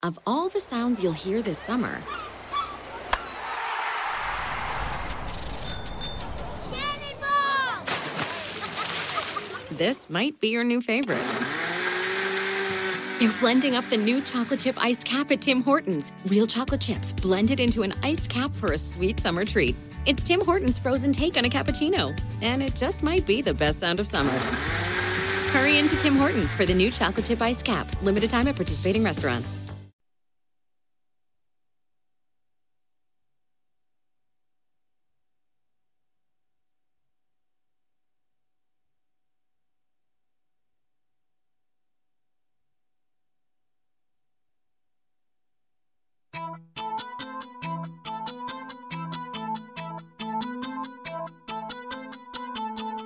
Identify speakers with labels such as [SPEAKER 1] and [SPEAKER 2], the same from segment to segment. [SPEAKER 1] Of all the sounds you'll hear this summer, this might be your new favorite. They're blending up the new chocolate chip iced cap at Tim Hortons. Real chocolate chips blended into an iced cap for a sweet summer treat. It's Tim Hortons' frozen take on a cappuccino, and it just might be the best sound of summer. Hurry into Tim Hortons for the new chocolate chip iced cap. Limited time at participating restaurants.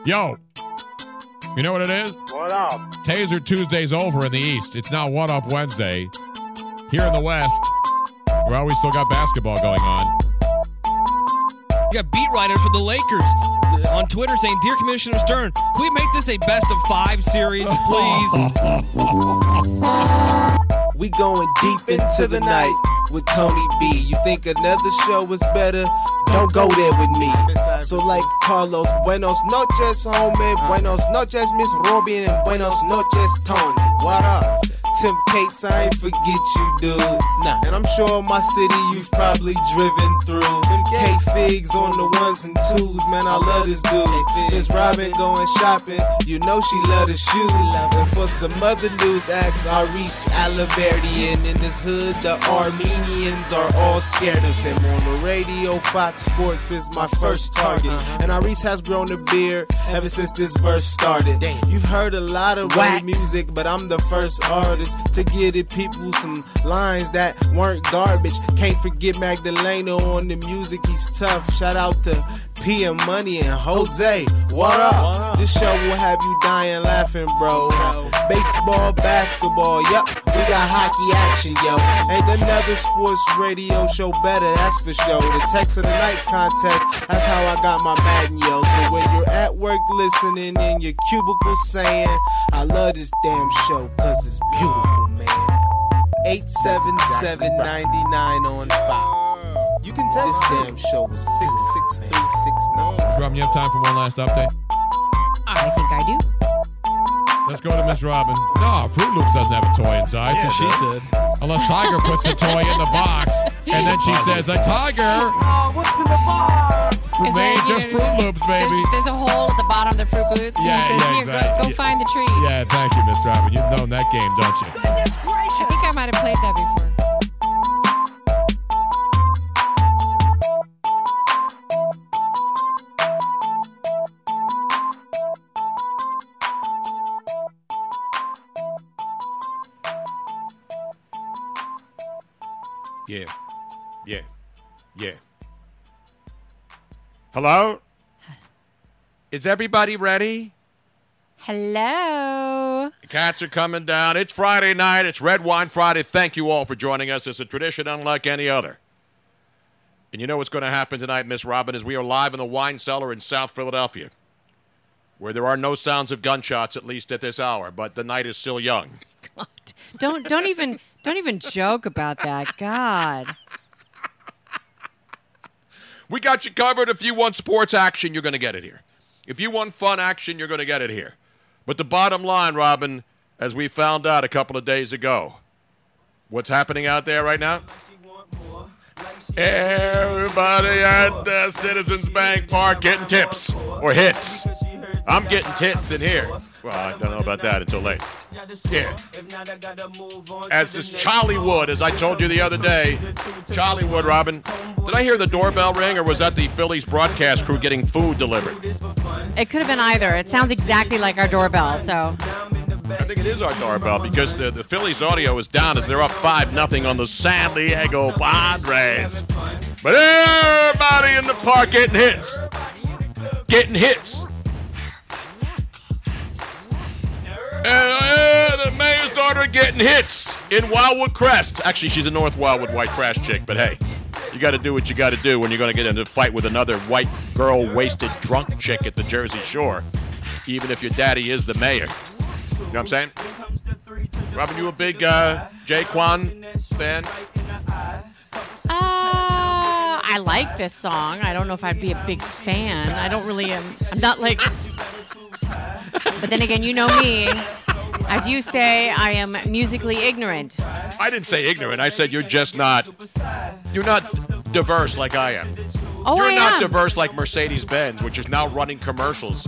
[SPEAKER 2] Yo, you know what it is?
[SPEAKER 3] What up?
[SPEAKER 2] Taser Tuesday's over in the East. It's now What Up Wednesday. Here in the West, well, we still got basketball going on.
[SPEAKER 4] You got beat writers for the Lakers Uh, on Twitter saying, "Dear Commissioner Stern, can we make this a best of five series, please?"
[SPEAKER 5] We going deep into the night with Tony B. You think another show is better? Don't go there with me. So like Carlos, buenos noches, homie. Buenos noches, Miss Robin, and buenos noches, Tony. What up? Tim Cates, I ain't forget you, dude. Nah. And I'm sure my city you've probably driven through. Tim K figs on the ones and twos, man. I love this dude. Miss Robin going shopping, you know she love the shoes. And for some other news acts, Aris Alaverdian in his hood, the Armenians are all scared of him. On the radio, Fox Sports is my first target. And Aris has grown a beard ever since this verse started. Damn. You've heard a lot of rap music, but I'm the first artist to give the people some lines that weren't garbage. Can't forget Magdalena on the music, he's tough. Shout out to P and Money and Jose. What up? This show will have you dying laughing, bro. Baseball, basketball, yup. We got hockey action, yo. Ain't another sports radio show better, that's for sure. The text of the night contest, that's how I got my Madden, yo. So when you're at work listening in your cubicle saying, I love this damn show, cause it's beautiful, man. 87799 on Fox. You can tell this damn show was 66369.
[SPEAKER 2] Robin, you have time for one last update?
[SPEAKER 1] I think I do.
[SPEAKER 2] Let's go to Miss Robin. No, Fruit Loops doesn't have a toy inside.
[SPEAKER 6] That's
[SPEAKER 2] So she-
[SPEAKER 6] what she said.
[SPEAKER 2] Unless Tiger puts the toy in the box, and then she says, "A tiger,
[SPEAKER 3] what's in the box?
[SPEAKER 7] Is there-
[SPEAKER 2] major
[SPEAKER 7] you know,
[SPEAKER 2] Fruit Loops,
[SPEAKER 7] There's,
[SPEAKER 2] baby."
[SPEAKER 7] there's a hole at the bottom of the Fruit Boots. and
[SPEAKER 2] Yeah,
[SPEAKER 7] he says,
[SPEAKER 2] yeah,
[SPEAKER 7] Here,
[SPEAKER 2] exactly.
[SPEAKER 7] go,
[SPEAKER 2] Yeah.
[SPEAKER 7] go find the tree.
[SPEAKER 2] Yeah, thank you, Miss Robin. You've known that game, don't you?
[SPEAKER 3] Goodness
[SPEAKER 7] I
[SPEAKER 3] gracious.
[SPEAKER 7] think I might have played that before.
[SPEAKER 6] Yeah. Yeah. Yeah. Hello? Is everybody ready?
[SPEAKER 7] Hello.
[SPEAKER 8] cats are coming down. It's Friday night. It's Red Wine Friday. Thank you all for joining us. It's a tradition unlike any other. And you know what's going to happen tonight, Miss Robin, is we are live in the wine cellar in South Philadelphia, where there are no sounds of gunshots, at least at this hour, but the night is still young.
[SPEAKER 7] Don't don't even don't even joke about that. God.
[SPEAKER 8] We got you covered. If you want sports action, you're going to get it here. If you want fun action, you're going to get it here. But the bottom line, Robin, as we found out a couple of days ago, what's happening out there right now? Everybody at the Citizens Bank Park getting tips or hits. I'm getting tits in here. Well, I don't know about that until late. Yeah. As is Charlie Wood, as I told you the other day. Charlie Wood, Robin. Did I hear the doorbell ring or was that the Phillies broadcast crew getting food delivered?
[SPEAKER 7] It could have been either. It sounds exactly like our doorbell. So
[SPEAKER 8] I think it is our doorbell because the, the Phillies audio is down as they're up 5 nothing on the San Diego Padres. But everybody in the park getting hits. Getting hits. And uh, the mayor's daughter getting hits in Wildwood Crest. Actually, she's a North Wildwood white trash chick, but hey, you got to do what you got to do when you're going to get into a fight with another white girl wasted drunk chick at the Jersey Shore, even if your daddy is the mayor. You know what I'm saying? Robin, you a big uh, Jaquan fan?
[SPEAKER 7] uh, I like this song. I don't know if I'd be a big fan. I don't really am I'm not like But then again, you know me. As you say, I am musically ignorant.
[SPEAKER 8] I didn't say ignorant. I said you're just not. You're not diverse like I am.
[SPEAKER 7] Oh,
[SPEAKER 8] you're
[SPEAKER 7] I
[SPEAKER 8] not
[SPEAKER 7] am.
[SPEAKER 8] diverse like Mercedes Benz, which is now running commercials,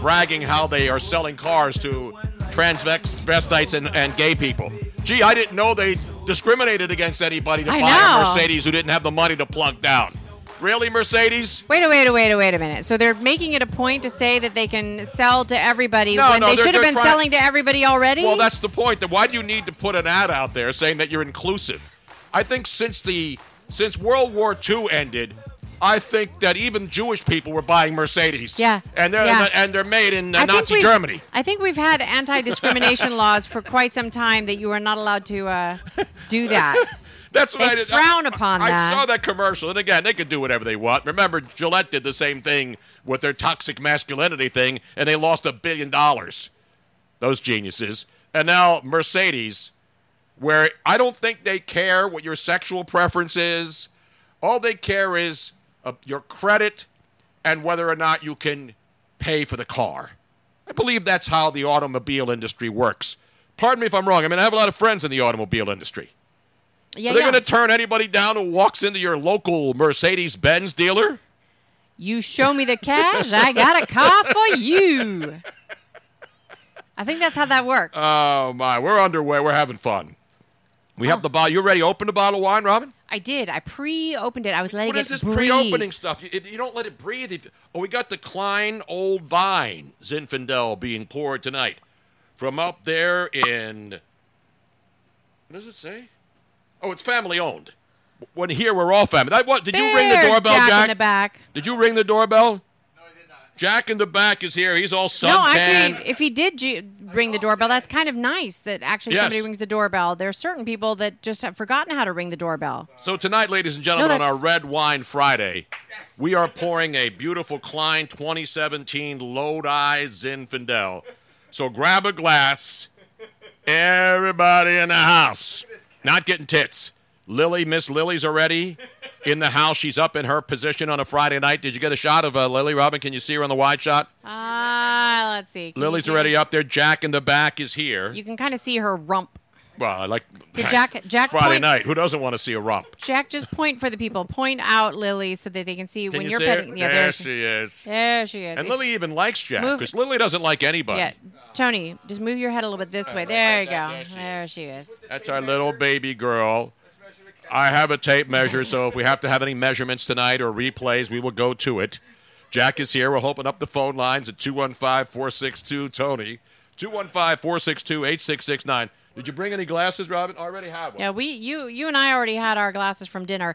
[SPEAKER 8] bragging how they are selling cars to transvestites and, and gay people. Gee, I didn't know they discriminated against anybody to
[SPEAKER 7] I
[SPEAKER 8] buy a
[SPEAKER 7] know.
[SPEAKER 8] Mercedes who didn't have the money to plug down. Really, Mercedes?
[SPEAKER 7] Wait a wait a wait a wait a minute. So they're making it a point to say that they can sell to everybody
[SPEAKER 8] No,
[SPEAKER 7] when
[SPEAKER 8] no,
[SPEAKER 7] they
[SPEAKER 8] they're-
[SPEAKER 7] should have
[SPEAKER 8] they're
[SPEAKER 7] been
[SPEAKER 8] trying-
[SPEAKER 7] selling to everybody already.
[SPEAKER 8] Well, that's the point. Then why do you need to put an ad out there saying that you're inclusive? I think since the since World War II ended, I think that even Jewish people were buying Mercedes.
[SPEAKER 7] Yeah,
[SPEAKER 8] and they're
[SPEAKER 7] yeah.
[SPEAKER 8] and they're made in
[SPEAKER 7] I
[SPEAKER 8] uh,
[SPEAKER 7] think
[SPEAKER 8] Nazi
[SPEAKER 7] we've-
[SPEAKER 8] Germany.
[SPEAKER 7] I think we've had anti-discrimination laws for quite some time that you are not allowed to uh, do that.
[SPEAKER 8] That's what
[SPEAKER 7] They
[SPEAKER 8] I did.
[SPEAKER 7] frown
[SPEAKER 8] I,
[SPEAKER 7] upon
[SPEAKER 8] I
[SPEAKER 7] that.
[SPEAKER 8] saw that commercial, and again, they could do whatever they want. Remember, Gillette did the same thing with their toxic masculinity thing, and they lost a billion dollars. Those geniuses, and now Mercedes, where I don't think they care what your sexual preference is. All they care is uh, your credit and whether or not you can pay for the car. I believe that's how the automobile industry works. Pardon me if I'm wrong. I mean, I have a lot of friends in the automobile industry.
[SPEAKER 7] Yeah,
[SPEAKER 8] Are they
[SPEAKER 7] yeah.
[SPEAKER 8] going to turn anybody down who walks into your local Mercedes Benz dealer?
[SPEAKER 7] you show me the cash, I got a car for you. I think that's how that works.
[SPEAKER 8] Oh my, we're underway. We're having fun. We
[SPEAKER 7] Oh.
[SPEAKER 8] have the bottle. You ready? to Open the bottle of wine, Robin.
[SPEAKER 7] I did. I pre-opened it. I was letting
[SPEAKER 8] What
[SPEAKER 7] it
[SPEAKER 8] is this
[SPEAKER 7] breathe.
[SPEAKER 8] pre-opening stuff? You, if you don't let it breathe. if- oh, we got the Klein Old Vine Zinfandel being poured tonight from up there in. What does it say? Oh, it's family owned. When here we're all family. That, what, did you ring the
[SPEAKER 7] There's
[SPEAKER 8] doorbell,
[SPEAKER 7] Jack,
[SPEAKER 8] Jack?
[SPEAKER 7] in the back.
[SPEAKER 8] Did you ring the doorbell? No, I did not. Jack in the back is here. He's all sun
[SPEAKER 7] No, actually, if he did ju- ring the doorbell, that's kind of nice. That actually
[SPEAKER 8] Yes.
[SPEAKER 7] somebody rings the doorbell. There are certain people that just have forgotten how to ring the doorbell.
[SPEAKER 8] So tonight, ladies and gentlemen,
[SPEAKER 7] No,
[SPEAKER 8] on
[SPEAKER 7] that's-
[SPEAKER 8] our Red Wine Friday, we are pouring a beautiful Klein 2017 Lodi Zinfandel. So grab a glass, everybody in the house. Not getting tits. Lily, Miss Lily's already in the house. She's up in her position on a Friday night. Did you get a shot of uh, Lily, Robin? Can you see her on the wide shot?
[SPEAKER 7] Ah, let's see. Can you
[SPEAKER 8] Lily's
[SPEAKER 7] see-
[SPEAKER 8] already up there. Jack in the back is here.
[SPEAKER 7] You can kind of see her rump.
[SPEAKER 8] Well, I like
[SPEAKER 7] Did Jack- Jack
[SPEAKER 8] Friday
[SPEAKER 7] point-
[SPEAKER 8] night. Who doesn't want to see a romp?
[SPEAKER 7] Jack, just point for the people. Point out Lily so that they can see
[SPEAKER 8] Can
[SPEAKER 7] when
[SPEAKER 8] you
[SPEAKER 7] are
[SPEAKER 8] see
[SPEAKER 7] petting.
[SPEAKER 8] her?
[SPEAKER 7] Yeah,
[SPEAKER 8] there
[SPEAKER 7] there she,
[SPEAKER 8] she is.
[SPEAKER 7] there she is.
[SPEAKER 8] And
[SPEAKER 7] If-
[SPEAKER 8] Lily even likes Jack
[SPEAKER 7] Move-
[SPEAKER 8] because Lily doesn't like anybody.
[SPEAKER 7] Yeah, Tony, just move your head a little bit this way. There you go. There she is.
[SPEAKER 8] That's our little baby girl. I have a tape measure, so if we have to have any measurements tonight or replays, we will go to it. Jack is here. We'll open up the phone lines at 215 462 Tony. 215 462 8669. Did you bring any glasses, Robin? Already have one.
[SPEAKER 7] Yeah, we, you, you, and I already had our glasses from dinner.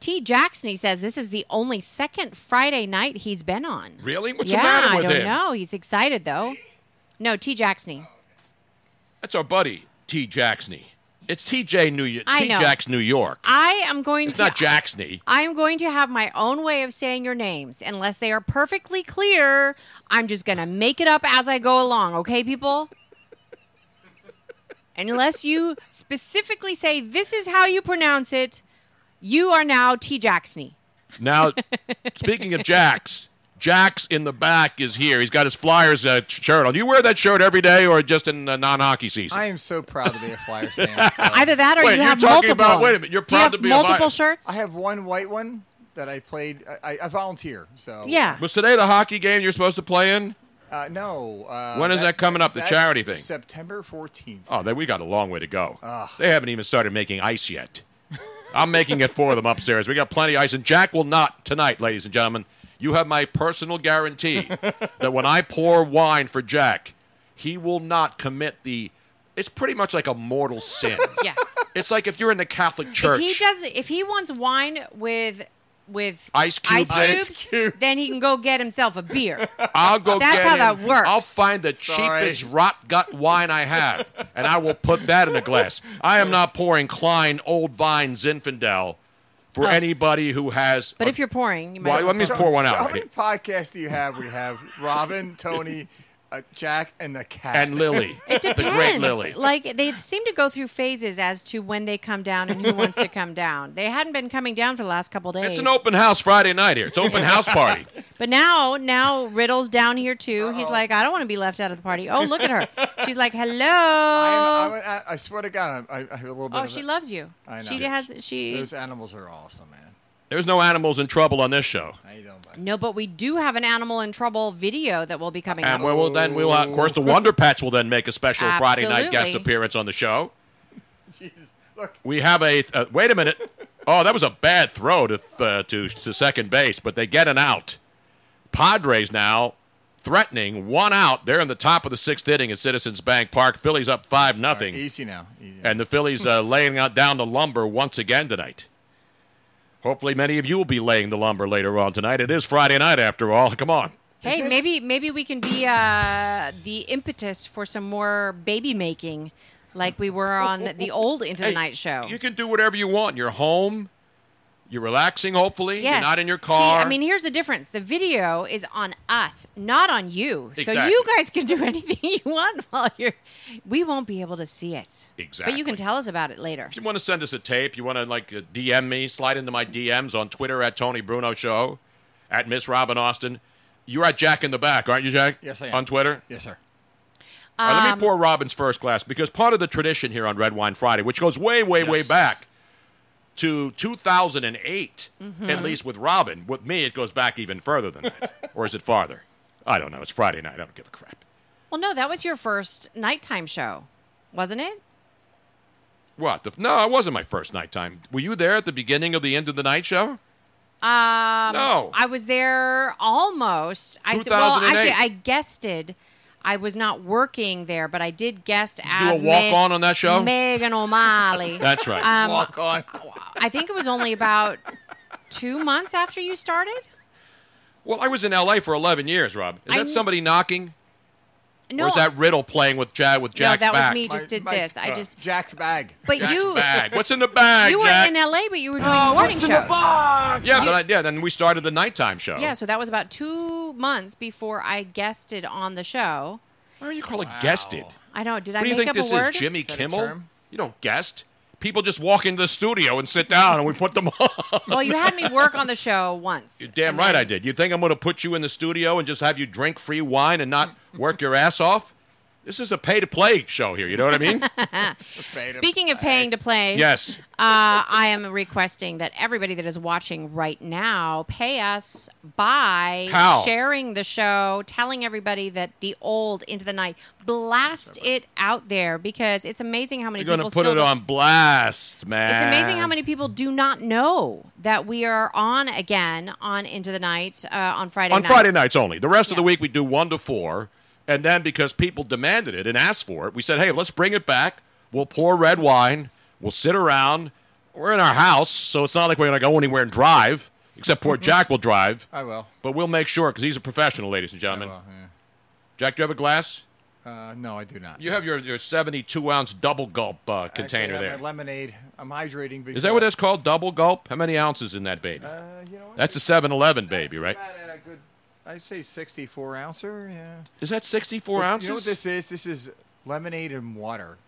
[SPEAKER 7] T. Jackson, he says this is the only second Friday night he's been on.
[SPEAKER 8] Really? What's
[SPEAKER 7] yeah,
[SPEAKER 8] the matter with
[SPEAKER 7] I don't
[SPEAKER 8] him?
[SPEAKER 7] know. He's excited though. No, T. Jackson.
[SPEAKER 8] That's our buddy T. Jacksney. It's TJ New York.
[SPEAKER 7] I
[SPEAKER 8] T.
[SPEAKER 7] know.
[SPEAKER 8] Jacks New York.
[SPEAKER 7] I am going
[SPEAKER 8] It's
[SPEAKER 7] to.
[SPEAKER 8] not Jacksney.
[SPEAKER 7] I am going to have my own way of saying your names. Unless they are perfectly clear, I'm just going to make it up as I go along, okay, people? Unless you specifically say this is how you pronounce it, you are now T. Jacksney.
[SPEAKER 8] Now, speaking of Jax, Jax in the back is here. He's got his Flyers uh, shirt on. Do you wear that shirt every day or just in the non-hockey season?
[SPEAKER 9] I am so proud to be a Flyers fan. so-
[SPEAKER 7] Either that or
[SPEAKER 8] Wait,
[SPEAKER 7] you
[SPEAKER 8] you're
[SPEAKER 7] have
[SPEAKER 8] talking
[SPEAKER 7] multiple.
[SPEAKER 8] about- wait a minute, you're
[SPEAKER 7] Do you
[SPEAKER 8] proud
[SPEAKER 7] have
[SPEAKER 8] to be a
[SPEAKER 7] multiple
[SPEAKER 8] Lion.
[SPEAKER 7] shirts?
[SPEAKER 9] I have one white one that I played. I, I, I volunteer, so
[SPEAKER 7] Yeah.
[SPEAKER 8] Was today the hockey game you're supposed to play in?
[SPEAKER 9] Uh, no. Uh,
[SPEAKER 8] When is that coming up, the
[SPEAKER 9] that's
[SPEAKER 8] charity thing?
[SPEAKER 9] September fourteenth.
[SPEAKER 8] Oh, then we got a long way to go.
[SPEAKER 9] Ugh.
[SPEAKER 8] They haven't even started making ice yet. I'm making it for them upstairs. We got plenty of ice, and Jack will not tonight, ladies and gentlemen. You have my personal guarantee that when I pour wine for Jack, he will not commit the. It's pretty much like a mortal sin.
[SPEAKER 7] Yeah.
[SPEAKER 8] It's like if you're in the Catholic Church.
[SPEAKER 7] If he does, if he wants wine with with
[SPEAKER 8] Ice cubes in it.
[SPEAKER 7] ice
[SPEAKER 8] Ice
[SPEAKER 7] cubes, then he can go get himself a beer.
[SPEAKER 8] I'll go
[SPEAKER 7] That's
[SPEAKER 8] get
[SPEAKER 7] how
[SPEAKER 8] him.
[SPEAKER 7] that works.
[SPEAKER 8] I'll find the cheapest rot gut wine I have, and I will put that in a glass. I am not pouring Klein Old Vine Zinfandel for
[SPEAKER 7] Oh.
[SPEAKER 8] anybody who has.
[SPEAKER 7] But if you're pouring, you might.
[SPEAKER 8] Well, let me just pour one out.
[SPEAKER 9] How many podcasts do you have? We have Robin, Tony, uh, Jack, and the cat.
[SPEAKER 8] And Lily.
[SPEAKER 7] It
[SPEAKER 8] The
[SPEAKER 7] depends.
[SPEAKER 8] great Lily.
[SPEAKER 7] Like they seem to go through phases as to when they come down and who wants to come down. They hadn't been coming down for the last couple days.
[SPEAKER 8] It's an open house Friday night here. It's open house party.
[SPEAKER 7] But now, now Riddle's down here too. He's like, I don't want to be left out of the party. Oh, look at her. She's like, hello.
[SPEAKER 9] I'm, I'm, an- I, I swear to God, I'm, I, I have a little bit.
[SPEAKER 7] oh,
[SPEAKER 9] of
[SPEAKER 7] she
[SPEAKER 9] a-
[SPEAKER 7] loves you.
[SPEAKER 9] I know.
[SPEAKER 7] She has. She
[SPEAKER 9] Those animals are awesome, man.
[SPEAKER 8] There's no animals in trouble on this show.
[SPEAKER 9] I don't. Like
[SPEAKER 7] No, but we do have an animal in trouble video that will be coming out.
[SPEAKER 8] And we
[SPEAKER 9] Oh,
[SPEAKER 8] will then we will of course the Wonder Pets will then make a special Friday night guest
[SPEAKER 7] Absolutely.
[SPEAKER 8] appearance on the show. We have a uh, wait a minute. Oh, that was a bad throw to uh, to to second base, but they get an out. Padres now threatening one out. They're in the top of the sixth inning at Citizens Bank Park. Phillies up five nothing.
[SPEAKER 9] Easy now. Easy.
[SPEAKER 8] And the Phillies uh, laying out down the lumber once again tonight. Hopefully, many of you will be laying the lumber later on tonight. It is Friday night, after all. Come on.
[SPEAKER 7] Hey, maybe maybe we can be uh, the impetus for some more baby making, like we were
[SPEAKER 8] Oh,
[SPEAKER 7] on the old Into the
[SPEAKER 8] Hey,
[SPEAKER 7] Night show.
[SPEAKER 8] You can do whatever you want. You're home. You're relaxing, hopefully.
[SPEAKER 7] Yes.
[SPEAKER 8] You're not in your
[SPEAKER 7] See,
[SPEAKER 8] car.
[SPEAKER 7] I mean, here's the difference: the video is on us, not on you. So
[SPEAKER 8] Exactly.
[SPEAKER 7] you guys can do anything you want while you're. We won't be able to see it. But
[SPEAKER 8] Exactly.
[SPEAKER 7] you can tell us about it later.
[SPEAKER 8] if you want to send us a tape, you want to like uh, DM me, slide into my DMs on Twitter at Tony Bruno Show, at Miss Robin Austin. You're at Jack in the Back, aren't you, Jack?
[SPEAKER 9] Yes, I am.
[SPEAKER 8] On Twitter?
[SPEAKER 9] Yes, sir.
[SPEAKER 8] All right, let
[SPEAKER 7] Um,
[SPEAKER 8] me pour Robin's first glass because part of the tradition here on Red Wine Friday, which goes way, way, way back to 2008, at
[SPEAKER 10] Mhm.
[SPEAKER 8] least with Robin. With me, it goes back even further than that. or is it farther? I don't know. It's Friday night. I don't give a crap.
[SPEAKER 7] Well, no, that was your first nighttime show, wasn't it?
[SPEAKER 8] What? The, no, it wasn't my first nighttime. Were you there at the beginning of the end of the night show?
[SPEAKER 7] Um,
[SPEAKER 8] No.
[SPEAKER 7] I was there almost. I s- well,
[SPEAKER 8] 2008.
[SPEAKER 7] actually, I guested. I was not working there, but I did guest
[SPEAKER 8] do a
[SPEAKER 7] as
[SPEAKER 8] walk-on on that show?
[SPEAKER 7] Megan O'Malley.
[SPEAKER 8] That's right.
[SPEAKER 7] Um,
[SPEAKER 8] Walk on.
[SPEAKER 7] I think it was only about two months after you started.
[SPEAKER 8] Well, I was in L.A. for 11 years, Rob. Is
[SPEAKER 7] I
[SPEAKER 8] that
[SPEAKER 7] kn-
[SPEAKER 8] somebody knocking?
[SPEAKER 7] No,
[SPEAKER 8] Or is that Riddle playing with, Jack with
[SPEAKER 7] no,
[SPEAKER 8] Jack's
[SPEAKER 7] that
[SPEAKER 8] back?
[SPEAKER 7] was me. Just did this. I
[SPEAKER 8] uh,
[SPEAKER 7] just
[SPEAKER 9] Jack's bag.
[SPEAKER 7] But
[SPEAKER 8] Jack's
[SPEAKER 7] you,
[SPEAKER 8] bag. What's in the bag,
[SPEAKER 7] you were
[SPEAKER 8] Jack?
[SPEAKER 7] in LA, but you were doing morning shows.
[SPEAKER 8] Yeah, but I, yeah, then we started the nighttime show.
[SPEAKER 7] Yeah, so that was about two months before I guested on the show.
[SPEAKER 8] Why are you calling guested?
[SPEAKER 7] I know. Did I
[SPEAKER 8] what do you
[SPEAKER 7] make
[SPEAKER 8] think
[SPEAKER 7] up
[SPEAKER 8] this
[SPEAKER 7] a word?
[SPEAKER 8] is, Jimmy Kimmel? You don't guest. People just walk into the studio and sit down, and we put them on.
[SPEAKER 7] Well, you had me work on the show once.
[SPEAKER 8] You're damn right I did. You think I'm going to put you in the studio and just have you drink free wine and not work your ass off? This is a pay-to-play show here. You know what I mean?
[SPEAKER 7] Speaking of paying to play,
[SPEAKER 8] Yes.
[SPEAKER 7] uh, I am requesting that everybody that is watching right now pay us by
[SPEAKER 11] How?
[SPEAKER 7] sharing the show, telling everybody that the old into the night, blast it out there because it's amazing how many
[SPEAKER 8] You're going
[SPEAKER 7] people
[SPEAKER 8] to put
[SPEAKER 7] still
[SPEAKER 8] it
[SPEAKER 7] don't-
[SPEAKER 8] on blast, man.
[SPEAKER 7] It's amazing how many people do not know that we are on again on Into the Night uh, on Friday.
[SPEAKER 8] on
[SPEAKER 7] nights.
[SPEAKER 8] Friday nights only. The rest of the week we do one to four, and then because people demanded it and asked for it, we said, "Hey, let's bring it back. We'll pour red wine. We'll sit around. We're in our house, so it's not like we're going to go anywhere and drive. Except poor
[SPEAKER 7] Mm-hmm.
[SPEAKER 8] Jack will drive,
[SPEAKER 9] I will.
[SPEAKER 8] but we'll make sure because he's a professional, ladies and gentlemen. Jack, do you have a glass?
[SPEAKER 9] Uh, no, I do not.
[SPEAKER 8] You have your, your 72 ounce double gulp uh,
[SPEAKER 9] Actually,
[SPEAKER 8] container
[SPEAKER 9] I have
[SPEAKER 8] there.
[SPEAKER 9] my lemonade. I'm hydrating.
[SPEAKER 8] Is that what that's called? Double gulp? How many ounces in that baby?
[SPEAKER 9] Uh,
[SPEAKER 8] that's a 7 Eleven baby, right?
[SPEAKER 9] I say 64 ouncer. Yeah.
[SPEAKER 8] Is that 64
[SPEAKER 9] But
[SPEAKER 8] ounces?
[SPEAKER 9] You know what this is? This is lemonade and water.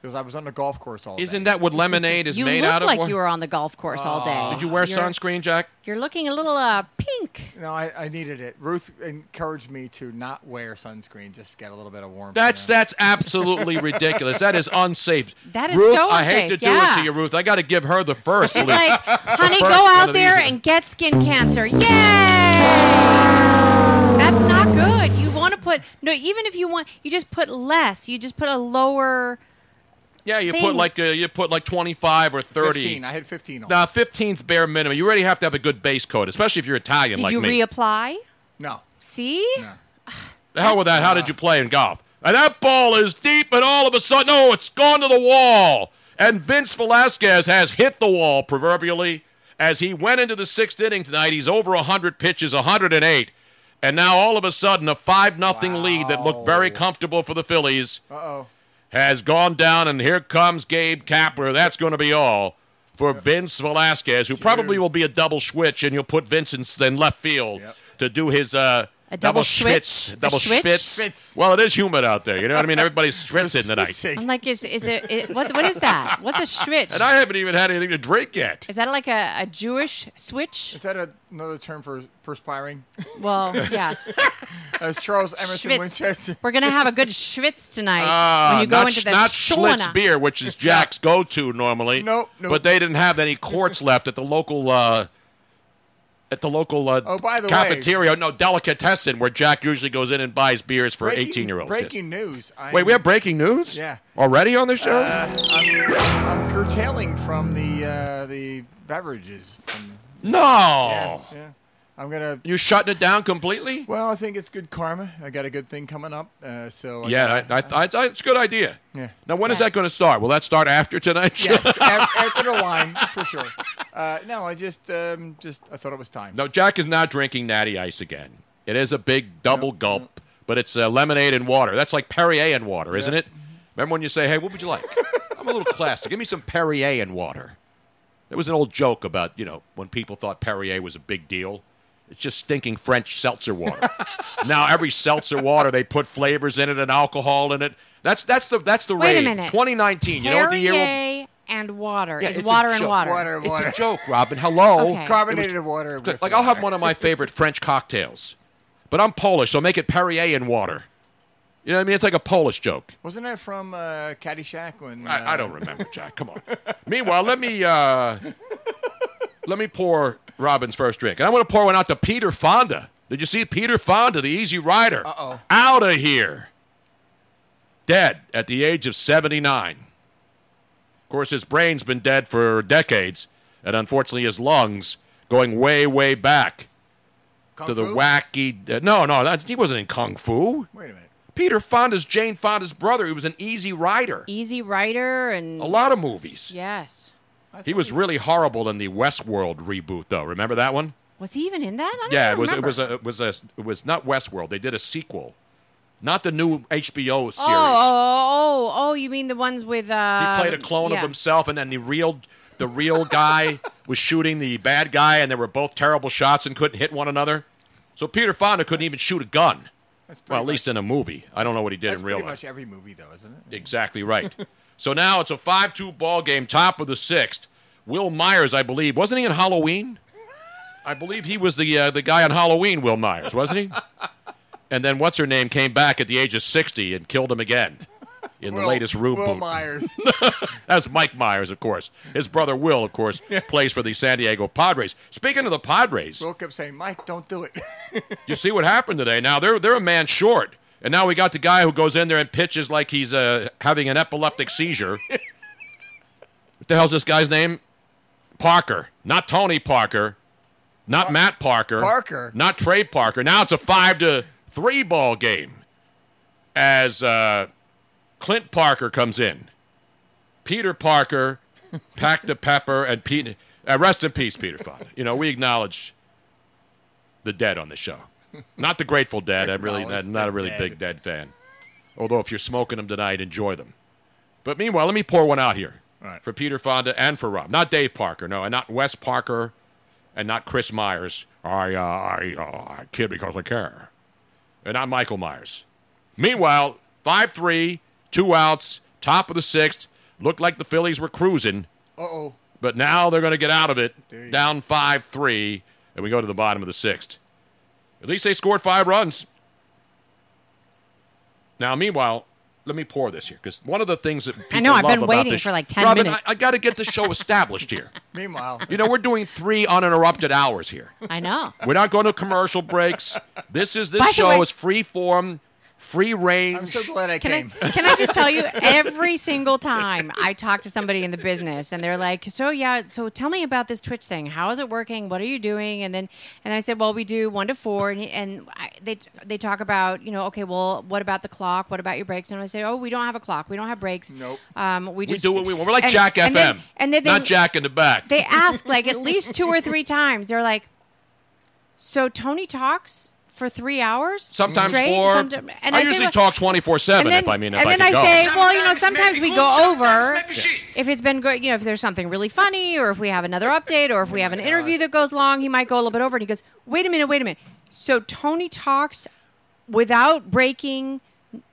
[SPEAKER 9] Because I was on the golf course all day.
[SPEAKER 8] Isn't that what lemonade is
[SPEAKER 7] you
[SPEAKER 8] made
[SPEAKER 7] look
[SPEAKER 8] out of?
[SPEAKER 7] like
[SPEAKER 8] What-
[SPEAKER 7] you were on the golf course all day.
[SPEAKER 8] Did you wear
[SPEAKER 7] You're-
[SPEAKER 8] sunscreen, Jack?
[SPEAKER 7] You're looking a little uh, pink.
[SPEAKER 9] No, I, I needed it. Ruth encouraged me to not wear sunscreen, just get a little bit of warmth.
[SPEAKER 8] That's that's absolutely ridiculous. That is unsafe.
[SPEAKER 7] That is
[SPEAKER 8] Ruth,
[SPEAKER 7] so
[SPEAKER 8] I hate to
[SPEAKER 7] unsafe,
[SPEAKER 8] do it
[SPEAKER 7] yeah.
[SPEAKER 8] to you, Ruth. I got to give her the first.
[SPEAKER 7] She's
[SPEAKER 8] leaf.
[SPEAKER 7] like, honey,
[SPEAKER 8] The
[SPEAKER 7] go
[SPEAKER 8] first one
[SPEAKER 7] out
[SPEAKER 8] of these
[SPEAKER 7] there
[SPEAKER 8] is-
[SPEAKER 7] and get skin cancer. Yay! That's not good. You want to put no, even if you want, you just put less. You just put a lower.
[SPEAKER 8] yeah, you put
[SPEAKER 7] thing.
[SPEAKER 8] like uh, you put like twenty five or thirty.
[SPEAKER 9] 15. I had 15 on.
[SPEAKER 8] Now, 15's bare minimum. You already have to have a good base coat, especially if you're Italian
[SPEAKER 7] Did
[SPEAKER 8] like
[SPEAKER 7] you
[SPEAKER 8] me.
[SPEAKER 7] reapply?
[SPEAKER 9] No.
[SPEAKER 7] See?
[SPEAKER 8] the hell with that. How did you play in golf? And that ball is deep, and all of a sudden, oh, it's gone to the wall. And Vince Velasquez has hit the wall, proverbially, as he went into the sixth inning tonight. He's over 100 pitches, 108. And now, all of a sudden, a 5 nothing lead that looked very comfortable for the Phillies
[SPEAKER 9] Uh oh.
[SPEAKER 8] has gone down, and here comes Gabe Kapler. That's going to be all for Vince Velasquez, who probably will be a double switch, and you'll put Vincent in left field to do his uh,
[SPEAKER 7] A double switch?
[SPEAKER 8] schwitz,
[SPEAKER 7] A
[SPEAKER 8] double
[SPEAKER 7] schwitz?
[SPEAKER 8] schwitz.
[SPEAKER 7] Schwitz.
[SPEAKER 8] Well, it is humid out there. You know what I mean? Everybody's schwitzing tonight.
[SPEAKER 7] I'm like, is, is it, it what, what is that? What's a switch?
[SPEAKER 8] And I haven't even had anything to drink yet.
[SPEAKER 7] Is that like a, a Jewish switch?
[SPEAKER 9] Is that a, another term for perspiring?
[SPEAKER 7] Well, yes.
[SPEAKER 9] As Charles Emerson
[SPEAKER 7] Schwitz.
[SPEAKER 9] Winchester.
[SPEAKER 7] We're gonna have a good schwitz tonight
[SPEAKER 8] Ah,
[SPEAKER 7] when you go
[SPEAKER 8] not,
[SPEAKER 7] into
[SPEAKER 8] sh-
[SPEAKER 7] the
[SPEAKER 8] not
[SPEAKER 7] sauna.
[SPEAKER 8] Schlitz beer, which is Jack's go-to normally.
[SPEAKER 9] Nope, nope.
[SPEAKER 8] But they didn't have any quarts left at the local uh, at the local uh,
[SPEAKER 9] Oh, by the way-
[SPEAKER 8] cafeteria. No, delicatessen where Jack usually goes in and buys beers for
[SPEAKER 9] Breaking-
[SPEAKER 8] eighteen-year-olds.
[SPEAKER 9] Breaking news. I
[SPEAKER 8] Wait, we have breaking news?
[SPEAKER 9] Yeah. Uh,
[SPEAKER 8] Already on the show?
[SPEAKER 9] I'm, I'm curtailing from the uh, the beverages. From,
[SPEAKER 8] no.
[SPEAKER 9] Yeah, yeah. I'm gonna.
[SPEAKER 8] You shutting it down completely?
[SPEAKER 9] Well, I think it's good karma. I got a good thing coming up. Uh, so I
[SPEAKER 8] Yeah, I, I, I, I, it's a good idea.
[SPEAKER 9] Yeah.
[SPEAKER 8] Now, when is that going to start? Will that start after tonight?
[SPEAKER 9] Yes, af- after the line for sure. Uh, no, I just, um, just I thought it was time.
[SPEAKER 8] No, Jack is not drinking natty ice again. It is a big double gulp, but it's uh, lemonade and water. That's like Perrier and water, isn't it? Remember when you say, "Hey, what would you like?" I'm a little classy. Give me some Perrier and water. There was an old joke about you know when people thought Perrier was a big deal. It's just stinking French seltzer water. now every seltzer water they put flavors in it and alcohol in it. That's that's the that's the
[SPEAKER 7] Wait a
[SPEAKER 8] rage.
[SPEAKER 7] minute.
[SPEAKER 8] 2019. You know what the year will
[SPEAKER 7] Perrier and water
[SPEAKER 8] Yeah,
[SPEAKER 7] is
[SPEAKER 8] it's a
[SPEAKER 7] water and
[SPEAKER 8] joke.
[SPEAKER 7] water.
[SPEAKER 9] Water,
[SPEAKER 8] It's
[SPEAKER 9] water.
[SPEAKER 8] a joke, Robin. Hello.
[SPEAKER 7] Okay.
[SPEAKER 9] Carbonated water.
[SPEAKER 8] Good.
[SPEAKER 9] With
[SPEAKER 8] Like I'll have one of my favorite French cocktails, but I'm Polish, so make it Perrier in water. You know what I mean? It's like a Polish joke.
[SPEAKER 9] Wasn't that from uh, Caddyshack when? uh,
[SPEAKER 8] I, I don't remember, Jack. Come on. Meanwhile, let me uh, let me pour Robin's first drink, and I'm going to pour one out to Peter Fonda. Did you see Peter Fonda, the Easy Rider? Uh oh. Out of here. Dead at the age of 79. Of course, his brain's been dead for decades, and unfortunately, his lungs going way, way back
[SPEAKER 9] Kung
[SPEAKER 8] to the
[SPEAKER 9] Fu?
[SPEAKER 8] wacky. Uh, no, no, that's, he wasn't in Kung Fu.
[SPEAKER 9] Wait a minute.
[SPEAKER 8] Peter Fonda's Jane Fonda's brother. He was an Easy Rider.
[SPEAKER 7] Easy Rider and
[SPEAKER 8] A lot of movies.
[SPEAKER 7] Yes.
[SPEAKER 8] He was really horrible in the Westworld reboot, though. Remember that one?
[SPEAKER 7] Was he even in that? I don't
[SPEAKER 8] yeah, it
[SPEAKER 7] even
[SPEAKER 8] was.
[SPEAKER 7] Remember.
[SPEAKER 8] It was a. It was a. It was not Westworld. They did a sequel, not the new HBO series.
[SPEAKER 7] Oh, oh, oh, oh, you mean the ones with? Uh,
[SPEAKER 8] he played a clone
[SPEAKER 7] yeah.
[SPEAKER 8] of himself, and then the real, the real guy was shooting the bad guy, and they were both terrible shots and couldn't hit one another. So Peter Fonda couldn't even shoot a gun. Well, at least in a movie. I don't know what he did
[SPEAKER 9] That's
[SPEAKER 8] in real
[SPEAKER 9] pretty
[SPEAKER 8] life.
[SPEAKER 9] much every movie though, isn't it?
[SPEAKER 8] Exactly right. so now it's a 5 2 ball game, top of the sixth. Will Myers, I believe, wasn't he in Halloween? I believe he was the, uh, the guy on Halloween, Will Myers, wasn't he? and then what's her name came back at the age of 60 and killed him again in the
[SPEAKER 9] Will-
[SPEAKER 8] latest room
[SPEAKER 9] Will
[SPEAKER 8] boot.
[SPEAKER 9] Myers.
[SPEAKER 8] That's Mike Myers, of course. His brother Will, of course, plays for the San Diego Padres. Speaking of the Padres,
[SPEAKER 9] Will kept saying, "Mike, don't do it."
[SPEAKER 8] you see what happened today. Now they're they're a man short, and now we got the guy who goes in there and pitches like he's uh, having an epileptic seizure. what the hell's this guy's name? Parker, not Tony Parker, not Matt Parker,
[SPEAKER 9] Parker.
[SPEAKER 8] not Trey Parker. Now it's a five to three ball game as uh, Clint Parker comes in. Peter Parker, Pack the Pepper, and Pete. Uh, rest in peace, Peter Fonda. You know we acknowledge the dead on the show. Not the Grateful Dead. I'm really not,
[SPEAKER 9] Acknowledge
[SPEAKER 8] not a
[SPEAKER 9] the
[SPEAKER 8] really
[SPEAKER 9] dead.
[SPEAKER 8] big Dead fan. Although if you're smoking them tonight, enjoy them. But meanwhile, let me pour one out here for Peter Fonda and for Rob. Not Dave Parker, no, and not Wes Parker, and not Chris Myers. I, uh, I, uh, I kid because I care, and not Michael Myers. Meanwhile, five three, two outs, top of the sixth. Looked like the Phillies were cruising.
[SPEAKER 9] Uh oh.
[SPEAKER 8] But now they're going to get out of it.
[SPEAKER 9] There you
[SPEAKER 8] Down 5 3, and we go to the bottom of the sixth. At least they scored five runs. Now, meanwhile, let me pour this here because one of the things that people
[SPEAKER 7] I know, I've
[SPEAKER 8] love
[SPEAKER 7] been
[SPEAKER 8] about
[SPEAKER 7] waiting
[SPEAKER 8] this-
[SPEAKER 7] for like 10
[SPEAKER 8] Robin,
[SPEAKER 7] minutes.
[SPEAKER 8] I, I got to get the show established here.
[SPEAKER 9] Meanwhile,
[SPEAKER 8] You know, we're doing three uninterrupted hours here.
[SPEAKER 7] I know.
[SPEAKER 8] We're not going to commercial breaks. This is this
[SPEAKER 7] By the
[SPEAKER 8] show
[SPEAKER 7] way-
[SPEAKER 8] is free form, free range. I'm so
[SPEAKER 9] glad I
[SPEAKER 8] came.
[SPEAKER 7] Can I just tell you, every single time I talk to somebody in the business and they're like, So, yeah, so tell me about this Twitch thing. How is it working? What are you doing? And then, and I said, Well, we do one to four. And, and I, they, they talk about, you know, okay, well, what about the clock? What about your breaks? And I say, Oh, we don't have a clock. We don't have breaks. Nope. Um, we
[SPEAKER 8] we,
[SPEAKER 7] just
[SPEAKER 8] do what we want. We're like
[SPEAKER 7] and-
[SPEAKER 8] Jack
[SPEAKER 7] and
[SPEAKER 8] FM,
[SPEAKER 7] then- and then they-
[SPEAKER 8] not Jack in the back.
[SPEAKER 7] they ask like at least two or three times. They're like, "So Tony talks for three hours,
[SPEAKER 8] Sometimes
[SPEAKER 7] straight?
[SPEAKER 8] four.
[SPEAKER 7] Sometime-
[SPEAKER 8] I,
[SPEAKER 7] say,
[SPEAKER 8] usually
[SPEAKER 7] well-
[SPEAKER 8] talk twenty four seven
[SPEAKER 7] and
[SPEAKER 8] if
[SPEAKER 7] then-
[SPEAKER 8] I mean if
[SPEAKER 7] and
[SPEAKER 8] I
[SPEAKER 7] then
[SPEAKER 8] can
[SPEAKER 7] I
[SPEAKER 8] go.
[SPEAKER 7] say, well, you know, sometimes we go over if it's been good. You know, if there's something really funny, or if we have another update, or if we have an interview that goes long, he might go a little bit over. And he goes, "Wait a minute, wait a minute." So Tony talks without breaking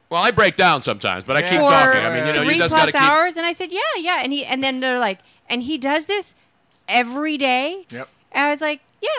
[SPEAKER 8] well, I break down sometimes, but I keep
[SPEAKER 7] for
[SPEAKER 8] talking. I mean, you know,
[SPEAKER 7] three
[SPEAKER 8] you just got
[SPEAKER 7] plus
[SPEAKER 8] to keep.
[SPEAKER 7] hours, and I said, "Yeah, yeah," and he and then they're like, and he does this every day.
[SPEAKER 8] Yep.
[SPEAKER 7] And I was like, yeah,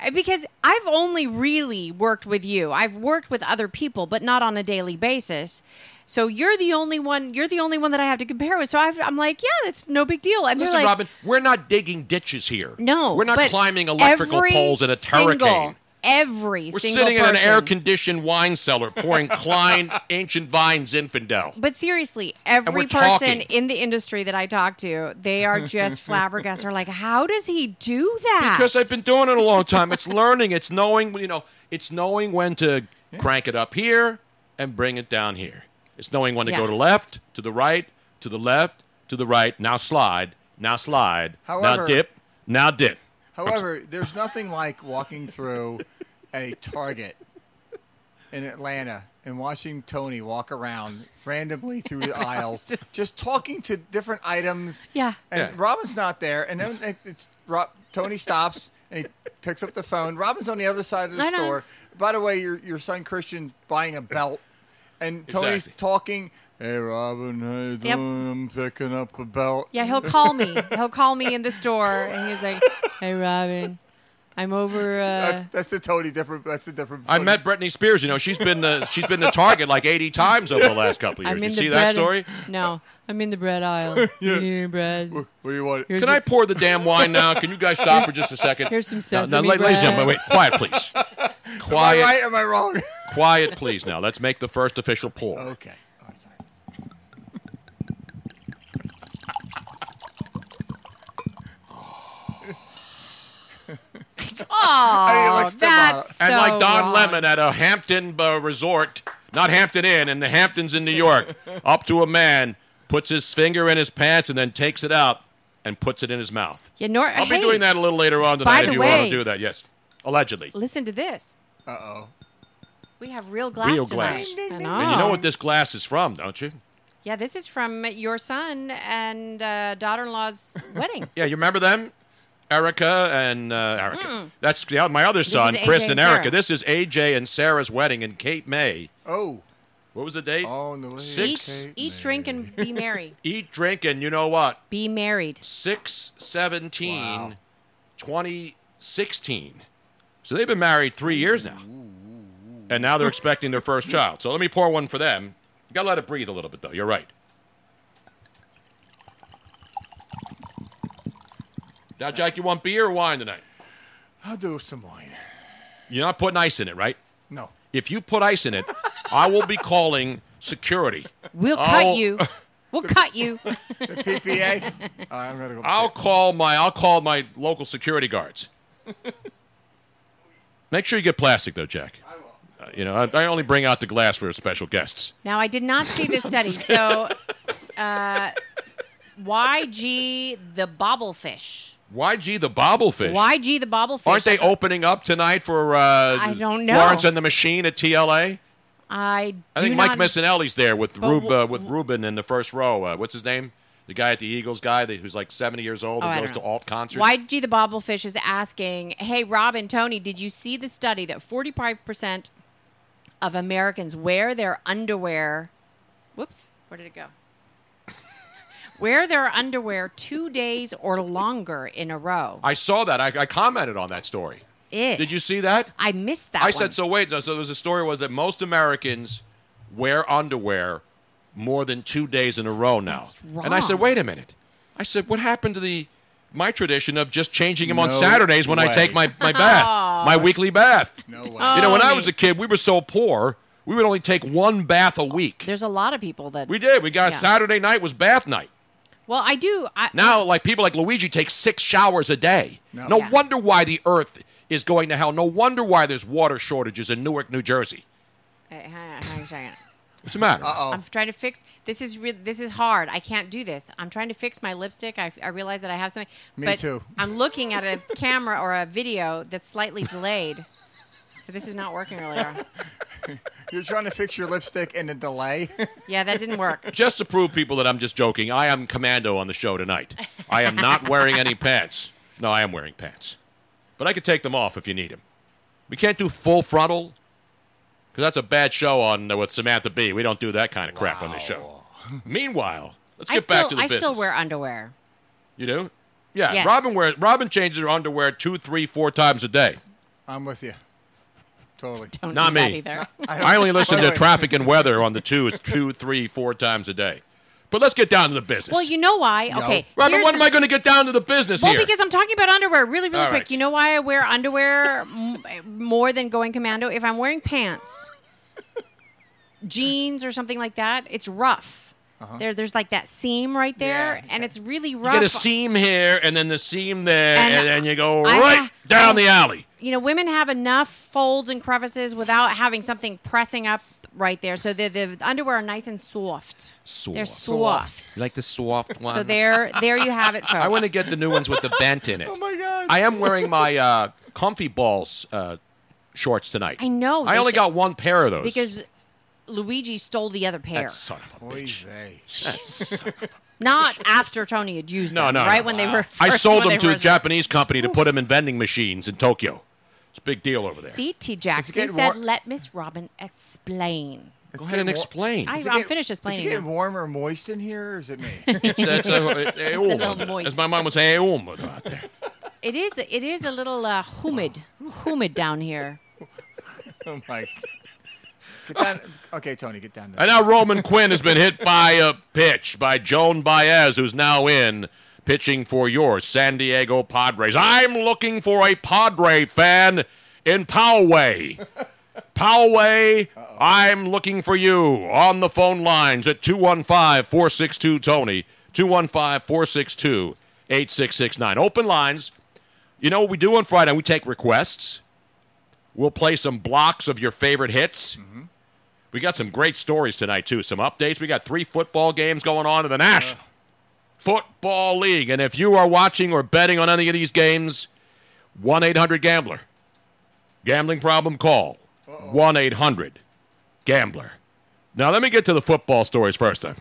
[SPEAKER 7] Uh, because I've only really worked with you. I've worked with other people, but not on a daily basis. So you're the only one. You're the only one that I have to compare with. So I've, I'm like, yeah, that's no big deal. And they're
[SPEAKER 8] Listen,
[SPEAKER 7] like,
[SPEAKER 8] Robin, we're not digging ditches here.
[SPEAKER 7] no,
[SPEAKER 8] we're not
[SPEAKER 7] but
[SPEAKER 8] climbing electrical
[SPEAKER 7] every
[SPEAKER 8] poles in a
[SPEAKER 7] single-
[SPEAKER 8] hurricane.
[SPEAKER 7] Every
[SPEAKER 8] We're
[SPEAKER 7] single
[SPEAKER 8] sitting in an
[SPEAKER 7] person-
[SPEAKER 8] air-conditioned wine cellar pouring Klein Ancient Vines Infidel.
[SPEAKER 7] But seriously,
[SPEAKER 8] we're
[SPEAKER 7] every person
[SPEAKER 8] talking.
[SPEAKER 7] in the industry that I talk to, they are just flabbergasted. Are like, how does he do that?
[SPEAKER 8] Because I've been doing it a long time. It's learning. It's knowing. You know, it's knowing when to crank it up here and bring it down here. It's knowing when to
[SPEAKER 7] Yeah.
[SPEAKER 8] go to left, to the right, to the left, to the right. Now slide. Now slide. now
[SPEAKER 9] However-
[SPEAKER 8] dip. Now dip.
[SPEAKER 9] However, there's nothing like walking through a Target in Atlanta and watching Tony walk around randomly through the aisles, just, talking to different items.
[SPEAKER 7] Yeah.
[SPEAKER 9] And
[SPEAKER 7] Yeah.
[SPEAKER 9] Robin's not there, and then it's, it's Rob, Tony stops and he picks up the phone. Robin's on the other side of the
[SPEAKER 7] I know.
[SPEAKER 9] store. By the way, your your son Christian's buying a belt, and Tony's
[SPEAKER 10] Exactly.
[SPEAKER 9] talking. Hey, Robin, how you
[SPEAKER 7] Yep.
[SPEAKER 9] doing? I'm picking up a belt.
[SPEAKER 7] Yeah, he'll call me. He'll call me in the store, and he's like, "Hey, Robin, I'm over." Uh,
[SPEAKER 9] That's, that's a totally different. That's a different.
[SPEAKER 8] I met Britney Spears. You know, she's been the she's been the target like 80 times over the last couple of
[SPEAKER 7] I'm
[SPEAKER 8] years.
[SPEAKER 7] in
[SPEAKER 8] You see
[SPEAKER 7] the bread
[SPEAKER 8] that story?
[SPEAKER 7] No, I'm in the bread aisle.
[SPEAKER 9] Yeah.
[SPEAKER 7] You need any bread?
[SPEAKER 9] What, do you want?
[SPEAKER 8] Can I pour the damn wine now? Can you guys stop for
[SPEAKER 7] Here's-
[SPEAKER 8] just a second?
[SPEAKER 7] here's some
[SPEAKER 8] No, no,
[SPEAKER 7] sesame
[SPEAKER 8] la- Ladies and
[SPEAKER 7] bread.
[SPEAKER 8] gentlemen, wait, quiet, please. Quiet.
[SPEAKER 9] Am I right? Am I wrong?
[SPEAKER 8] Quiet, please. Now let's make the first official pour.
[SPEAKER 9] Okay.
[SPEAKER 7] Oh, that's so
[SPEAKER 8] and like Don
[SPEAKER 7] wrong.
[SPEAKER 8] Lemon at a Hampton uh, resort, not Hampton Inn, in the Hamptons in New York, up to a man, puts his finger in his pants and then takes it out and puts it in his mouth.
[SPEAKER 7] Yeah, nor,
[SPEAKER 8] I'll
[SPEAKER 7] hey,
[SPEAKER 8] be doing that a little later on
[SPEAKER 7] by
[SPEAKER 8] tonight if
[SPEAKER 7] the
[SPEAKER 8] you
[SPEAKER 7] way,
[SPEAKER 8] want to do that. Yes, allegedly.
[SPEAKER 7] Listen to this.
[SPEAKER 9] Uh oh.
[SPEAKER 7] We have real glass
[SPEAKER 8] Real
[SPEAKER 7] tonight.
[SPEAKER 8] glass.
[SPEAKER 7] I
[SPEAKER 8] And you know what this glass is from, don't you?
[SPEAKER 7] Yeah, this is from your son and uh, daughter-in-law's wedding.
[SPEAKER 8] Yeah, you remember them? Erica and uh, Erica.
[SPEAKER 7] Mm.
[SPEAKER 8] That's the, my other
[SPEAKER 7] This
[SPEAKER 8] son,
[SPEAKER 7] is AJ
[SPEAKER 8] Chris and,
[SPEAKER 7] and
[SPEAKER 8] Erica.
[SPEAKER 7] Sarah.
[SPEAKER 8] This is AJ and Sarah's wedding in Cape May.
[SPEAKER 9] Oh.
[SPEAKER 8] What was the date?
[SPEAKER 9] Oh, no.
[SPEAKER 8] Six.
[SPEAKER 7] Eat, eat, drink, and be merry.
[SPEAKER 8] Eat, drink, and you know what?
[SPEAKER 7] Be married.
[SPEAKER 8] 6 17 2016. So they've been married three years now. And now they're expecting their first child. So let me pour one for them. Got to let it breathe a little bit, though. You're right. Now, Jack, you want beer or wine tonight?
[SPEAKER 9] I'll do some wine.
[SPEAKER 8] You're not putting ice in it, right?
[SPEAKER 9] No.
[SPEAKER 8] If you put ice in it, I will be calling security.
[SPEAKER 7] We'll
[SPEAKER 8] I'll-
[SPEAKER 7] cut you. We'll cut you.
[SPEAKER 9] PPA. All right, I'm gonna go.
[SPEAKER 8] I'll call my I'll call my local security guards. Make sure you get plastic though, Jack. I will. you know, I, I only bring out the glass for special guests.
[SPEAKER 7] Now, I did not see this study, so uh, YG the bobblefish.
[SPEAKER 8] YG the bobblefish.
[SPEAKER 7] YG the bobblefish.
[SPEAKER 8] Aren't they opening up tonight for uh,
[SPEAKER 7] I don't know.
[SPEAKER 8] Florence and the Machine at TLA?
[SPEAKER 7] I do
[SPEAKER 8] I think
[SPEAKER 7] not,
[SPEAKER 8] Mike Messinelli's there with
[SPEAKER 7] But
[SPEAKER 8] Rub,
[SPEAKER 7] wh-
[SPEAKER 8] uh, with Ruben in the first row. Uh, what's his name? The guy at the Eagles guy that, who's like 70 years old
[SPEAKER 7] Oh,
[SPEAKER 8] and
[SPEAKER 7] I don't
[SPEAKER 8] goes to
[SPEAKER 7] know.
[SPEAKER 8] alt concerts.
[SPEAKER 7] Why G the Bobblefish is asking, hey, Rob and Tony, did you see the study that 45% of Americans wear their underwear? Whoops, where did it go? wear their underwear two days or longer in a row.
[SPEAKER 8] I saw that. I, I commented on that story.
[SPEAKER 7] Eh.
[SPEAKER 8] Did you see that?
[SPEAKER 7] I missed that
[SPEAKER 8] I
[SPEAKER 7] one.
[SPEAKER 8] said, so wait, so there was a story was that most Americans wear underwear more than two days in a row now. And I said,
[SPEAKER 7] wrong.
[SPEAKER 8] wait a minute. I said, what happened to the my tradition of just changing them on
[SPEAKER 6] No
[SPEAKER 8] Saturdays when I
[SPEAKER 6] way.
[SPEAKER 8] take my, my bath, my
[SPEAKER 6] Aw.
[SPEAKER 8] weekly bath.
[SPEAKER 9] No
[SPEAKER 7] way.
[SPEAKER 8] You know, when I
[SPEAKER 7] Tony.
[SPEAKER 8] was a kid, we were so poor, we would only take one bath a week.
[SPEAKER 7] There's a lot of people that.
[SPEAKER 8] We did. We got
[SPEAKER 7] Yeah.
[SPEAKER 8] Saturday night was bath night.
[SPEAKER 7] Well, I do. I,
[SPEAKER 8] Now, like people like Luigi take six showers a day. No, wonder why the earth is going to hell. No wonder why there's water shortages in Newark, New Jersey.
[SPEAKER 7] Hey, hang on, hang on a second.
[SPEAKER 8] What's the matter?
[SPEAKER 9] Oh.
[SPEAKER 7] I'm trying to fix. This is re- this is hard. I can't do this. I'm trying to fix my lipstick. I, I realize that I have something.
[SPEAKER 9] Me
[SPEAKER 7] but
[SPEAKER 9] too.
[SPEAKER 7] I'm looking at a camera or a video that's slightly delayed, so this is not working really. well.
[SPEAKER 9] You're trying to fix your lipstick and the delay.
[SPEAKER 7] Yeah, that didn't work.
[SPEAKER 8] Just to prove people that I'm just joking, I am commando on the show tonight. I am not wearing any pants. No, I am wearing pants. But I could take them off if you need them. We can't do full frontal because that's a bad show on uh, with Samantha B. We don't do that kind of crap on this show. Meanwhile, let's
[SPEAKER 7] I
[SPEAKER 8] get
[SPEAKER 7] still
[SPEAKER 8] back to the
[SPEAKER 7] I
[SPEAKER 8] business.
[SPEAKER 7] still wear underwear.
[SPEAKER 8] you do? Yeah,
[SPEAKER 7] Yes.
[SPEAKER 8] Robin wears. Robin changes her underwear two, three, four times a day.
[SPEAKER 9] I'm with you. Totally.
[SPEAKER 8] Not me. I only listen
[SPEAKER 9] By
[SPEAKER 8] to
[SPEAKER 9] the way,
[SPEAKER 8] traffic and weather on the twos, two, three, four times a day. But let's get down to the business.
[SPEAKER 7] Well, you know why?
[SPEAKER 8] No.
[SPEAKER 7] Okay.
[SPEAKER 8] Robin,
[SPEAKER 7] here's
[SPEAKER 8] when am
[SPEAKER 7] the-
[SPEAKER 8] I going to get down to the business
[SPEAKER 7] Well,
[SPEAKER 8] here?
[SPEAKER 7] because I'm talking about underwear really, really
[SPEAKER 8] All
[SPEAKER 7] quick.
[SPEAKER 8] right.
[SPEAKER 7] You know why I wear underwear m- more than going commando? If I'm wearing pants, jeans, or something like that, it's rough. There, there's like that seam right there, and it's really
[SPEAKER 8] Uh-huh. you
[SPEAKER 7] rough.
[SPEAKER 8] get a seam here and then the seam there,
[SPEAKER 7] And
[SPEAKER 8] and, then you go
[SPEAKER 7] I-
[SPEAKER 8] right down the alley.
[SPEAKER 7] You know, women have enough folds and crevices without having something pressing up right there. So the the underwear are nice and soft. They're soft.
[SPEAKER 8] You like the soft
[SPEAKER 7] So there, there you have it, folks.
[SPEAKER 8] I want to get the new ones with the bent in it. Oh my god! I am wearing my uh, comfy balls uh, shorts tonight.
[SPEAKER 7] I know,
[SPEAKER 8] I
[SPEAKER 7] they
[SPEAKER 8] only
[SPEAKER 7] should-
[SPEAKER 8] got one pair of those.
[SPEAKER 7] because Luigi stole the other pair.
[SPEAKER 8] that son of a bitch. That son of a-
[SPEAKER 7] Not after Tony had used
[SPEAKER 8] No,
[SPEAKER 7] them,
[SPEAKER 8] no,
[SPEAKER 7] right
[SPEAKER 8] no.
[SPEAKER 7] when they were.
[SPEAKER 8] I
[SPEAKER 7] first
[SPEAKER 8] sold
[SPEAKER 7] when
[SPEAKER 8] them
[SPEAKER 7] they
[SPEAKER 8] to
[SPEAKER 7] were-
[SPEAKER 8] a Japanese company to put them in vending machines in Tokyo. It's a big deal over there.
[SPEAKER 7] See, T. Jackson
[SPEAKER 9] getting
[SPEAKER 7] said,
[SPEAKER 9] war-
[SPEAKER 7] "Let Miss Robin explain."
[SPEAKER 8] Go ahead and explain.
[SPEAKER 7] I-
[SPEAKER 9] Is it
[SPEAKER 7] I'm
[SPEAKER 9] getting-
[SPEAKER 7] finished
[SPEAKER 9] Is
[SPEAKER 7] explaining
[SPEAKER 9] it getting
[SPEAKER 7] now.
[SPEAKER 9] warm or moist in here, or is it me?
[SPEAKER 8] It's, it's a, it-
[SPEAKER 7] It's a
[SPEAKER 8] eum.
[SPEAKER 7] little moist.
[SPEAKER 8] As my mom would say, eum out there.
[SPEAKER 7] It is. It is a little uh, humid, humid down here.
[SPEAKER 9] oh my. Get down. Okay, Tony, get down there.
[SPEAKER 8] And now Roman Quinn has been hit by a pitch by Joan Baez, who's now in pitching for your San Diego Padres. I'm looking for a Padre fan in Poway. Poway, I'm looking for you on the phone lines at 215 462 Tony, 215 462 8669. Open lines. You know what we do on Friday? We take requests. We'll play some blocks of your favorite hits. We got some great stories tonight, too. Some updates. We got three football games going on in the Nash Football League. And if you are watching or betting on any of these games, 1 800 Gambler. Gambling problem call 1 800 Gambler. Now, let me get to the football stories first. Time.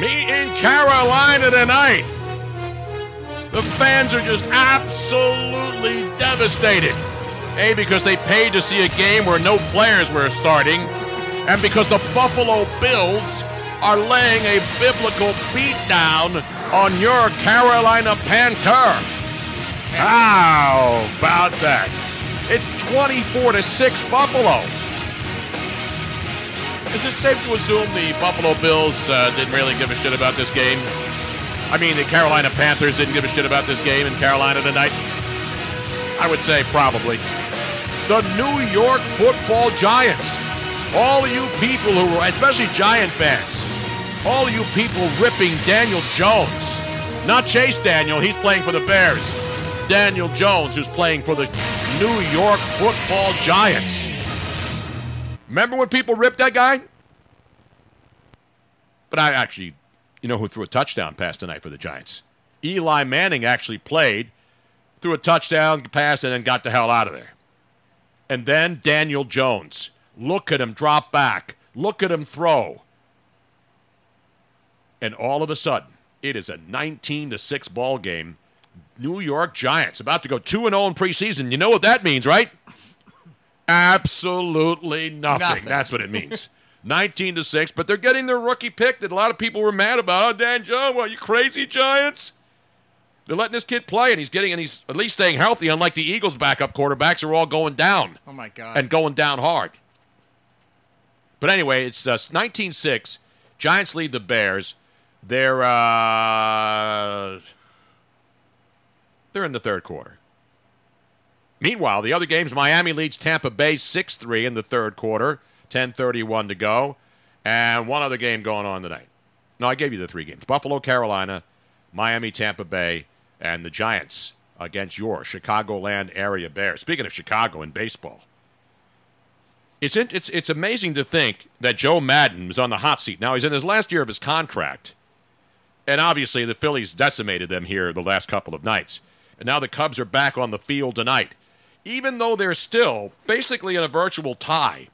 [SPEAKER 8] Me in Carolina tonight. The fans are just absolutely devastated. A, because they paid to see a game where no players were starting, and because the Buffalo Bills are laying a biblical beatdown on your Carolina Panther. How about that? It's 24 to 6 Buffalo. Is it safe to assume the Buffalo Bills uh, didn't really give a shit about this game? I mean, the Carolina Panthers didn't give a shit about this game in Carolina tonight? I would say probably. The New York football Giants. All you people who were, especially Giant fans, all you people ripping Daniel Jones. Not Chase Daniel, he's playing for the Bears. Daniel Jones, who's playing for the New York football Giants. Remember when people ripped that guy? But I actually, you know who threw a touchdown pass tonight for the Giants? Eli Manning actually played, threw a touchdown pass, and then got the hell out of there. And then Daniel Jones. Look at him drop back. Look at him throw. And all of a sudden, it is a 19 to 6 ball game. New York Giants about to go 2 0 in preseason. You know what that means, right? Absolutely nothing.
[SPEAKER 10] Nothing.
[SPEAKER 8] That's what it means. 19 to 6, but they're getting their rookie pick that a lot of people were mad about. Oh, Dan Jones, what, you crazy Giants? They're letting this kid play, and he's getting, and he's at least staying healthy, unlike the Eagles' backup quarterbacks are all going down
[SPEAKER 9] Oh my God.
[SPEAKER 8] and going down hard. But anyway, it's uh, 19-6. Giants lead the Bears. They're uh, they're in the third quarter. Meanwhile, the other games, Miami leads Tampa Bay 6-3 in the third quarter, 10-31 to go, and one other game going on tonight. No, I gave you the three games. Buffalo, Carolina, Miami, Tampa Bay, and the Giants against your Chicagoland area Bears. Speaking of Chicago in baseball, it's in, it's it's amazing to think that Joe Madden was on the hot seat. Now he's in his last year of his contract, and obviously the Phillies decimated them here the last couple of nights, and now the Cubs are back on the field tonight, even though they're still basically in a virtual tie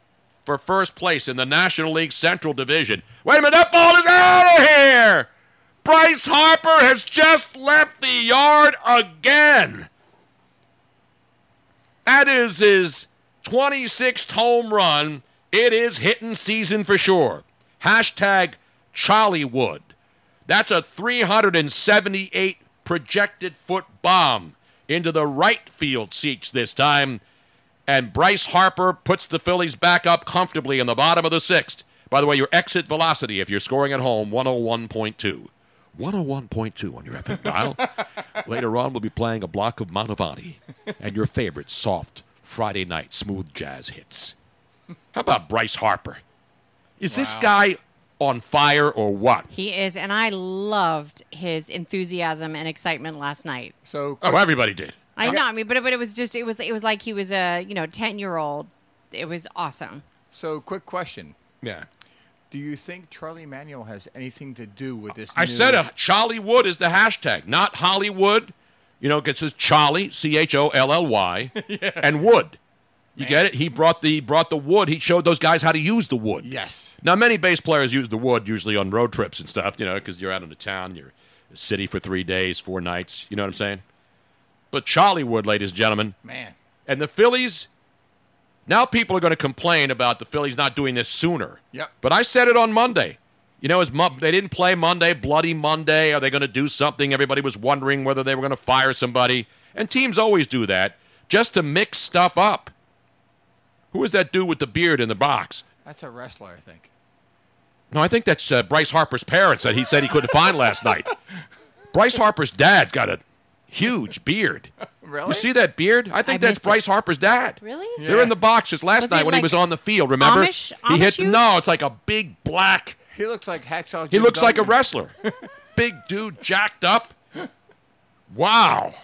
[SPEAKER 8] for first place in the National League Central Division. Wait a minute, that ball is out of here. Bryce Harper has just left the yard again. That is his 26th home run. It is hitting season for sure. Hashtag Chollywood. That's a 378 projected foot bomb into the right field seats this time. And Bryce Harper puts the Phillies back up comfortably in the bottom of the sixth. By the way, your exit velocity, if you're scoring at home, 101.2. 101.2 on your FM dial. Later on, we'll be playing a block of Manavani and your favorite soft Friday night smooth jazz hits. How about Bryce Harper? Is this guy on fire or what?
[SPEAKER 7] He is, and I loved his enthusiasm and excitement last night.
[SPEAKER 9] So
[SPEAKER 8] Oh, everybody did.
[SPEAKER 7] I know, I mean, but but it was just it was it was like he was a you know ten year old. It was awesome.
[SPEAKER 9] So quick question.
[SPEAKER 8] Yeah.
[SPEAKER 9] Do you think Charlie Manuel has anything to do with this?
[SPEAKER 8] I
[SPEAKER 9] new-
[SPEAKER 8] said it. Charlie Wood is the hashtag, not Hollywood. You know, it says Charlie, C H O L L Y, and Wood. You get it? He brought the brought the wood. He showed those guys how to use the wood.
[SPEAKER 9] Yes.
[SPEAKER 8] Now many bass players use the wood usually on road trips and stuff. You know, because you're out in the town, you're in the city for three days, four nights. You know what I'm saying? But Charlie Wood, ladies and gentlemen,
[SPEAKER 9] Man.
[SPEAKER 8] and the Phillies. Now people are going to complain about the Phillies not doing this sooner.
[SPEAKER 9] Yep.
[SPEAKER 8] But I said it on Monday. You know, as Mo- they didn't play Monday, bloody Monday. Are they going to do something? Everybody was wondering whether they were going to fire somebody. And teams always do that just to mix stuff up. Who is that dude with the beard in the box?
[SPEAKER 9] That's a wrestler, I think.
[SPEAKER 8] No, I think that's uh, Bryce Harper's parents that he said he couldn't find last night. Bryce Harper's dad's got a huge beard.
[SPEAKER 9] Really?
[SPEAKER 8] You see that beard? I think that's Bryce Harper's dad.
[SPEAKER 7] Really?
[SPEAKER 8] They're in the boxes last
[SPEAKER 9] Was
[SPEAKER 8] night
[SPEAKER 9] it
[SPEAKER 8] when he
[SPEAKER 9] like
[SPEAKER 8] was on the field. Remember?
[SPEAKER 9] Amish-
[SPEAKER 8] he
[SPEAKER 9] Amish
[SPEAKER 8] hit
[SPEAKER 9] youth?
[SPEAKER 8] no. It's like a big black.
[SPEAKER 9] He looks like Hacksaw.
[SPEAKER 8] He
[SPEAKER 9] Jim
[SPEAKER 8] looks like a
[SPEAKER 9] Duggan.
[SPEAKER 8] wrestler. big dude, jacked up. Wow.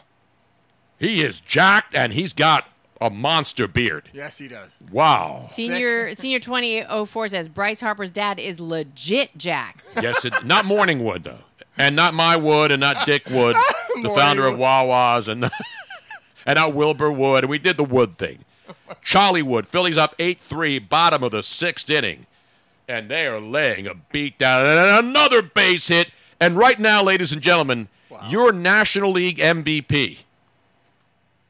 [SPEAKER 8] He is jacked and he's got a monster beard.
[SPEAKER 9] Yes, he does.
[SPEAKER 8] Wow.
[SPEAKER 7] Senior senior twenty oh four says Bryce Harper's dad is legit jacked.
[SPEAKER 8] Yes, it, not Morningwood though, and not my Wood, and not Dick Wood, the founder of Wawa's, and and not Wilbur Wood. And we did the Wood thing. Charlie Wood, Phillies up eight three, bottom of the sixth inning, and they are laying a beat down, and another base hit. And right now, ladies and gentlemen, your National League MVP,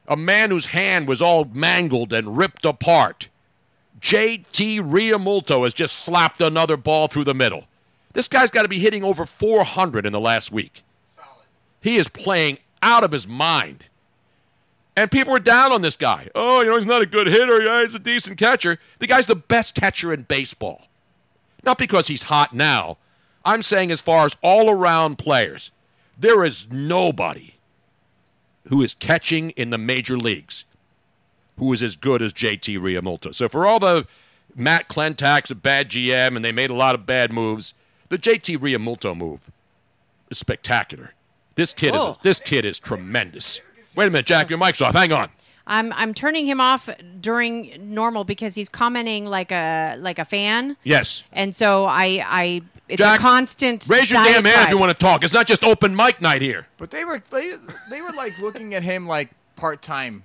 [SPEAKER 8] a man whose hand was all mangled and ripped apart. JT Riamulto has just slapped another ball through the middle. This guy's got to be hitting over 400 in the last week. He is playing out of his mind. And people are down on this guy. Oh, you know, he's not a good hitter. Yeah, he's a decent catcher. The guy's the best catcher in baseball. Not because he's hot now. I'm saying, as far as all around players, there is nobody who is catching in the major leagues who is as good as JT Riamulto. So for all the Matt Clentak's a bad GM and they made a lot of bad moves, the JT Riamulto move is spectacular. This kid is
[SPEAKER 7] Oh.
[SPEAKER 8] this kid is tremendous. Wait a minute, Jack, your mic's off. Hang on.
[SPEAKER 7] I'm I'm turning him off during normal because he's commenting like a like a fan,
[SPEAKER 8] Yes.
[SPEAKER 7] and so I I it's
[SPEAKER 8] Jack,
[SPEAKER 7] a constant.
[SPEAKER 8] Raise your damn hand if you
[SPEAKER 7] diatribe.
[SPEAKER 8] want to talk. It's not just open mic night here.
[SPEAKER 9] But they were they, they were like looking at him like part time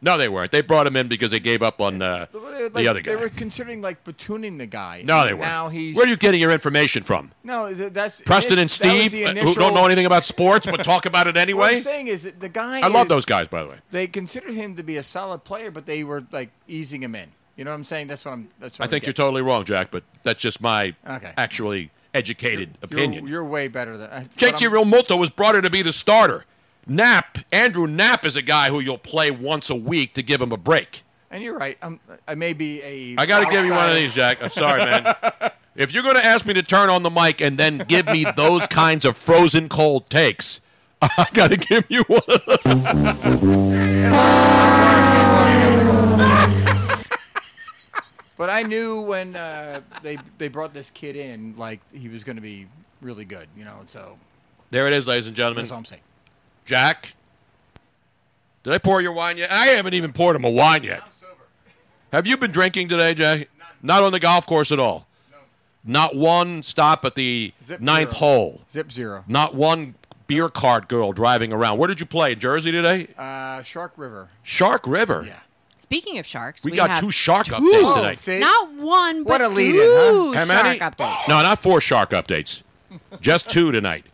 [SPEAKER 8] No, they weren't. They brought him in because they gave up on uh,
[SPEAKER 9] They were, like,
[SPEAKER 8] the other guy.
[SPEAKER 9] They were considering like platooning the guy.
[SPEAKER 8] no, they
[SPEAKER 9] And
[SPEAKER 8] weren't.
[SPEAKER 9] Now he's
[SPEAKER 8] Where are you getting your information from?
[SPEAKER 9] no. th- That's
[SPEAKER 8] Preston and
[SPEAKER 9] init- that was
[SPEAKER 8] Steve,
[SPEAKER 9] the
[SPEAKER 8] uh, who
[SPEAKER 9] initial-
[SPEAKER 8] don't know anything about sports but talk about it
[SPEAKER 9] What I'm
[SPEAKER 8] anyway.
[SPEAKER 9] saying is that the guy.
[SPEAKER 8] I love
[SPEAKER 9] is-
[SPEAKER 8] those guys, by the way.
[SPEAKER 9] They considered him to be a solid player, but they were like easing him in. You know what I'm saying? That's what I'm. That's what
[SPEAKER 8] I
[SPEAKER 9] I'm
[SPEAKER 8] think you're
[SPEAKER 9] getting.
[SPEAKER 8] totally wrong, Jack, but that's just my
[SPEAKER 9] Okay.
[SPEAKER 8] actually educated
[SPEAKER 9] You're-
[SPEAKER 8] opinion.
[SPEAKER 9] You're, way better than that's what
[SPEAKER 8] JT
[SPEAKER 9] I'm-
[SPEAKER 8] Realmuto was brought in to be the starter. Knapp, Andrew Knapp is a guy who you'll play once a week to give him a break.
[SPEAKER 9] And you're right. I'm, I may be a.
[SPEAKER 8] I got to give you one of
[SPEAKER 9] outsider.
[SPEAKER 8] these, Jack. I'm sorry, man. if you're going to ask me to turn on the mic and then give me those kinds of frozen cold takes, I got to give you one. Of
[SPEAKER 9] But I knew when uh, they they brought this kid in, like he was going to be really good, you know. And so
[SPEAKER 8] There it is, ladies and gentlemen.
[SPEAKER 9] That's all I'm saying.
[SPEAKER 8] Jack, did I pour your wine yet? I haven't even poured him a wine yet. I'm sober. Have you been drinking today, Jack? Not on the golf course at all. No. Not one stop at the
[SPEAKER 9] Zip
[SPEAKER 8] ninth
[SPEAKER 9] zero.
[SPEAKER 8] hole.
[SPEAKER 9] Zip zero.
[SPEAKER 8] Not one beer cart girl driving around. Where did you play? Jersey today?
[SPEAKER 9] uh, Shark River.
[SPEAKER 8] Shark River. Yeah.
[SPEAKER 7] Speaking of sharks,
[SPEAKER 8] We
[SPEAKER 7] we,
[SPEAKER 8] got
[SPEAKER 7] have
[SPEAKER 8] two shark
[SPEAKER 7] two-
[SPEAKER 8] updates today.
[SPEAKER 9] see?
[SPEAKER 7] Not one, but
[SPEAKER 9] What a lead-in,
[SPEAKER 7] two
[SPEAKER 8] How
[SPEAKER 7] shark
[SPEAKER 8] many?
[SPEAKER 7] updates.
[SPEAKER 8] No, not four shark updates. Just two tonight.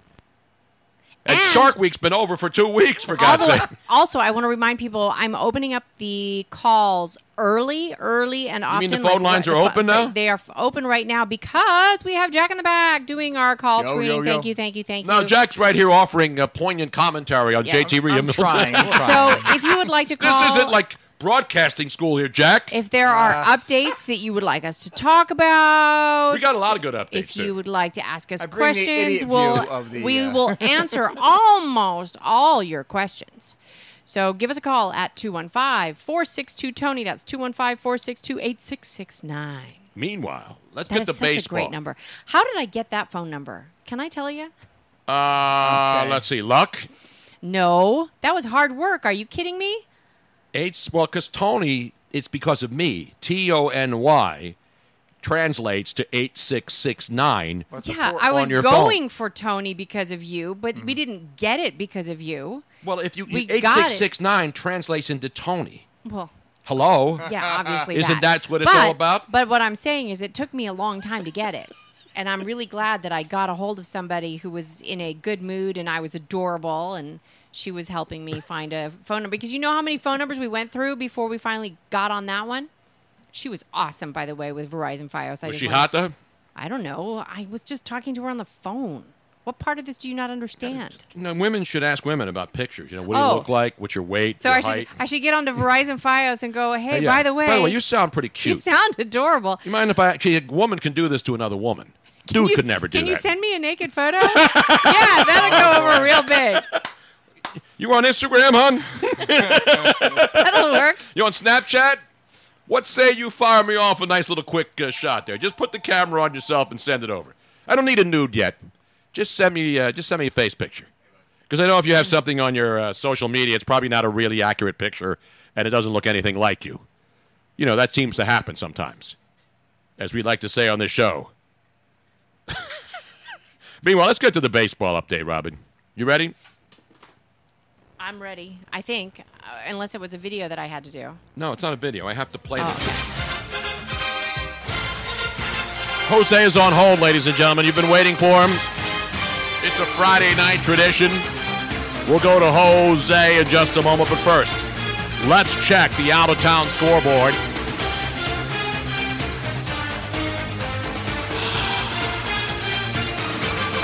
[SPEAKER 8] And, Shark Week's been over for two weeks, for God's
[SPEAKER 7] Although-
[SPEAKER 8] sake.
[SPEAKER 7] also, I want to remind people I'm opening up the calls early, early, and
[SPEAKER 8] You
[SPEAKER 7] often.
[SPEAKER 8] mean the phone lines are
[SPEAKER 7] the pho-
[SPEAKER 8] open now?
[SPEAKER 7] uh, They are f- open right now because we have Jack in the Bag doing our call
[SPEAKER 8] Yo,
[SPEAKER 7] screening.
[SPEAKER 8] yo, yo.
[SPEAKER 7] Thank you, thank you, thank
[SPEAKER 8] Now,
[SPEAKER 7] you.
[SPEAKER 8] Jack's right here offering a poignant commentary on
[SPEAKER 7] Yes.
[SPEAKER 8] JT Ream.
[SPEAKER 7] I'm trying, I'm trying. So, if you would like to call-
[SPEAKER 8] This isn't like Ah. broadcasting school here, Jack.
[SPEAKER 7] If there are updates that you would like us to talk about,
[SPEAKER 8] We got a lot of good updates,
[SPEAKER 7] If you
[SPEAKER 8] too.
[SPEAKER 7] would like to ask us
[SPEAKER 9] I bring the
[SPEAKER 7] questions,
[SPEAKER 9] idiot
[SPEAKER 7] we'll
[SPEAKER 9] view of the,
[SPEAKER 7] we
[SPEAKER 9] uh,
[SPEAKER 7] will answer almost all your questions. So give us a call at 215-462-TONY. That's 215-462-8669.
[SPEAKER 8] Meanwhile, let's
[SPEAKER 7] That
[SPEAKER 8] get
[SPEAKER 7] is
[SPEAKER 8] to
[SPEAKER 7] such
[SPEAKER 8] baseball.
[SPEAKER 7] a great number. How did I get that phone number? Can I tell you?
[SPEAKER 8] Uh,
[SPEAKER 7] Okay.
[SPEAKER 8] Let's see. Luck.
[SPEAKER 7] No. That was hard work. Are you kidding me?
[SPEAKER 8] It's, well, because Tony, it's because of me. T O N Y translates to 8669
[SPEAKER 7] yeah, I
[SPEAKER 8] on
[SPEAKER 7] was
[SPEAKER 8] your
[SPEAKER 7] going
[SPEAKER 8] phone.
[SPEAKER 7] for Tony because of you, but
[SPEAKER 9] Mm-hmm.
[SPEAKER 7] we didn't get it because of you.
[SPEAKER 8] Well, if you,
[SPEAKER 7] we got it.
[SPEAKER 8] 8669 translates into Tony.
[SPEAKER 7] Well,
[SPEAKER 8] Hello?
[SPEAKER 7] yeah, obviously.
[SPEAKER 8] Isn't
[SPEAKER 7] that.
[SPEAKER 8] that what it's
[SPEAKER 7] But-
[SPEAKER 8] all about?
[SPEAKER 7] But what I'm saying is, it took me a long time to get it, and I'm really glad that I got a hold of somebody who was in a good mood and I was adorable, and she was helping me find a phone number because you know how many phone numbers we went through before we finally got on that one. She was awesome, by the way, with Verizon Fios. I
[SPEAKER 8] Was
[SPEAKER 7] just
[SPEAKER 8] she
[SPEAKER 7] wanna-
[SPEAKER 8] hot, though?
[SPEAKER 7] I don't know. I was just talking to her on the phone. What part of this do you not understand?
[SPEAKER 8] You know, women should ask women about pictures. You know, what do you
[SPEAKER 7] Oh.
[SPEAKER 8] look like? What's your weight?
[SPEAKER 7] So
[SPEAKER 8] your
[SPEAKER 7] I should
[SPEAKER 8] height?
[SPEAKER 7] I should get onto Verizon Fios and go, hey,
[SPEAKER 8] Yeah.
[SPEAKER 7] by the way,
[SPEAKER 8] by the way, you sound pretty
[SPEAKER 7] you
[SPEAKER 8] cute.
[SPEAKER 7] sound adorable.
[SPEAKER 8] You mind if I actually a woman can do this to another woman? Dude could never do
[SPEAKER 7] Can
[SPEAKER 8] that.
[SPEAKER 7] you send me a naked photo? yeah, that'll go over real big.
[SPEAKER 8] You on Instagram, hon?
[SPEAKER 7] That'll work.
[SPEAKER 8] You on Snapchat? What say you fire me off a nice little quick uh, shot there? Just put the camera on yourself and send it over. I don't need a nude yet. Just send me uh, just send me a face picture. Because I know if you have something on your uh, social media, it's probably not a really accurate picture, and it doesn't look anything like you. You know that seems to happen sometimes, as we like to say on this show. Meanwhile, let's get to the baseball update, Robin. You ready?
[SPEAKER 7] I'm ready. I think, uh, unless it was a video that I had to do.
[SPEAKER 8] No, it's not a video. I have to play this. Jose is on hold, ladies and gentlemen. You've been waiting for him. It's a Friday night tradition. We'll go to Jose in just a moment, but first, let's check the out of town scoreboard.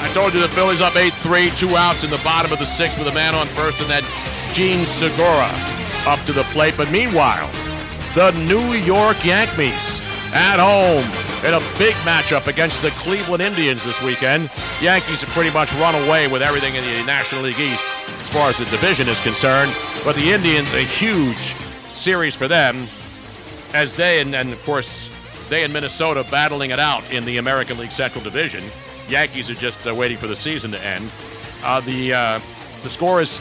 [SPEAKER 8] I told you the Phillies up 8 3, two outs in the bottom of the sixth with a man on first, and then Gene Segura up to the plate. But meanwhile, the New York Yankees at home in a big matchup against the Cleveland Indians this weekend. Yankees have pretty much run away with everything in the National League East as far as the division is concerned. But the Indians, a huge series for them as they and, and of course they and Minnesota battling it out in the American League Central Division. Yankees are just uh, waiting for the season to end. Uh, the uh, the score is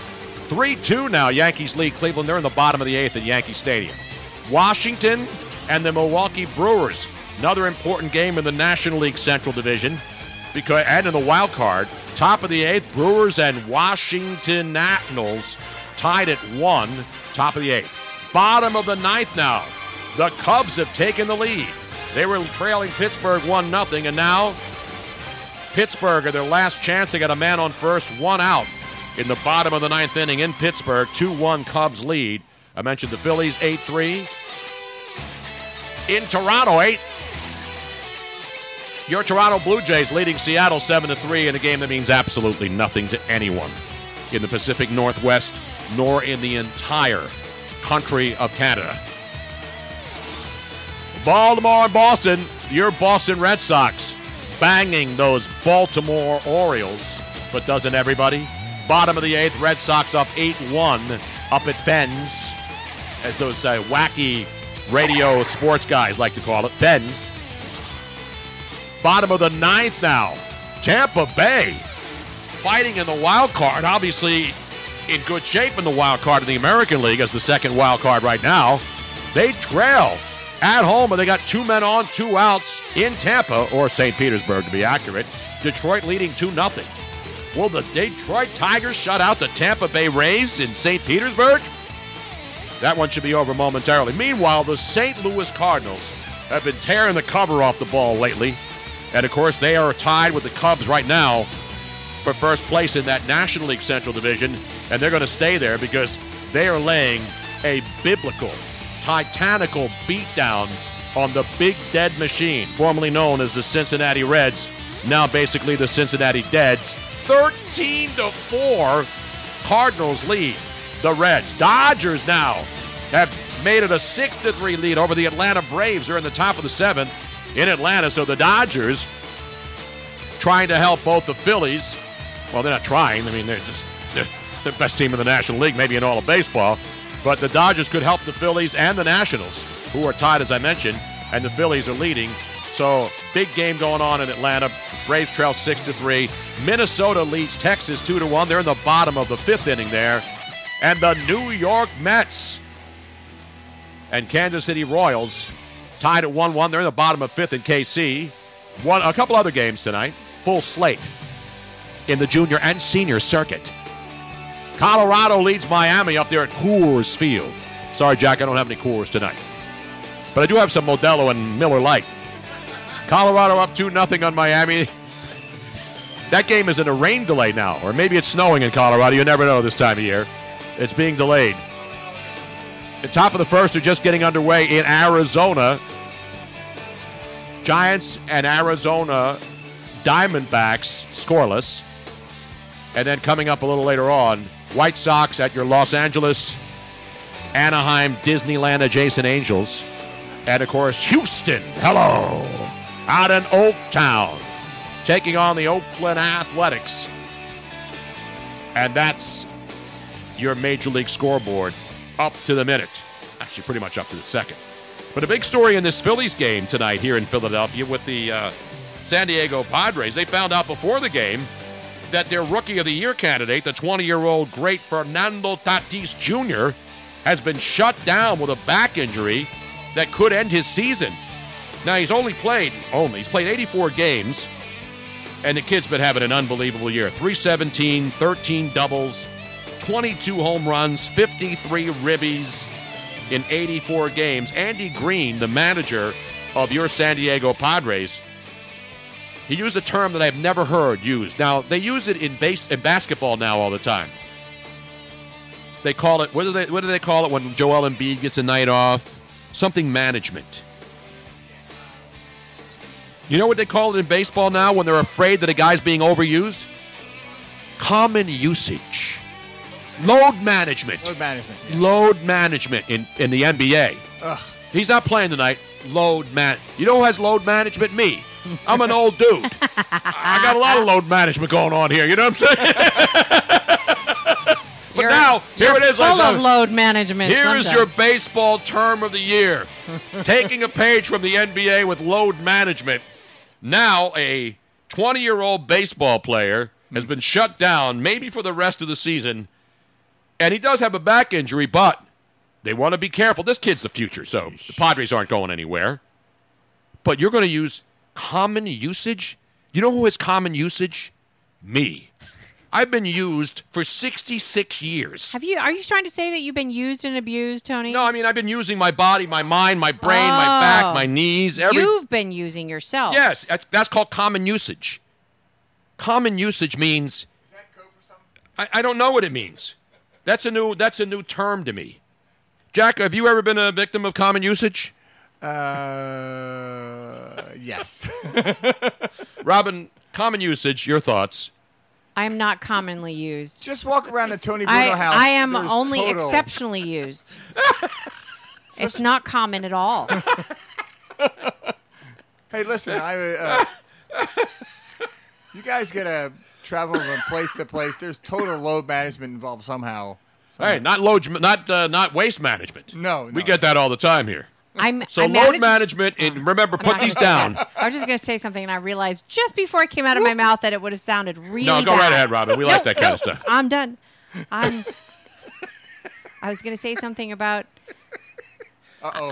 [SPEAKER 8] three two now. Yankees lead Cleveland. They're in the bottom of the eighth at Yankee Stadium. Washington and the Milwaukee Brewers. Another important game in the National League Central Division because and in the wild card, top of the eighth, Brewers and Washington Nationals tied at one, top of the eighth. Bottom of the ninth now. The Cubs have taken the lead. They were trailing Pittsburgh 1 0, and now Pittsburgh are their last chance. They got a man on first, one out in the bottom of the ninth inning in Pittsburgh. 2 1 Cubs lead. I mentioned the Phillies 8 3. In Toronto, 8. Your Toronto Blue Jays leading Seattle 7 3 in a game that means absolutely nothing to anyone in the Pacific Northwest nor in the entire country of Canada. Baltimore and Boston, your Boston Red Sox banging those Baltimore Orioles, but doesn't everybody? Bottom of the eighth, Red Sox up 8 1 up at Ben's, as those uh, wacky radio sports guys like to call it. Ben's. Bottom of the ninth now, Tampa Bay fighting in the wild card, obviously in good shape in the wild card in the American League as the second wild card right now. They trail at home, but they got two men on, two outs in Tampa or St. Petersburg to be accurate. Detroit leading 2 0. Will the Detroit Tigers shut out the Tampa Bay Rays in St. Petersburg? That one should be over momentarily. Meanwhile, the St. Louis Cardinals have been tearing the cover off the ball lately. And of course, they are tied with the Cubs right now for first place in that National League Central Division, and they're going to stay there because they are laying a biblical, titanical beatdown on the Big Dead Machine, formerly known as the Cincinnati Reds, now basically the Cincinnati Deads. 13 to 4, Cardinals lead the Reds. Dodgers now have made it a 6 to 3 lead over the Atlanta Braves. They're in the top of the seventh in Atlanta, so the Dodgers trying to help both the Phillies well, they're not trying. I mean, they're just they're the best team in the National League, maybe in all of baseball. But the Dodgers could help the Phillies and the Nationals, who are tied, as I mentioned, and the Phillies are leading. So big game going on in Atlanta. Braves trail six to three. Minnesota leads Texas two to one. They're in the bottom of the fifth inning there, and the New York Mets and Kansas City Royals tied at one one. They're in the bottom of fifth in KC. One a couple other games tonight. Full slate in the junior and senior circuit. Colorado leads Miami up there at Coors Field. Sorry, Jack, I don't have any Coors tonight. But I do have some Modelo and Miller Lite. Colorado up 2 nothing on Miami. That game is in a rain delay now, or maybe it's snowing in Colorado. You never know this time of year. It's being delayed. The top of the first are just getting underway in Arizona. Giants and Arizona Diamondbacks scoreless. And then coming up a little later on, White Sox at your Los Angeles, Anaheim, Disneyland adjacent Angels. And of course, Houston, hello, out in Oaktown, taking on the Oakland Athletics. And that's your Major League scoreboard up to the minute. Actually, pretty much up to the second. But a big story in this Phillies game tonight here in Philadelphia with the. Uh, San Diego Padres. They found out before the game that their Rookie of the Year candidate, the 20 year old great Fernando Tatis Jr., has been shut down with a back injury that could end his season. Now, he's only played, only, he's played 84 games, and the kid's been having an unbelievable year 317, 13 doubles, 22 home runs, 53 ribbies in 84 games. Andy Green, the manager of your San Diego Padres, he used a term that I've never heard used. Now they use it in base in basketball now all the time. They call it what do they what do they call it when Joel Embiid gets a night off? Something management. You know what they call it in baseball now when they're afraid that a guy's being overused? Common usage. Load management.
[SPEAKER 9] Load management. yeah.
[SPEAKER 8] Load management in, in the NBA.
[SPEAKER 9] Ugh.
[SPEAKER 8] He's not playing tonight. Load man. You know who has load management? Me. I'm an old dude. I got a lot of load management going on here. You know what I'm saying? but
[SPEAKER 7] You're-
[SPEAKER 8] now here
[SPEAKER 7] you're
[SPEAKER 8] it is. uh,
[SPEAKER 7] Full
[SPEAKER 8] ladies and
[SPEAKER 7] of
[SPEAKER 8] gentlemen.
[SPEAKER 7] load management.
[SPEAKER 8] Here is
[SPEAKER 7] sometimes.
[SPEAKER 8] your baseball term of the year. Taking a page from the NBA with load management. Now, a 20 year old baseball player has been shut down, maybe for the rest of the season. And he does have a back injury, but they want to be careful. This kid's the future, so the Padres aren't going anywhere. But you're going to use common usage? You know who has common usage? Me. I've been used for 66 years.
[SPEAKER 7] Have you? Are you trying to say that you've been used and abused, Tony?
[SPEAKER 8] No, I mean I've been using my body, my mind, my brain, my back,
[SPEAKER 7] Oh.
[SPEAKER 8] my knees, every
[SPEAKER 7] You've been using yourself.
[SPEAKER 8] Yes, that's, that's called common usage. Common usage means. I, I don't know what it means. That's a new that's a new term to me. Jack, have you ever been a victim of common usage?
[SPEAKER 9] Uh, yes.
[SPEAKER 8] Robin, common usage. Your thoughts?
[SPEAKER 7] I am not commonly used.
[SPEAKER 9] Just walk around the Tony
[SPEAKER 7] I,
[SPEAKER 9] Bruno house.
[SPEAKER 7] I am
[SPEAKER 9] There's
[SPEAKER 7] only
[SPEAKER 9] total-
[SPEAKER 7] exceptionally used. it's not common at all.
[SPEAKER 9] Hey, listen, I. Uh, you guys gotta travel from place to place. There's total load management involved somehow.
[SPEAKER 8] Hey, not load, not uh, not waste management.
[SPEAKER 9] No,
[SPEAKER 8] we get that all the time here.
[SPEAKER 7] I'm
[SPEAKER 8] So
[SPEAKER 7] I'm
[SPEAKER 8] load
[SPEAKER 7] outage-
[SPEAKER 8] management, and remember,
[SPEAKER 7] I'm
[SPEAKER 8] put
[SPEAKER 7] not
[SPEAKER 8] these
[SPEAKER 7] gonna say
[SPEAKER 8] down.
[SPEAKER 7] that. I was just going to say something, and I realized just before it came out of my mouth that it would have sounded really.
[SPEAKER 8] no, go right
[SPEAKER 7] bad.
[SPEAKER 8] ahead, Robin. We like that kind of stuff.
[SPEAKER 7] I'm done. I'm. I was going to say something about.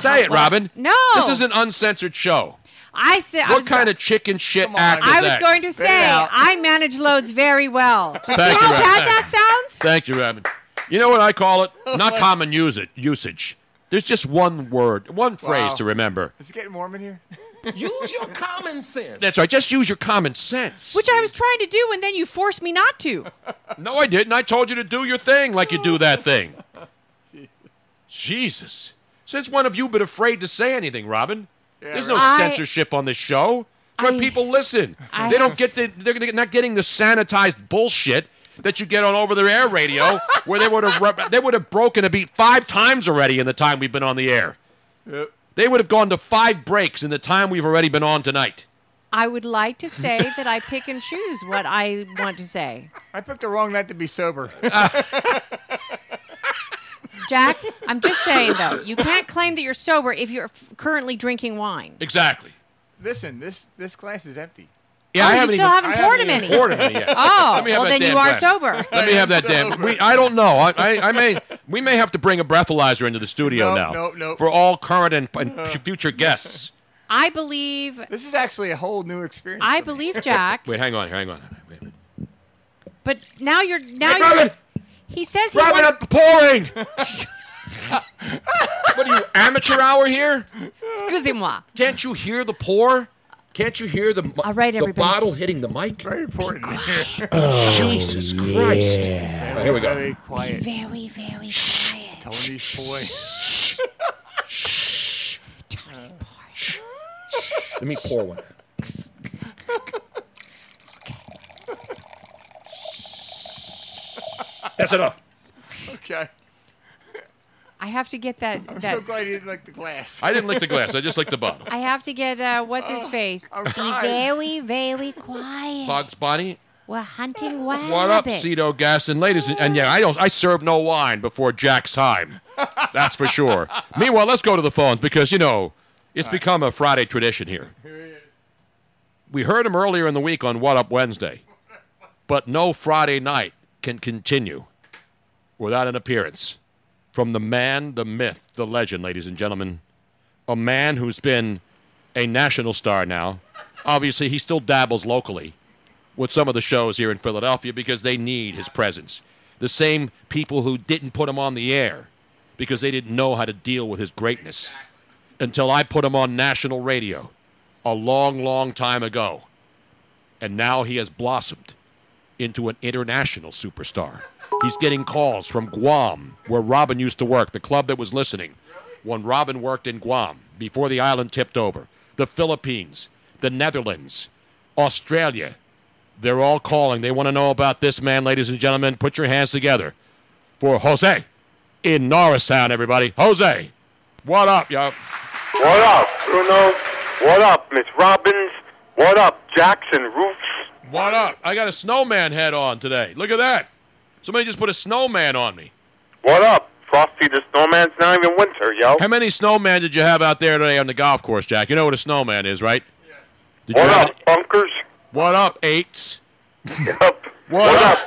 [SPEAKER 8] Say it, Robin.
[SPEAKER 7] Oh, No.
[SPEAKER 8] this is an uncensored show.
[SPEAKER 7] I said. I
[SPEAKER 8] what
[SPEAKER 7] was
[SPEAKER 8] kind of chicken shit act is
[SPEAKER 7] I was
[SPEAKER 8] that?
[SPEAKER 7] going to say I manage loads very well. See how
[SPEAKER 8] Thank you, Robin.
[SPEAKER 7] bad that sounds?
[SPEAKER 8] Thank you, Robin. You know what I call it? Not common use it, usage. There's just one word, one phrase
[SPEAKER 9] Wow.
[SPEAKER 8] to remember.
[SPEAKER 9] Is it getting warm in here? Use your common sense.
[SPEAKER 8] That's right. Just use your common sense.
[SPEAKER 7] Which I was trying to do, and then you forced me not to.
[SPEAKER 8] No, I didn't. I told you to do your thing like you do that thing. Jesus. Since when have you been afraid to say anything, Robin? There's no
[SPEAKER 7] right. I-
[SPEAKER 8] censorship on this show. That's why people listen.
[SPEAKER 7] I
[SPEAKER 8] they don't
[SPEAKER 7] have-
[SPEAKER 8] get the they're gonna get- not getting the sanitized bullshit that you get on over the air radio where they would have rub- they would have broken a beat five times already in the time we've been on the air. They would have gone to five breaks in the time we've already been on tonight.
[SPEAKER 7] I would like to say that I pick and choose what I want to say.
[SPEAKER 9] I picked the wrong night to be sober.
[SPEAKER 7] Jack, I'm just saying though, you can't claim that you're sober if you're f- currently drinking wine.
[SPEAKER 8] Exactly.
[SPEAKER 9] Listen, this this glass is empty.
[SPEAKER 8] Yeah,
[SPEAKER 7] Oh,
[SPEAKER 8] I
[SPEAKER 7] you
[SPEAKER 8] haven't
[SPEAKER 7] still
[SPEAKER 8] even
[SPEAKER 7] haven't poured him any.
[SPEAKER 8] poured him any yet.
[SPEAKER 7] Oh,
[SPEAKER 8] Let me have
[SPEAKER 7] well,
[SPEAKER 8] that
[SPEAKER 7] then you
[SPEAKER 8] damn glass.
[SPEAKER 7] are sober.
[SPEAKER 8] Let me have that damn. We, I don't know. I, I, I may. We may have to bring a breathalyzer into the studio
[SPEAKER 9] Nope,
[SPEAKER 8] now
[SPEAKER 9] nope, nope. Uh.
[SPEAKER 8] for all current and, and future guests.
[SPEAKER 7] I believe.
[SPEAKER 9] This is actually a whole new experience.
[SPEAKER 7] I believe Jack,
[SPEAKER 8] Wait, hang on, hang on.
[SPEAKER 7] but now you're now
[SPEAKER 8] Hey,
[SPEAKER 7] you're.
[SPEAKER 8] Robin!
[SPEAKER 7] He says he.
[SPEAKER 8] Robin,
[SPEAKER 7] wants-
[SPEAKER 8] up the pouring. what are you amateur hour here?
[SPEAKER 7] Excusez-moi.
[SPEAKER 8] Can't you hear the pour? Can't you hear the all right, the
[SPEAKER 7] everybody.
[SPEAKER 8] bottle hitting the mic? Very
[SPEAKER 9] important.
[SPEAKER 8] Jesus Christ! All right, here we go.
[SPEAKER 9] Very quiet.
[SPEAKER 7] Very, very quiet.
[SPEAKER 9] Tony's boy.
[SPEAKER 7] Tony's
[SPEAKER 8] Let me pour one. That's enough.
[SPEAKER 9] Okay.
[SPEAKER 7] I have to get that.
[SPEAKER 9] I'm
[SPEAKER 7] that
[SPEAKER 9] so glad you didn't like the glass.
[SPEAKER 8] I didn't lick the glass. I just licked the bottle.
[SPEAKER 7] I have to get uh, what's his face. Be very, very quiet.
[SPEAKER 8] Bog's body.
[SPEAKER 7] We're hunting wild
[SPEAKER 8] What up,
[SPEAKER 7] rabbits.
[SPEAKER 8] Cito Gaston, ladies and, and yeah, I don't. I serve no wine before Jack's time. That's for sure. Meanwhile, let's go to the phones because you know it's become a Friday tradition here. We heard him earlier in the week on What Up Wednesday, but no Friday night can continue without an appearance from the man, the myth, the legend, ladies and gentlemen. A man who's been a national star now. Obviously, he still dabbles locally with some of the shows here in Philadelphia because they need his presence. The same people who didn't put him on the air because they didn't know how to deal with his greatness until I put him on national radio a long, long time ago. And now he has blossomed into an international superstar. He's getting calls from Guam, where Robin used to work, the club that was listening when Robin worked in Guam before the island tipped over. The Philippines, the Netherlands, Australia. They're all calling. They want to know about this man, ladies and gentlemen. Put your hands together for Jose in Norristown, everybody. Jose, what up, yo?
[SPEAKER 10] What up, Bruno? What up, Miss Robbins? What up, Jackson Roofs?
[SPEAKER 8] What up? I got a snowman head on today. Look at that. Somebody just put a snowman on me.
[SPEAKER 10] What up, Frosty the Snowman's not even winter, yo.
[SPEAKER 8] How many snowmen did you have out there today on the golf course, Jack? You know what a snowman is, right? Yes. Did
[SPEAKER 10] What
[SPEAKER 8] you have
[SPEAKER 10] up, bunkers?
[SPEAKER 8] What up, eights?
[SPEAKER 10] Yep.
[SPEAKER 8] What, up?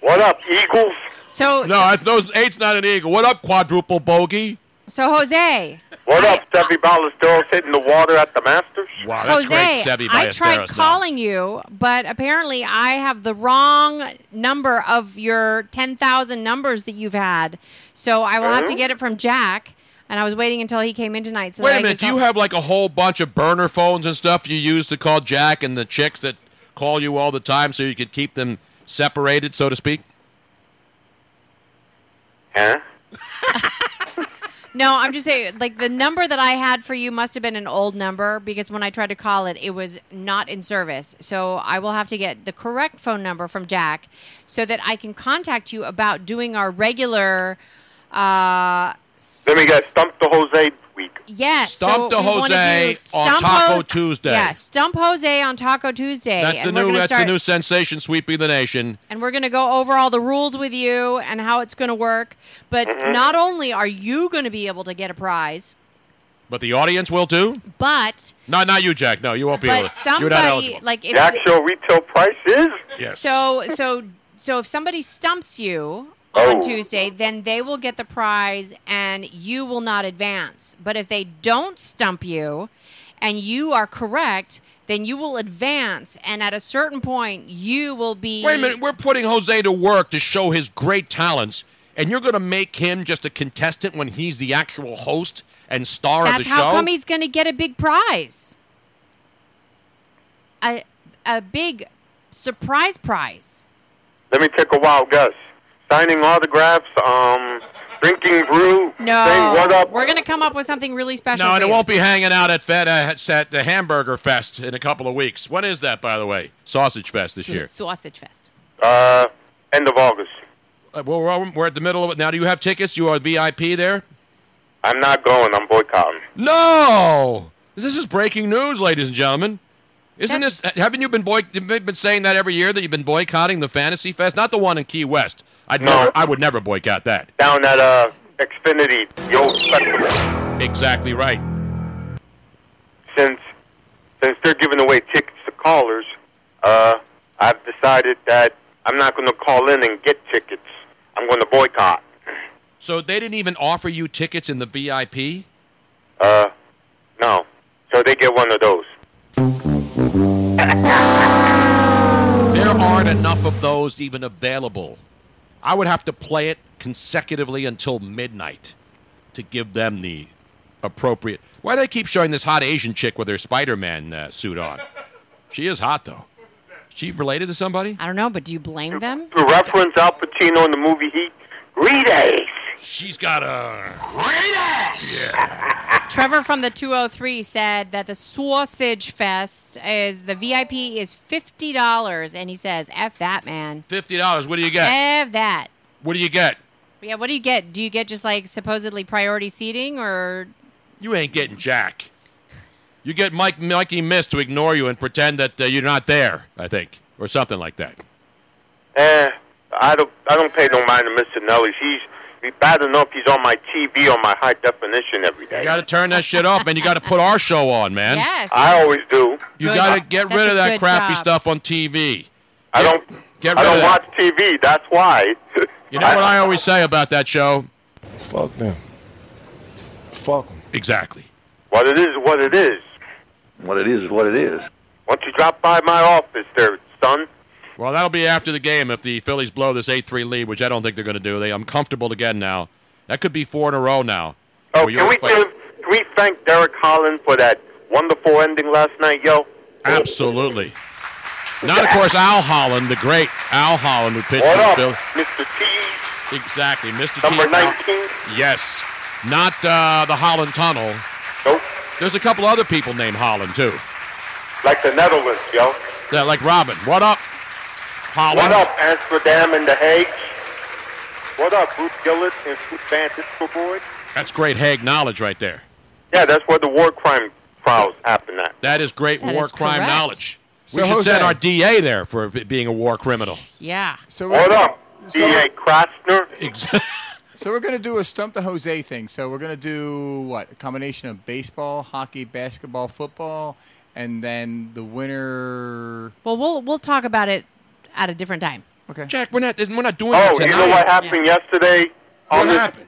[SPEAKER 10] What up, Eagles?
[SPEAKER 7] So
[SPEAKER 8] no, that's no eight's not an eagle. What up, quadruple bogey?
[SPEAKER 7] So Jose,
[SPEAKER 10] What up, Stevie Ballesteros hitting the water at the Masters?
[SPEAKER 8] Wow,
[SPEAKER 7] Jose, I tried calling you, but apparently I have the wrong number of your ten thousand numbers that you've had. So I will have to
[SPEAKER 8] Mhm.
[SPEAKER 7] get it from Jack. And I was waiting until he came in tonight. So
[SPEAKER 8] Wait
[SPEAKER 7] that
[SPEAKER 8] a
[SPEAKER 7] I
[SPEAKER 8] minute.
[SPEAKER 7] could
[SPEAKER 8] Do
[SPEAKER 7] call-
[SPEAKER 8] you have like a whole bunch of burner phones and stuff you use to call Jack and the chicks that call you all the time so you could keep them separated, so to speak?
[SPEAKER 10] Huh?
[SPEAKER 7] No, I'm just saying, like the number that I had for you must have been an old number because when I tried to call it, it was not in service. So I will have to get the correct phone number from Jack so that I can contact you about doing our regular. Uh, s-
[SPEAKER 10] Then we got Stump the Jose week.
[SPEAKER 7] yes,
[SPEAKER 8] Stump
[SPEAKER 7] so
[SPEAKER 8] the
[SPEAKER 7] we wanna
[SPEAKER 8] Jose
[SPEAKER 7] do
[SPEAKER 8] on
[SPEAKER 7] Stump
[SPEAKER 8] Taco
[SPEAKER 7] Ho-
[SPEAKER 8] Tuesday.
[SPEAKER 7] Yeah, Stump Jose on Taco Tuesday.
[SPEAKER 8] That's the
[SPEAKER 7] and we're
[SPEAKER 8] new.
[SPEAKER 7] gonna
[SPEAKER 8] That's the
[SPEAKER 7] start-
[SPEAKER 8] new sensation sweeping the nation.
[SPEAKER 7] and we're going to go over all the rules with you and how it's going to work. But
[SPEAKER 10] Mm-hmm.
[SPEAKER 8] Mhm.
[SPEAKER 7] not only are you going to be able to get a prize,
[SPEAKER 8] But the audience will too.
[SPEAKER 7] but
[SPEAKER 8] Not not you, Jack. No, you won't be.
[SPEAKER 7] But
[SPEAKER 8] able to. You're not
[SPEAKER 7] somebody,
[SPEAKER 8] eligible.
[SPEAKER 7] like, if- Jack, so
[SPEAKER 10] retail price is.
[SPEAKER 8] Yes.
[SPEAKER 7] So so so if somebody stumps you
[SPEAKER 8] Oh.
[SPEAKER 7] on Tuesday, then they will get the prize and you will not advance. But if they don't stump you and you are correct, then you will advance and at a certain point you will be
[SPEAKER 8] Wait a minute. We're putting Jose to work to show his great talents, and you're going to make him just a contestant when he's the actual host and star of
[SPEAKER 7] That's
[SPEAKER 8] the show.
[SPEAKER 7] how come he's going to get a big prize. A a big surprise prize.
[SPEAKER 10] Let me take a wild guess. Signing autographs, um, drinking brew,
[SPEAKER 7] No.
[SPEAKER 10] saying what up.
[SPEAKER 7] We're going to come up with something really special.
[SPEAKER 8] no, and
[SPEAKER 7] for
[SPEAKER 8] it
[SPEAKER 7] you.
[SPEAKER 8] won't be hanging out at Fed uh, at the Hamburger Fest in a couple of weeks. When is that, by the way? Sausage Fest this year.
[SPEAKER 7] Sausage Fest.
[SPEAKER 10] Uh, end of August.
[SPEAKER 8] Uh, well, we're, we're at the middle of it now. Do you have tickets? You are VIP there.
[SPEAKER 10] I'm not going. I'm boycotting.
[SPEAKER 8] No, this is breaking news, ladies and gentlemen. Isn't this? uh, Haven't you been boy? you've Been saying that every year that you've been boycotting the Fantasy Fest, not the one in Key West. I'd
[SPEAKER 10] No.
[SPEAKER 8] never, I would never boycott that.
[SPEAKER 10] Down at uh Xfinity Yo Festival.
[SPEAKER 8] Exactly right.
[SPEAKER 10] Since since they're giving away tickets to callers, uh, I've decided that I'm not going to call in and get tickets. I'm going to boycott.
[SPEAKER 8] So they didn't even offer you tickets in the VIP.
[SPEAKER 10] Uh, no. So they get one of those.
[SPEAKER 8] There aren't enough of those even available. I would have to play it consecutively until midnight to give them the appropriate. Why do they keep showing this hot Asian chick with her Spider Man uh, suit on? She is hot though. She related to somebody?
[SPEAKER 7] I don't know, but do you blame them?
[SPEAKER 10] To reference Al Pacino in the movie Heat, great ace.
[SPEAKER 8] She's got uh, a
[SPEAKER 10] great ass.
[SPEAKER 7] Trevor from the 203 said that the Sausage Fest is the VIP is $50, and he says, F that, man.
[SPEAKER 8] Fifty dollars. What do you
[SPEAKER 1] Eh?
[SPEAKER 8] get?
[SPEAKER 7] F that.
[SPEAKER 8] What do you get?
[SPEAKER 7] Yeah, what do you get? Do you get just like supposedly priority seating or.
[SPEAKER 8] You ain't getting Jack. You get Mike Mikey Miss to ignore you and pretend that uh, you're not there. I think, or something like that.
[SPEAKER 10] Eh, I don't. I don't pay no mind to Mr. Nellis. He's he bad enough. He's on my TV on my high definition every day.
[SPEAKER 8] You got to turn that shit off, and you got to put our show on, man.
[SPEAKER 7] Yes.
[SPEAKER 10] I always do.
[SPEAKER 8] You
[SPEAKER 10] Good.
[SPEAKER 8] got to get
[SPEAKER 10] That's
[SPEAKER 8] rid
[SPEAKER 10] a
[SPEAKER 8] of that
[SPEAKER 10] good
[SPEAKER 8] crappy
[SPEAKER 10] job.
[SPEAKER 8] stuff on TV.
[SPEAKER 10] I don't.
[SPEAKER 8] Get rid of
[SPEAKER 10] I don't
[SPEAKER 8] that.
[SPEAKER 10] watch TV. That's why.
[SPEAKER 8] You know what I always say about that show? Fuck them.
[SPEAKER 10] Fuck.
[SPEAKER 8] Exactly.
[SPEAKER 10] What it is, is what it is. What it is, is what it is. Why don't you drop by my office, there, son?
[SPEAKER 8] Well, that'll be after the game if the Phillies blow this 8 3 lead, which I don't think they're going to do. They, I'm comfortable again now. That could be four in a row now. Oh,
[SPEAKER 10] Can we give? Can we thank Derek Holland for that wonderful ending last night, yo?
[SPEAKER 8] Absolutely. Not, of course, Al Holland, the great Al Holland who pitched
[SPEAKER 10] What
[SPEAKER 8] for the
[SPEAKER 10] up,
[SPEAKER 8] Phillies.
[SPEAKER 10] Mr.
[SPEAKER 8] T? Exactly, Mr.
[SPEAKER 10] Number
[SPEAKER 8] T. Yes. Not uh, the Holland Tunnel.
[SPEAKER 10] Nope.
[SPEAKER 8] There's a couple other people named Holland, too.
[SPEAKER 10] Like the Netherlands, yo.
[SPEAKER 8] Yeah, like Robin. What up, Holland?
[SPEAKER 10] What up, Amsterdam and The Hague? What up, Bruce Gillis and Scoot Van Disco Boy?
[SPEAKER 8] That's great Hague knowledge right there.
[SPEAKER 10] Yeah, that's where the war crime trials happen at.
[SPEAKER 8] That is great
[SPEAKER 10] That
[SPEAKER 8] war
[SPEAKER 10] is
[SPEAKER 8] crime
[SPEAKER 10] correct.
[SPEAKER 8] knowledge.
[SPEAKER 10] So,
[SPEAKER 8] we should
[SPEAKER 10] Jose-
[SPEAKER 8] send our DA there for b- being a war criminal.
[SPEAKER 7] Yeah.
[SPEAKER 9] So
[SPEAKER 10] What up, D.A. Krasner?
[SPEAKER 9] So we're going to do a stump the Jose thing. So we're going to do what? A combination of baseball, hockey, basketball, football, and then the winner.
[SPEAKER 7] Well, we'll we'll talk about it at a different time.
[SPEAKER 9] Okay.
[SPEAKER 8] Jack, we're not, we're not doing
[SPEAKER 10] Oh, you know what happened yesterday?
[SPEAKER 8] What
[SPEAKER 10] on this-
[SPEAKER 8] happened?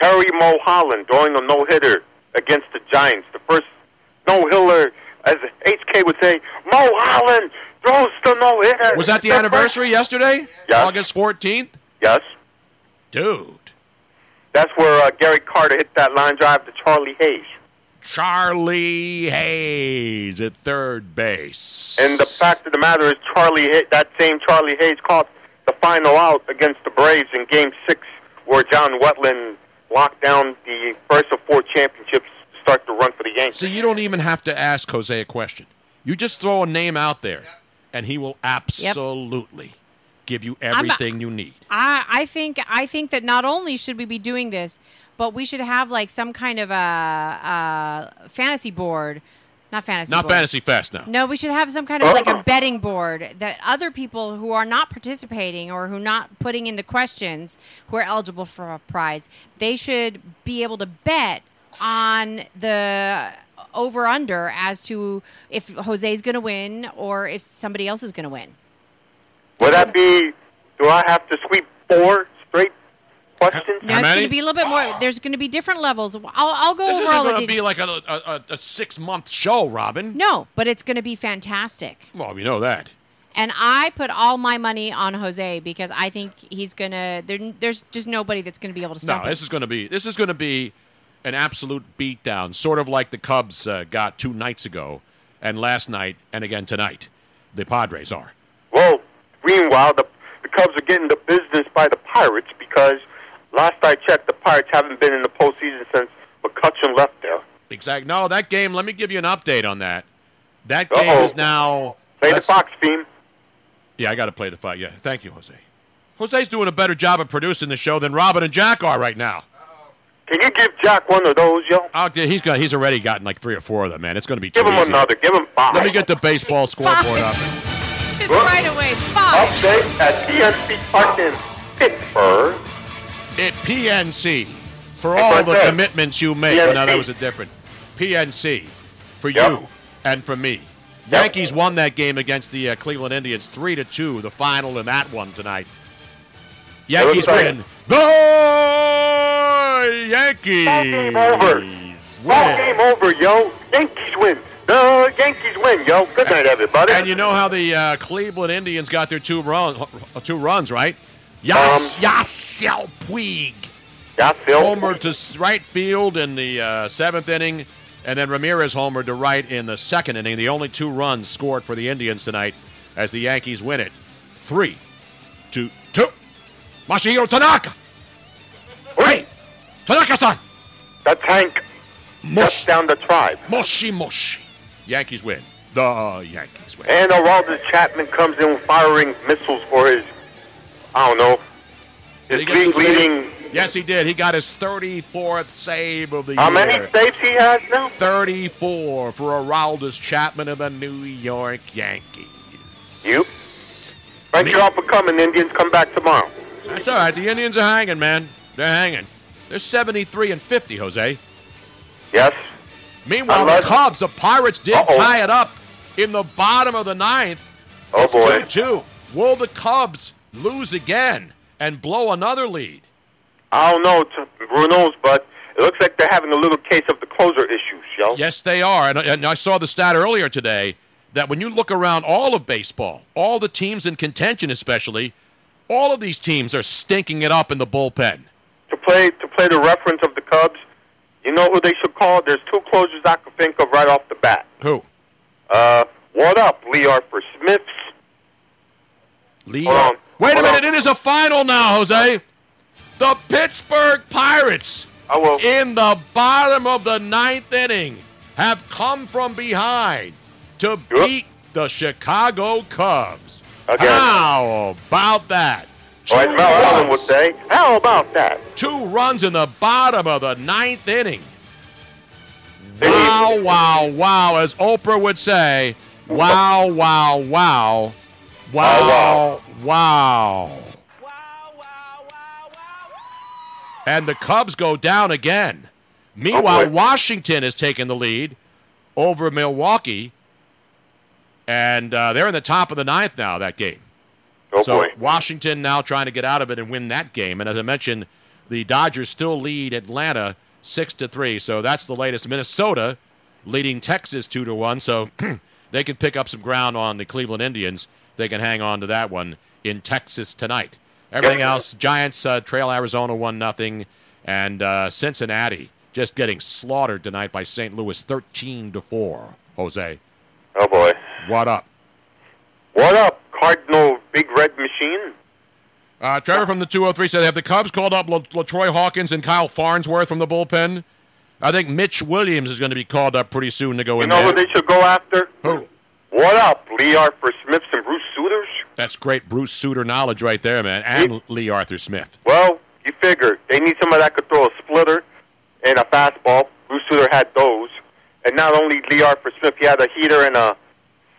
[SPEAKER 10] Terry Mulholland throwing a no hitter against the Giants. The first no hitter, as HK would say, Mulholland throws the no hitter.
[SPEAKER 8] Was that the anniversary yesterday?
[SPEAKER 10] Yes.
[SPEAKER 8] August 14th?
[SPEAKER 10] Yes.
[SPEAKER 8] Dude.
[SPEAKER 10] That's where uh, Gary Carter hit that line drive to Charlie Hayes.
[SPEAKER 8] Charlie Hayes at third base.
[SPEAKER 10] And the fact of the matter is, Charlie Hay- that same Charlie Hayes caught the final out against the Braves in Game Six, where John Wetland locked down the first of four championships to start the run for the Yankees.
[SPEAKER 8] So you don't even have to ask Jose a question. You just throw a name out there, and he will absolutely give you
[SPEAKER 7] I'm-
[SPEAKER 8] everything you need.
[SPEAKER 7] I, I think I think that not only should we be doing this, but we should have like some kind of a, a fantasy board, not fantasy.
[SPEAKER 8] Not
[SPEAKER 7] board.
[SPEAKER 8] Fantasy Fest now.
[SPEAKER 7] No, we should have some kind of like a betting board that other people who are not participating or who not putting in the questions who are eligible for a prize, they should be able to bet on the over under as to if Jose's going to win or if somebody else is going to win.
[SPEAKER 10] Would that be? Do I have to sweep four straight questions?
[SPEAKER 7] No, it's going to be a little bit more. There's going to be different levels. I'll, I'll go
[SPEAKER 8] This
[SPEAKER 7] over
[SPEAKER 8] isn't
[SPEAKER 7] all the
[SPEAKER 8] going to
[SPEAKER 7] details.
[SPEAKER 8] be like a, a, a six month show, Robin.
[SPEAKER 7] No, but it's going to be fantastic.
[SPEAKER 8] Well, we know that.
[SPEAKER 7] And I put all my money on Jose because I think he's going to. There, there's just nobody that's going to be able to
[SPEAKER 8] No,
[SPEAKER 7] stop him.
[SPEAKER 8] this is going to be this is going to be an absolute beatdown, sort of like the Cubs uh, got two nights ago, and last night, and again tonight. The Padres are.
[SPEAKER 10] Well, meanwhile, the, the Cubs are getting the business by the Pirates because last I checked, the Pirates haven't been in the postseason since McCutcheon left there.
[SPEAKER 8] Exactly. No, that game. Let me give you an update on that. That game is now.
[SPEAKER 10] Play the Fox team.
[SPEAKER 8] Yeah, I got to play the fight. Yeah, thank you, Jose. Jose's doing a better job of producing the show than Robin and Jack are right now.
[SPEAKER 10] Can you give Jack one of those, yo?
[SPEAKER 8] Oh, yeah, he's got. He's already gotten like three or four of them, man. It's going to be.
[SPEAKER 10] Give
[SPEAKER 8] too
[SPEAKER 10] him
[SPEAKER 8] easy.
[SPEAKER 10] another. Give him five.
[SPEAKER 8] Let me get the baseball scoreboard up.
[SPEAKER 7] Just right away. Five.
[SPEAKER 10] Update at PNC Park in Pittsburgh.
[SPEAKER 8] It PNC for
[SPEAKER 10] That's
[SPEAKER 8] all
[SPEAKER 10] what
[SPEAKER 8] the
[SPEAKER 10] I said.
[SPEAKER 8] commitments you make.
[SPEAKER 10] PNC.
[SPEAKER 8] No, that was a different PNC for you and for me. Yankees won that game against the uh, Cleveland Indians three to two. The final in that one tonight. Yankees
[SPEAKER 10] like-
[SPEAKER 8] win. The Yankees.
[SPEAKER 10] Game over. Ball game over, yo. Yankees win. The Yankees win, yo. Good night, everybody.
[SPEAKER 8] And you know how the uh, Cleveland Indians got their two runs, two runs, right?
[SPEAKER 10] Um,
[SPEAKER 8] Yas, Yasiel Puig. Homer to s- right field in the uh, seventh inning, and then Ramirez homer to right in the second inning. The only two runs scored for the Indians tonight as the Yankees win it, three to two. Masahiro Tanaka. Hey, Tanaka-san.
[SPEAKER 10] The tank
[SPEAKER 8] steps
[SPEAKER 10] down the tribe.
[SPEAKER 8] Moshi Moshi. Yankees win. The Yankees win.
[SPEAKER 10] And Araldus Chapman comes in firing missiles for his, I don't know,
[SPEAKER 8] Did
[SPEAKER 10] his
[SPEAKER 8] he get
[SPEAKER 10] league
[SPEAKER 8] some saves?
[SPEAKER 10] leading.
[SPEAKER 8] Yes, he did. He got his 34th save of the
[SPEAKER 10] How
[SPEAKER 8] year.
[SPEAKER 10] many saves he has now?
[SPEAKER 8] 34 for Araldus Chapman of the New York Yankees.
[SPEAKER 10] You. Thank you all for coming, Indians. Come back tomorrow.
[SPEAKER 8] That's all right. The Indians are hanging, man. They're hanging. They're 73 and 50, Jose.
[SPEAKER 10] Yes.
[SPEAKER 8] Meanwhile,
[SPEAKER 10] Unless-
[SPEAKER 8] the Cubs, the Pirates did
[SPEAKER 10] Uh-oh.
[SPEAKER 8] tie it up in the bottom of the ninth.
[SPEAKER 10] Oh,
[SPEAKER 8] it's
[SPEAKER 10] boy.
[SPEAKER 8] 2 2. Will the Cubs lose again and blow another lead?
[SPEAKER 10] I don't know, t- Bruno's, but it looks like they're having a little case of the closer issues, yo.
[SPEAKER 8] Yes, they are. And, and I saw the stat earlier today that when you look around all of baseball, all the teams in contention, especially, all of these teams are stinking it up in the bullpen.
[SPEAKER 10] To play to play the reference of the Cubs, you know who they should call? There's two closers I can think of right off the bat.
[SPEAKER 8] Who?
[SPEAKER 10] Uh, what up, Lee Arthur Smiths?
[SPEAKER 8] Lee.
[SPEAKER 10] Hold on.
[SPEAKER 8] Wait a
[SPEAKER 10] Hold
[SPEAKER 8] minute. It
[SPEAKER 10] on.
[SPEAKER 8] is a final now, Jose. The Pittsburgh Pirates,
[SPEAKER 10] I will.
[SPEAKER 8] in the bottom of the ninth inning, have come from behind to beat the Chicago Cubs.
[SPEAKER 10] Again.
[SPEAKER 8] How about that?
[SPEAKER 10] Or as
[SPEAKER 8] Two
[SPEAKER 10] Mel Allen
[SPEAKER 8] runs.
[SPEAKER 10] would say, how about that?
[SPEAKER 8] Two runs in the bottom of the ninth inning. Wow, wow, wow. As Oprah would say, wow, wow, wow. Wow, wow. And the Cubs go down again. Meanwhile, Washington has taken the lead over Milwaukee. And uh, they're in the top of the ninth now, that game.
[SPEAKER 10] Oh,
[SPEAKER 8] so
[SPEAKER 10] boy.
[SPEAKER 8] Washington now trying to get out of it and win that game. And as I mentioned, The Dodgers still lead Atlanta six to three. So that's the latest. Minnesota leading Texas two to one. So they could pick up some ground on the Cleveland Indians. They can hang on to that one in Texas tonight. Everything else, Giants uh, trail Arizona one nothing, and uh, Cincinnati just getting slaughtered tonight by St. Louis thirteen to four. Jose,
[SPEAKER 10] Oh boy.
[SPEAKER 8] what up?
[SPEAKER 10] What up, Cardinal Big Red Machine?
[SPEAKER 8] Uh, Trevor from the 203 said, Have the Cubs called up La- Latroy Hawkins and Kyle Farnsworth from the bullpen? I think Mitch Williams is going to be called up pretty soon to go
[SPEAKER 10] You
[SPEAKER 8] in
[SPEAKER 10] know
[SPEAKER 8] there.
[SPEAKER 10] who they should go after?
[SPEAKER 8] Who?
[SPEAKER 10] What up, Lee Arthur Smiths and Bruce Suitors?
[SPEAKER 8] That's great Bruce Suter knowledge right there, man. And Lee Arthur Smith.
[SPEAKER 10] Well, you figure they need somebody that could throw a splitter and a fastball. Bruce Sutter had those. And not only Lee Arthur Smith, he had a heater and a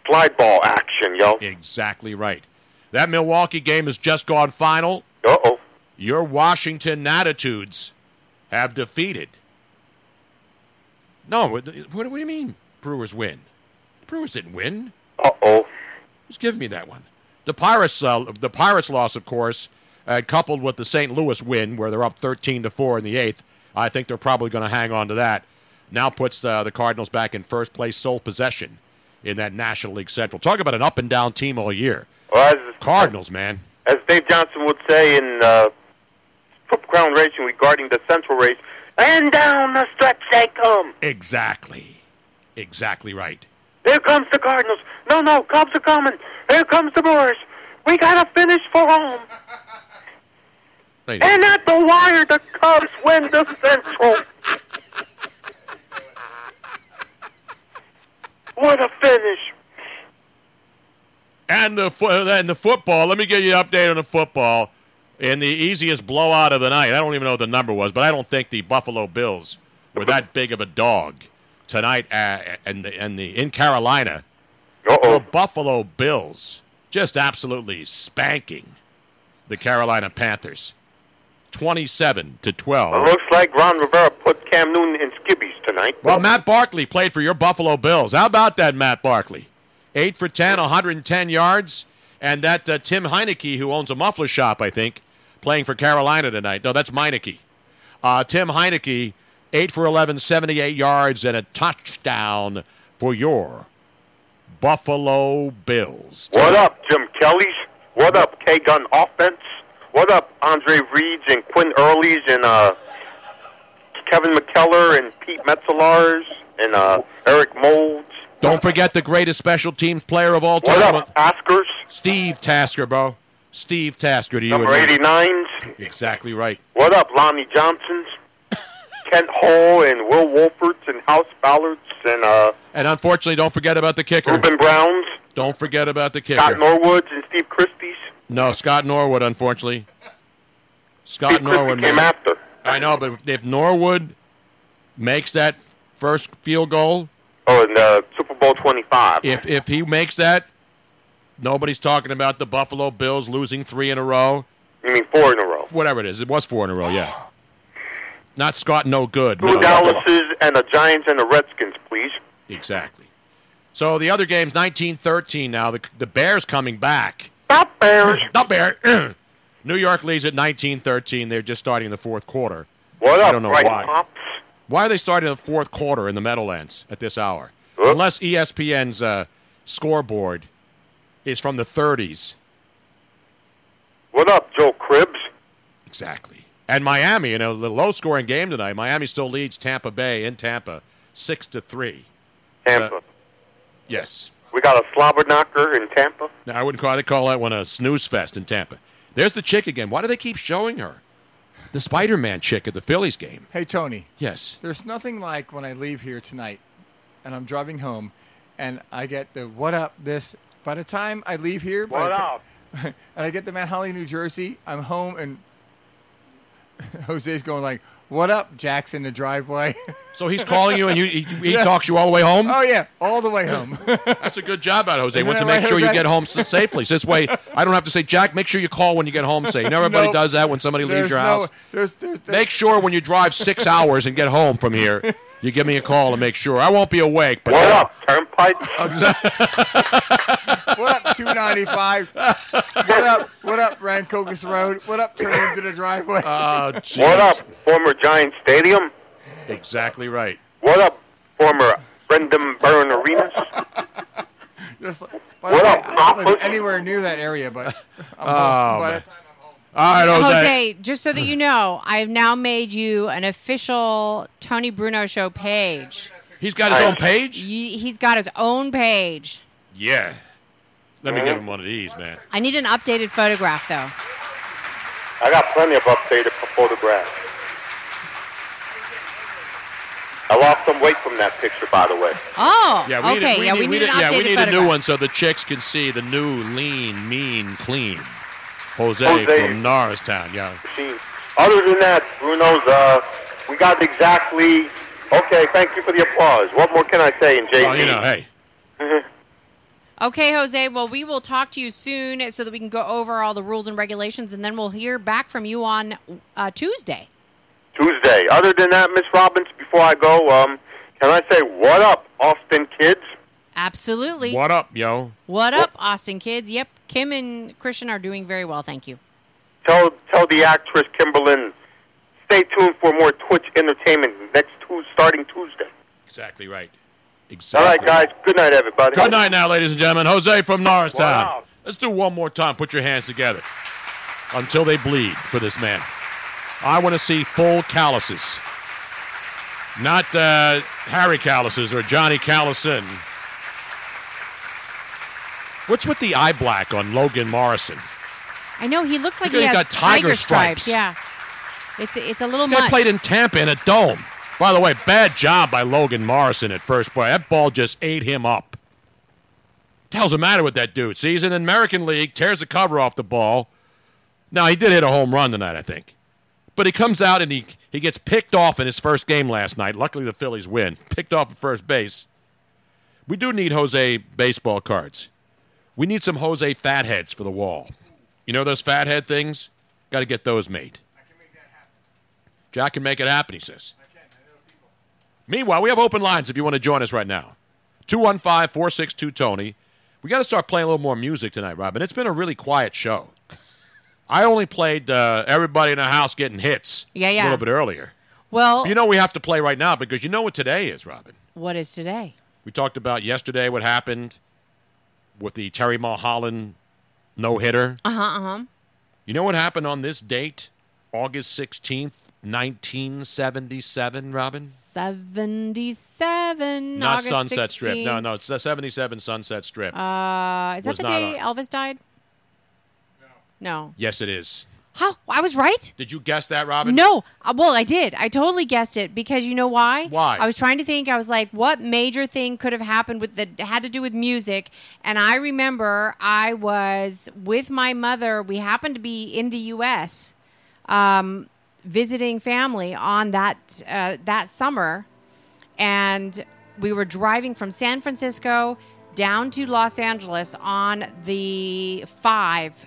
[SPEAKER 10] slide ball action, yo.
[SPEAKER 8] Exactly right. That Milwaukee game has just gone final.
[SPEAKER 10] Uh oh.
[SPEAKER 8] Your Washington Natitudes have defeated. No, what, what do you mean Brewers win? Brewers didn't win.
[SPEAKER 10] Uh oh.
[SPEAKER 8] Just give me that one. The Pirates, uh, the Pirates loss, of course, uh, coupled with the St. Louis win, where they're up 13 to four in the eighth. I think they're probably going to hang on to that. Now puts uh, the Cardinals back in first place, sole possession in that National League Central. Talk about an up and down team all year.
[SPEAKER 10] Well,
[SPEAKER 8] Cardinals, man.
[SPEAKER 10] as, as Dave Johnson would say in uh, Triple Crown Racing regarding the Central race, and down the stretch they come.
[SPEAKER 8] Exactly. Exactly right.
[SPEAKER 10] Here comes the Cardinals. No, no, Cubs are coming. Here comes the Brewers. We gotta finish for home.
[SPEAKER 8] They did.
[SPEAKER 10] And at the wire, the Cubs win the Central. what a finish!
[SPEAKER 8] And the fo- and the football. Let me give you an update on the football. In the easiest blowout of the night, I don't even know what the number was, but I don't think the Buffalo Bills were that big of a dog tonight. Uh, and the and the in Carolina,
[SPEAKER 7] Oh.
[SPEAKER 10] Uh-oh.
[SPEAKER 8] the Buffalo Bills just absolutely spanking the Carolina Panthers, twenty-seven to twelve.
[SPEAKER 10] It looks like Ron Rivera put Cam Newton in skibbies tonight.
[SPEAKER 8] Well, Matt Barkley played for your Buffalo Bills. How about that, Matt Barkley? Eight for 10, 110 yards. And that uh, Tim Heineke, who owns a muffler shop, I think, playing for Carolina tonight. No, that's Meineke. Uh, Tim Heineke, eight for 11, 78 yards, and a touchdown for your Buffalo Bills.
[SPEAKER 10] What up, Jim Kelly's? What up, K Gun Offense? What up, Andre Reeds and Quinn Early's and uh, Kevin McKellar and Pete Metzelars and uh, Eric Mold?
[SPEAKER 8] Don't forget the greatest special teams player of all time.
[SPEAKER 10] What up, Oscars?
[SPEAKER 8] Steve Tasker, bro. Steve Tasker to you.
[SPEAKER 10] Number
[SPEAKER 8] and me.
[SPEAKER 10] 89's?
[SPEAKER 8] Exactly right.
[SPEAKER 10] What up, Lonnie Johnson's? Kent Hall and Will Wolferts and House Ballards and uh,
[SPEAKER 8] And unfortunately, don't forget about the kicker.
[SPEAKER 10] Ruben Browns,
[SPEAKER 8] Don't forget about the kicker.
[SPEAKER 10] Scott Norwood's and Steve Christie's.
[SPEAKER 8] no, Scott Norwood, unfortunately. Scott
[SPEAKER 10] Steve Christie
[SPEAKER 8] Norwood
[SPEAKER 10] came
[SPEAKER 8] man.
[SPEAKER 10] after.
[SPEAKER 8] I know, but if Norwood makes that first field goal,
[SPEAKER 10] Oh, and uh, Super Bowl 25.
[SPEAKER 8] if if he makes that, nobody's talking about the Buffalo Bills losing three in a row.
[SPEAKER 10] You mean four in a row?
[SPEAKER 8] Whatever it is, it was four in a row. Yeah. Not Scott, no good.
[SPEAKER 10] Two
[SPEAKER 8] no.
[SPEAKER 10] Dallases and the Giants and the Redskins, please.
[SPEAKER 8] Exactly. So the other game's 19-13 now. The, the Bears coming back.
[SPEAKER 10] Stop Bears.
[SPEAKER 8] Stop Bears. New York leads at 19-13. They're just starting the fourth quarter.
[SPEAKER 10] What
[SPEAKER 8] I
[SPEAKER 10] up,
[SPEAKER 8] don't know
[SPEAKER 10] right,
[SPEAKER 8] why.
[SPEAKER 10] Pop?
[SPEAKER 8] Why are they starting the fourth quarter in the Meadowlands at this hour? Unless ESPN's uh, scoreboard is from the 30s.
[SPEAKER 10] What up, Joe Cribs?
[SPEAKER 8] Exactly. And Miami, in a low-scoring game tonight, Miami still leads Tampa Bay in Tampa, six to three.
[SPEAKER 9] Uh,
[SPEAKER 10] Tampa.
[SPEAKER 8] Yes.
[SPEAKER 10] we got a slobber knocker in Tampa.
[SPEAKER 8] Now, I wouldn't call, I'd call that one a snooze fest in Tampa. There's the chick again. Why do they keep showing her? The Spider Man chick at the Phillies game.
[SPEAKER 9] Hey, Tony.
[SPEAKER 8] Yes.
[SPEAKER 9] There's nothing like when I leave here tonight and I'm driving home and I get the what up this. By the time I leave here, by
[SPEAKER 10] What
[SPEAKER 9] the ti- and I get to Mount Holly, New Jersey, I'm home and Jose's going like, what up, Jackson, the driveway.
[SPEAKER 8] So he's calling you and you, he, he talks you all the way home?
[SPEAKER 9] Oh, yeah, all the way home.
[SPEAKER 8] That's a good job out, of Jose.
[SPEAKER 9] Isn't
[SPEAKER 8] Wants to
[SPEAKER 9] that
[SPEAKER 8] make
[SPEAKER 9] right,
[SPEAKER 8] sure you
[SPEAKER 9] Jose?
[SPEAKER 8] get home s- safely. So this way, I don't have to say, Jack, make sure you call when you get home safe. You know, everybody
[SPEAKER 9] Nope.
[SPEAKER 8] does that when somebody leaves
[SPEAKER 9] There's
[SPEAKER 8] your
[SPEAKER 9] no-
[SPEAKER 8] house.
[SPEAKER 9] There's, there's,
[SPEAKER 8] Make sure when you drive six hours and get home from here, you give me a call and make sure. I won't be awake, but
[SPEAKER 10] What up, Turnpike?
[SPEAKER 9] what up, 295. what up? What up, Rancocas Road? What up, turn into the driveway?
[SPEAKER 8] Oh,
[SPEAKER 10] what up, former Giant Stadium?
[SPEAKER 8] Exactly right.
[SPEAKER 10] What up, former Brendan Byrne Arenas?
[SPEAKER 9] Just, by the way, I don't live anywhere near that area, but I'm home. by
[SPEAKER 8] man.
[SPEAKER 9] the time-
[SPEAKER 8] All right, Jose.
[SPEAKER 7] Jose, just so that you know, I have now made you an official Tony Bruno Show page.
[SPEAKER 8] He's got his own page?
[SPEAKER 7] Ye- He's got his own page.
[SPEAKER 8] Yeah. Let me give him one of these, man.
[SPEAKER 7] I need an updated photograph, though.
[SPEAKER 10] I got plenty of updated photographs. I lost some weight from that picture, by the way.
[SPEAKER 7] Oh,
[SPEAKER 8] Yeah, we
[SPEAKER 7] okay.
[SPEAKER 8] need, we
[SPEAKER 7] yeah,
[SPEAKER 8] need,
[SPEAKER 7] we need, an updated
[SPEAKER 8] yeah, we need a
[SPEAKER 7] photograph.
[SPEAKER 8] new one so the chicks can see the new lean, mean, clean Jose,
[SPEAKER 10] Jose.
[SPEAKER 8] from Norristown. Yeah.
[SPEAKER 10] machine. Other than that, Bruno's, uh, we got exactly. Okay, thank you for the applause. What more can I say in JV?
[SPEAKER 8] Well, Oh, you know, hey,
[SPEAKER 7] Okay, Jose. Well, we will talk to you soon so that we can go over all the rules and regulations, and then we'll hear back from you on uh, Tuesday.
[SPEAKER 10] Tuesday. Other than that, Miss Robbins, before I go, um, can I say what up, Austin kids?
[SPEAKER 7] Absolutely.
[SPEAKER 8] what up, yo?
[SPEAKER 7] What up, Austin kids? Yep, Kim and Christian are doing very well, thank you.
[SPEAKER 10] Tell tell the actress Kimberlyn, stay tuned for more Twitch entertainment next Tuesday, starting Tuesday.
[SPEAKER 8] Exactly right.
[SPEAKER 10] All
[SPEAKER 8] Exactly.
[SPEAKER 10] right, guys. Good night, everybody.
[SPEAKER 8] Good night now, ladies and gentlemen. Jose from Norristown.
[SPEAKER 10] Wow.
[SPEAKER 8] Let's do one more time. Put your hands together until they bleed for this man. I want to see full calluses, not uh, Harry calluses or Johnny Callison. What's with the eye black on Logan Morrison?
[SPEAKER 7] I know he looks like
[SPEAKER 8] Look
[SPEAKER 7] he
[SPEAKER 8] at
[SPEAKER 7] has
[SPEAKER 8] he's got tiger stripes.
[SPEAKER 7] Yeah, it's it's a little
[SPEAKER 8] They
[SPEAKER 7] much.
[SPEAKER 8] played in Tampa in a dome. By the way, bad job by Logan Morrison at first. Boy, that ball just ate him up. The hell's the matter with that dude? See, he's in the American League, tears the cover off the ball. Now, he did hit a home run tonight, I think. But he comes out and he, he gets picked off in his first game last night. Luckily, the Phillies win. Picked off at first base. We do need Jose baseball cards. We need some Jose fatheads for the wall. You know those fathead things? Got to get those made. Jack can make it happen, he says. Meanwhile, we have open lines if you want to join us right now. 215 462 Tony. We got to start playing a little more music tonight, Robin. It's been a really quiet show. I only played uh, Everybody in the House Getting Hits
[SPEAKER 7] Yeah,
[SPEAKER 8] a
[SPEAKER 7] yeah.
[SPEAKER 8] little bit earlier.
[SPEAKER 7] well,
[SPEAKER 8] You know, we have to play right now because you know what today is, Robin.
[SPEAKER 7] what is today?
[SPEAKER 8] We talked about yesterday what happened with the Terry Mulholland no hitter.
[SPEAKER 7] Uh huh. Uh huh.
[SPEAKER 8] You know what happened on this date, August 16th, 1977, Robin?
[SPEAKER 7] Seventy-seven.
[SPEAKER 8] Not
[SPEAKER 7] August
[SPEAKER 8] Sunset
[SPEAKER 7] 16th.
[SPEAKER 8] Strip. No, no, it's the 77 Sunset Strip.
[SPEAKER 7] Uh, is that
[SPEAKER 8] Was
[SPEAKER 7] the
[SPEAKER 8] not
[SPEAKER 7] day Elvis died? No. No.
[SPEAKER 8] yes, it is.
[SPEAKER 7] How? I was right.
[SPEAKER 8] Did you guess that, Robin?
[SPEAKER 7] No, Uh, well, I did. I totally guessed it because you know why?
[SPEAKER 8] Why?
[SPEAKER 7] I was trying to think. I was like, what major thing could have happened with that had to do with music? And I remember I was with my mother. We happened to be in the U.S. Um, visiting family on that uh, that summer, and we were driving from San Francisco down to Los Angeles on the five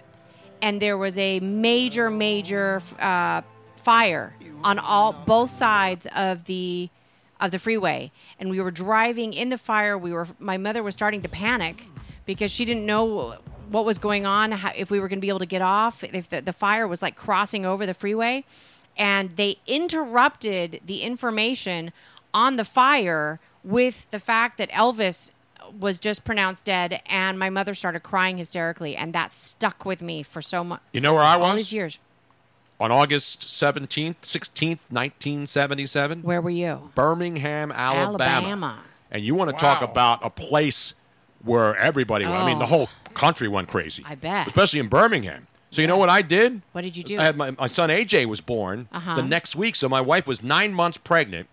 [SPEAKER 7] and there was a major, major uh, fire on all both sides of the of the freeway, and we were driving in the fire. We were my mother was starting to panic because she didn't know what was going on, how, if we were going to be able to get off, if the, the fire was like crossing over the freeway, and they interrupted the information on the fire with the fact that Elvis was just pronounced dead, and my mother started crying hysterically, and that stuck with me for so much.
[SPEAKER 8] You know where I
[SPEAKER 7] All
[SPEAKER 8] was?
[SPEAKER 7] these years.
[SPEAKER 8] On August 17th, 16th, 1977?
[SPEAKER 7] Where were you?
[SPEAKER 8] Birmingham, Alabama.
[SPEAKER 7] Alabama.
[SPEAKER 8] And you want to talk about a place where everybody went. I mean,
[SPEAKER 7] Oh.
[SPEAKER 8] the whole country went crazy.
[SPEAKER 7] I bet.
[SPEAKER 8] Especially in Birmingham. So you know what I did?
[SPEAKER 7] What did you do?
[SPEAKER 8] I had my, my son AJ was born
[SPEAKER 7] Uh-huh.
[SPEAKER 8] the next week, so my wife was nine months pregnant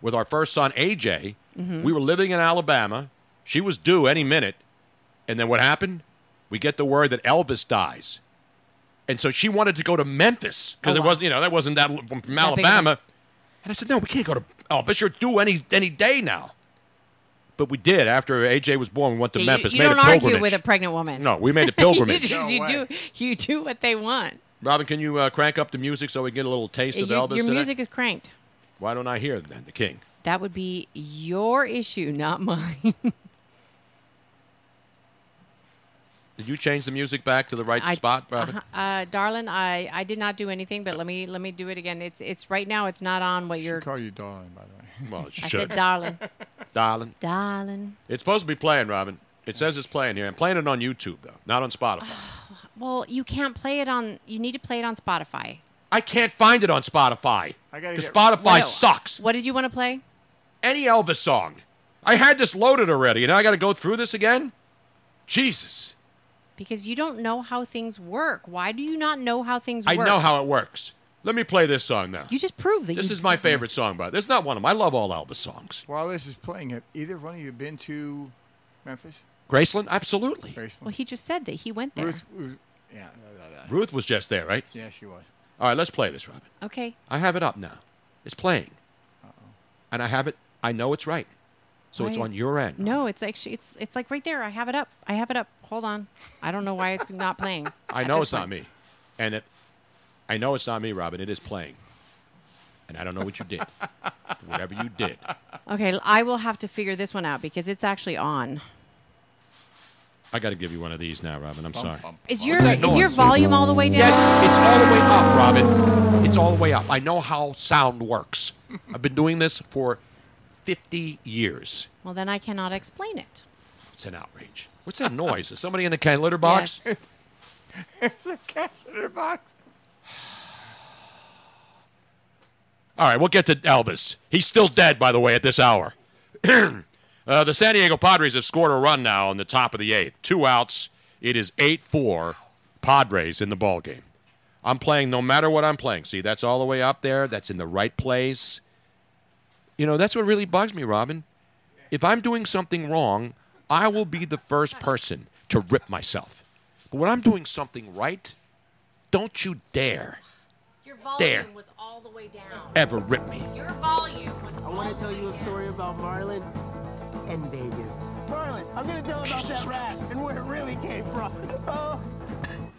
[SPEAKER 8] with our first son AJ.
[SPEAKER 7] Mhm.
[SPEAKER 8] We were living in Alabama. She was due any minute, and then what happened? We get the word that Elvis dies, and so she wanted to go to Memphis because
[SPEAKER 7] Oh,
[SPEAKER 8] it
[SPEAKER 7] wow.
[SPEAKER 8] wasn't you know that wasn't that l- from, from
[SPEAKER 7] That big of a-
[SPEAKER 8] Alabama. And I said, no, we can't go to Elvis. You're due any any day now. But we did after AJ was born. We went to
[SPEAKER 7] Yeah, you-
[SPEAKER 8] Memphis.
[SPEAKER 7] you
[SPEAKER 8] made
[SPEAKER 7] don't
[SPEAKER 8] a
[SPEAKER 7] argue
[SPEAKER 8] pilgrimage.
[SPEAKER 7] with a pregnant woman.
[SPEAKER 8] No, we made a pilgrimage.
[SPEAKER 7] you, just- you do, you do what they want.
[SPEAKER 8] Robin, can you uh, crank up the music so we get a little taste
[SPEAKER 7] You-
[SPEAKER 8] of Elvis
[SPEAKER 7] your
[SPEAKER 8] today?
[SPEAKER 7] music is cranked.
[SPEAKER 8] Why don't I hear then the King?
[SPEAKER 7] That would be your issue, not mine.
[SPEAKER 8] Did you change the music back to the right
[SPEAKER 7] I-
[SPEAKER 8] spot, Robin?
[SPEAKER 7] Uh-huh. Uh, darling, I, I did not do anything, but let me let me do it again. It's it's right now. It's not on what you're.
[SPEAKER 9] call you darling, by the way.
[SPEAKER 8] Well,
[SPEAKER 7] I
[SPEAKER 8] should.
[SPEAKER 7] said, darling,
[SPEAKER 8] darling.
[SPEAKER 7] darling.
[SPEAKER 8] It's supposed to be playing, Robin. It says it's playing here. I'm playing it on YouTube though, not on Spotify.
[SPEAKER 7] Well, you can't play it on. You need to play it on Spotify.
[SPEAKER 8] I can't find it on Spotify.
[SPEAKER 7] I gotta
[SPEAKER 8] Because
[SPEAKER 7] get-
[SPEAKER 8] Spotify
[SPEAKER 7] What-
[SPEAKER 8] sucks.
[SPEAKER 7] What did you want to play?
[SPEAKER 8] Any Elvis song. I had this loaded already, and now I got to go through this again. Jesus,
[SPEAKER 7] Because you don't know how things work. Why do you not know how things
[SPEAKER 8] I
[SPEAKER 7] work?
[SPEAKER 8] know how it works. Let me play this song now.
[SPEAKER 7] You just proved that
[SPEAKER 8] This
[SPEAKER 7] you-
[SPEAKER 8] is my favorite song, but there's not one of them. I love all Elvis songs.
[SPEAKER 9] While this is playing, have either one of you been to Memphis?
[SPEAKER 8] Graceland, absolutely.
[SPEAKER 9] Graceland.
[SPEAKER 7] Well, he just said that he went there.
[SPEAKER 9] Ruth, Ruth- yeah, blah, blah, blah.
[SPEAKER 8] Ruth was just there, right?
[SPEAKER 9] yeah, she was.
[SPEAKER 8] All right, let's play this, Robin.
[SPEAKER 7] Okay.
[SPEAKER 8] I have it up now. It's playing. And I have it. I know it's right. So it's
[SPEAKER 7] Why-
[SPEAKER 8] on your end.
[SPEAKER 7] No, it's like she- it's it's like right there. I have it up. I have it up. Hold on. I don't know why it's not playing.
[SPEAKER 8] I
[SPEAKER 7] at
[SPEAKER 8] know
[SPEAKER 7] this
[SPEAKER 8] it's not me. And it, I know it's not me, Robin. It is playing. And I don't know what you did. Whatever you did.
[SPEAKER 7] point. Okay, I will have to figure this one out because it's actually on.
[SPEAKER 8] I got to give you one of these now, Robin. I'm sorry.
[SPEAKER 7] Is
[SPEAKER 8] What's
[SPEAKER 7] your
[SPEAKER 8] that
[SPEAKER 7] is your
[SPEAKER 8] noise?
[SPEAKER 7] volume all the way down?
[SPEAKER 8] Yes, it's all the way up, Robin. It's all the way up. I know how sound works. I've been doing this for 50 years.
[SPEAKER 7] Well, then I cannot explain it.
[SPEAKER 8] It's an outrage. What's that noise? Is somebody in the can litter box?
[SPEAKER 9] it's a cat litter box.
[SPEAKER 8] All right, we'll get to Elvis. He's still dead, by the way, at this hour. uh, the San Diego Padres have scored a run now in the top of the eighth. Two outs. It is 8 4 Padres in the ballgame. I'm playing no matter what I'm playing. See, that's all the way up there. That's in the right place. You know, that's what really bugs me, Robin. If I'm doing something wrong, I will be the first person to rip myself. But when I'm doing something right, don't you dare
[SPEAKER 7] Your
[SPEAKER 8] There.
[SPEAKER 7] was all the way down.
[SPEAKER 8] ever rip me.
[SPEAKER 7] Your volume was.
[SPEAKER 11] I want to tell you a story about Marlon and Vegas. Marlon, I'm going to tell about that rash and where it really came from. Oh.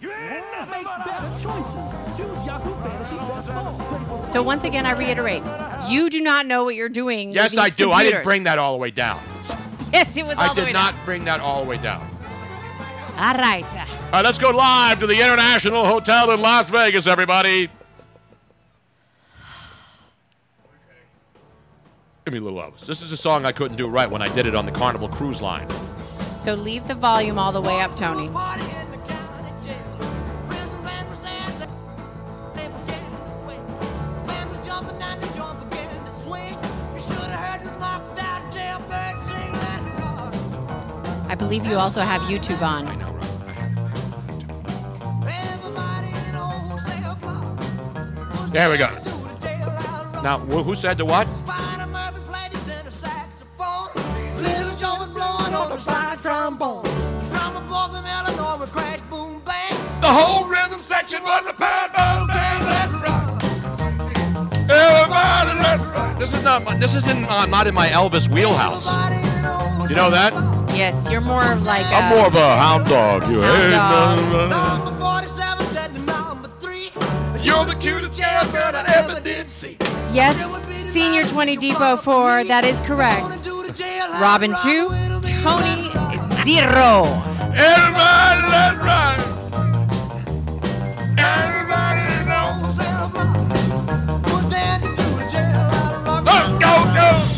[SPEAKER 11] Make better choices. Choose Yahoo Fantasy Best Ball.
[SPEAKER 7] So once again, I reiterate, you do not know what you're doing. with
[SPEAKER 8] Yes, I
[SPEAKER 7] these
[SPEAKER 8] do. I didn't
[SPEAKER 7] computers.
[SPEAKER 8] bring that all the way down.
[SPEAKER 7] Yes, it was all
[SPEAKER 8] I
[SPEAKER 7] the way
[SPEAKER 8] did not bring that all the way down.
[SPEAKER 7] down. All right.
[SPEAKER 8] All right, let's go live to the International Hotel in Las Vegas, everybody. Give me a little Elvis. This is a song I couldn't do right when I did it on the Carnival Cruise Line.
[SPEAKER 7] So leave the volume all the way up, Tony. I believe you also have YouTube on. I
[SPEAKER 8] know, There we go. Now, wh- who said the what?
[SPEAKER 3] Little Joe was blowing on the slide trombone. The drummer boy from Illinois would crash, boom, bang.
[SPEAKER 8] The whole rhythm section was a pad, boom, bang, let's rock. Everybody, let's rock. This is not. My, this isn't. Uh, not in my Elvis wheelhouse. You know that?
[SPEAKER 7] Yes, you're more like. uh,
[SPEAKER 8] I'm more of a hound dog. You
[SPEAKER 7] Hound
[SPEAKER 8] ain't nothing
[SPEAKER 7] dog.
[SPEAKER 8] but- You're the cutest jailbird I ever did see.
[SPEAKER 7] Yes, Senior 20 Depot 4, that is correct. Robin 2, Tony 0.
[SPEAKER 8] Everybody, let's rock.
[SPEAKER 3] Everybody knows they'll rock. Put that into the jail, I'll rock.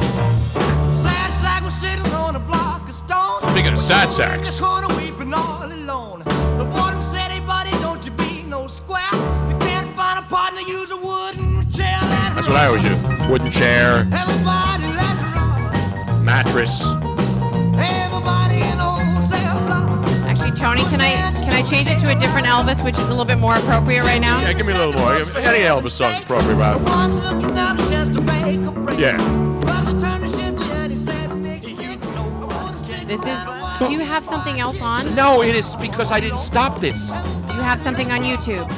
[SPEAKER 3] Sad sack was sitting on a block of stone.
[SPEAKER 8] Speaking of sad sacks.
[SPEAKER 3] In the corner weeping all alone. The warden said, hey buddy, don't you be no square. You can't find a partner, use a wooden chair. Let
[SPEAKER 8] That's what I always do. Wooden chair,
[SPEAKER 3] everybody, let
[SPEAKER 8] mattress.
[SPEAKER 3] everybody in the whole cell block.
[SPEAKER 7] Actually, Tony, can I can I change it to a different Elvis, which is a little bit more appropriate right now?
[SPEAKER 8] Yeah, give me a little more. Any Elvis song's appropriate, Rob.
[SPEAKER 3] One's looking out a chance to make a break.
[SPEAKER 8] Yeah.
[SPEAKER 3] Brother turned to Shifty and he said, Nick, you know
[SPEAKER 7] This is. Do you have something else on?
[SPEAKER 8] No, it is because I didn't stop this.
[SPEAKER 7] You have something on YouTube.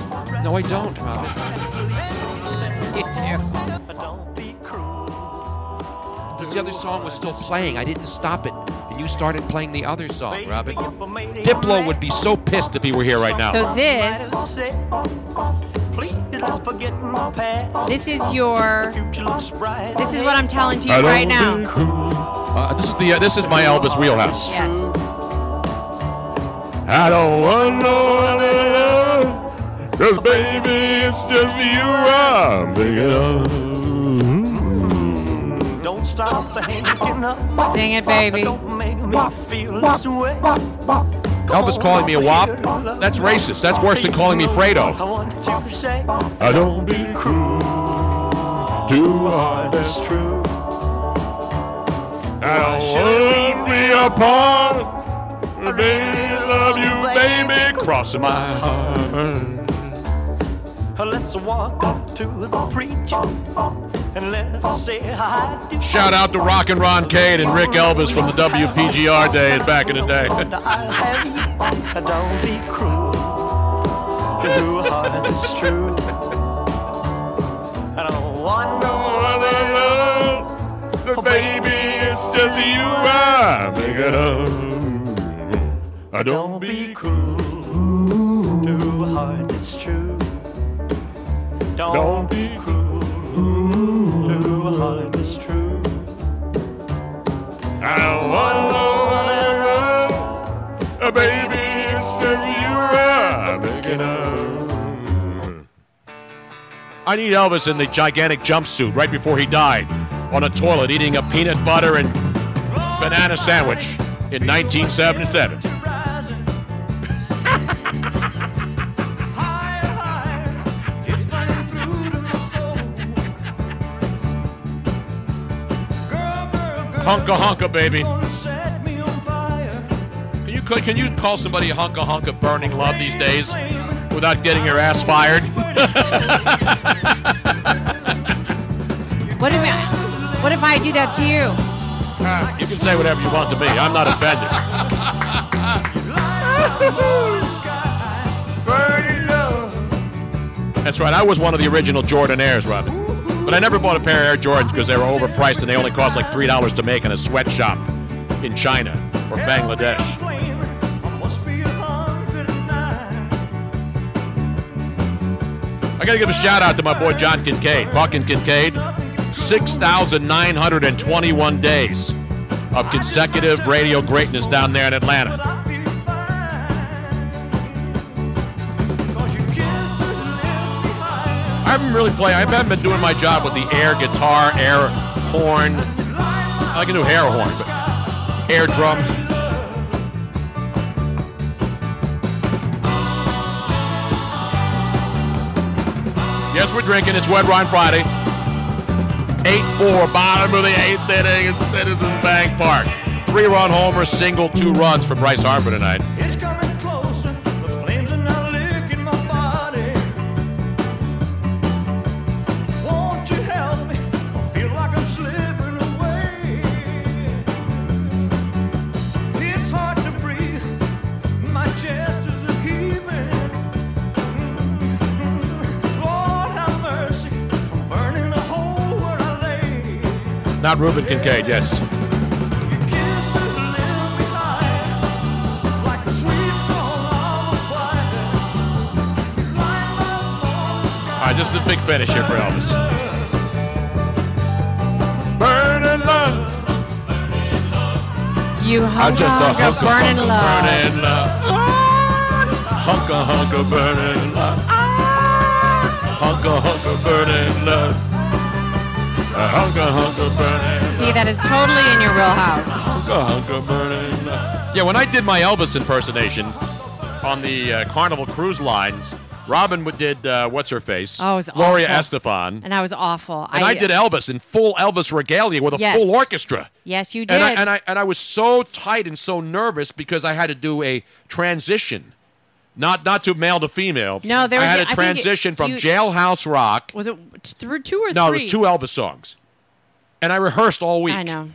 [SPEAKER 8] No, I don't, Robin.
[SPEAKER 7] You do.
[SPEAKER 8] Because the other song was still playing. I didn't stop it. And you started playing the other song, Robin. Diplo would be so pissed if he were here right now.
[SPEAKER 7] So this This is your. This is what I'm telling to you
[SPEAKER 8] I don't
[SPEAKER 7] right now.
[SPEAKER 8] Uh, this is the uh, this is my Elvis wheelhouse.
[SPEAKER 7] Yes.
[SPEAKER 8] I don't want no other Cause baby, it's just you I'm thinking Mm-hmm.
[SPEAKER 11] Don't stop the hanging up.
[SPEAKER 7] Sing it, baby.
[SPEAKER 8] Elvis calling me a wop? That's racist. That's worse than calling me Fredo. I don't be cruel to all that's true. I don't want to be apart. Baby, love you, baby, crossing my heart.
[SPEAKER 11] Let's walk up to the preacher and let's say hi.
[SPEAKER 8] Shout out to Rock and Ron Cade and Rick Elvis from the WPGR days back in the day.
[SPEAKER 11] I'll have you. Don't be cruel. Your heart is true. I don't want no other love.
[SPEAKER 8] Oh,
[SPEAKER 11] The baby is just you.
[SPEAKER 8] I make it up. I don't be cruel.
[SPEAKER 11] Your heart is true. Don't, be cruel. Your heart is true.
[SPEAKER 8] I don't want no other love. A baby is just you. I make it up. I need Elvis in the gigantic jumpsuit right before he died on a toilet eating a peanut butter and banana sandwich in 1977. Hunka hunka, baby. Can you can you call somebody a hunka hunka burning love these days without getting your ass fired?
[SPEAKER 7] What if I, what if I do that to you?
[SPEAKER 8] you can say whatever you want to me. I'm not offended. That's right. I was one of the original Jordan Airs, Robin. But I never bought a pair of Air Jordans because they were overpriced and they only cost like three dollars to make in a sweatshop in China or Bangladesh. I gotta give a shout out to my boy John Kincaid, Buck and Kincaid. 6,921 days of consecutive radio greatness down there in Atlanta. I haven't really played, I haven't been doing my job with the air guitar, air horn. I can do hair horn, but air drums. Yes, we're drinking. It's Wet Wine Friday. 8-4, bottom of the eighth inning in Citizens Bank Park. Three-run homer, single, two runs for Bryce Harper tonight. Not Ruben Kincaid, yes. All right, just a big finish here for Elvis. Burning love.
[SPEAKER 7] You
[SPEAKER 8] I'm
[SPEAKER 7] hunka
[SPEAKER 8] just a
[SPEAKER 7] hunka
[SPEAKER 8] hunka,
[SPEAKER 7] burning
[SPEAKER 8] hunka,
[SPEAKER 7] love. Ah!
[SPEAKER 8] burning love. Hunka, hunka, burning love.
[SPEAKER 7] Ah!
[SPEAKER 8] Hunka, hunka, burning love. A hunka, hunka, burning
[SPEAKER 7] See, that is totally in your real house.
[SPEAKER 8] Yeah, when I did my Elvis impersonation on the uh, Carnival Cruise Lines, Robin w- did uh, what's her face?
[SPEAKER 7] Oh, it was
[SPEAKER 8] Gloria
[SPEAKER 7] awful.
[SPEAKER 8] Estefan, and,
[SPEAKER 7] And I was awful.
[SPEAKER 8] I, did Elvis in full Elvis regalia with a
[SPEAKER 7] Yes.
[SPEAKER 8] full orchestra.
[SPEAKER 7] Yes, you did.
[SPEAKER 8] And I, and I and I was so tight and so nervous because I had to do a transition, not not to male to female.
[SPEAKER 7] No, there
[SPEAKER 8] I
[SPEAKER 7] was-
[SPEAKER 8] had
[SPEAKER 7] I think
[SPEAKER 8] a
[SPEAKER 7] it-
[SPEAKER 8] transition from
[SPEAKER 7] you-
[SPEAKER 8] Jailhouse Rock
[SPEAKER 7] was it t- through two or
[SPEAKER 8] no,
[SPEAKER 7] three?
[SPEAKER 8] it was two Elvis songs. And I rehearsed all week.
[SPEAKER 7] I know.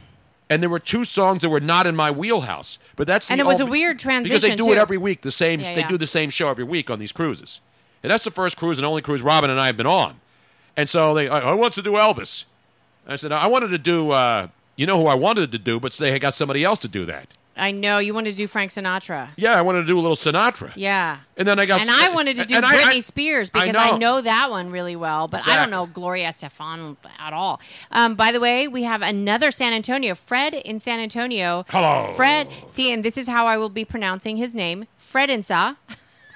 [SPEAKER 8] And there were two songs that were not in my wheelhouse. But that's the
[SPEAKER 7] And it was
[SPEAKER 8] only-
[SPEAKER 7] a weird
[SPEAKER 8] because they
[SPEAKER 7] transition,
[SPEAKER 8] do
[SPEAKER 7] too.
[SPEAKER 8] it every week. The same
[SPEAKER 7] Yeah,
[SPEAKER 8] they
[SPEAKER 7] yeah.
[SPEAKER 8] do the same show every week on these cruises. And that's the first cruise and only cruise Robin and I have been on. And so they I, I want to do Elvis. I said I wanted to do uh, you know who I wanted to do, but they had got somebody else to do that.
[SPEAKER 7] I know you want to do Frank Sinatra.
[SPEAKER 8] Yeah, I wanted to do a little Sinatra.
[SPEAKER 7] Yeah.
[SPEAKER 8] And then I got
[SPEAKER 7] and I wanted to do
[SPEAKER 8] and I-
[SPEAKER 7] Britney
[SPEAKER 8] I-
[SPEAKER 7] Spears
[SPEAKER 8] I
[SPEAKER 7] because I know.
[SPEAKER 8] know.
[SPEAKER 7] that one really well, but I don't
[SPEAKER 8] Exactly.
[SPEAKER 7] know Gloria Stefan at all. Um, by the way, we have another San Antonio, Fred in San Antonio.
[SPEAKER 8] Hello.
[SPEAKER 7] Fred.
[SPEAKER 8] Oh.
[SPEAKER 7] See, and this is how I will be pronouncing his name, Fred Insa.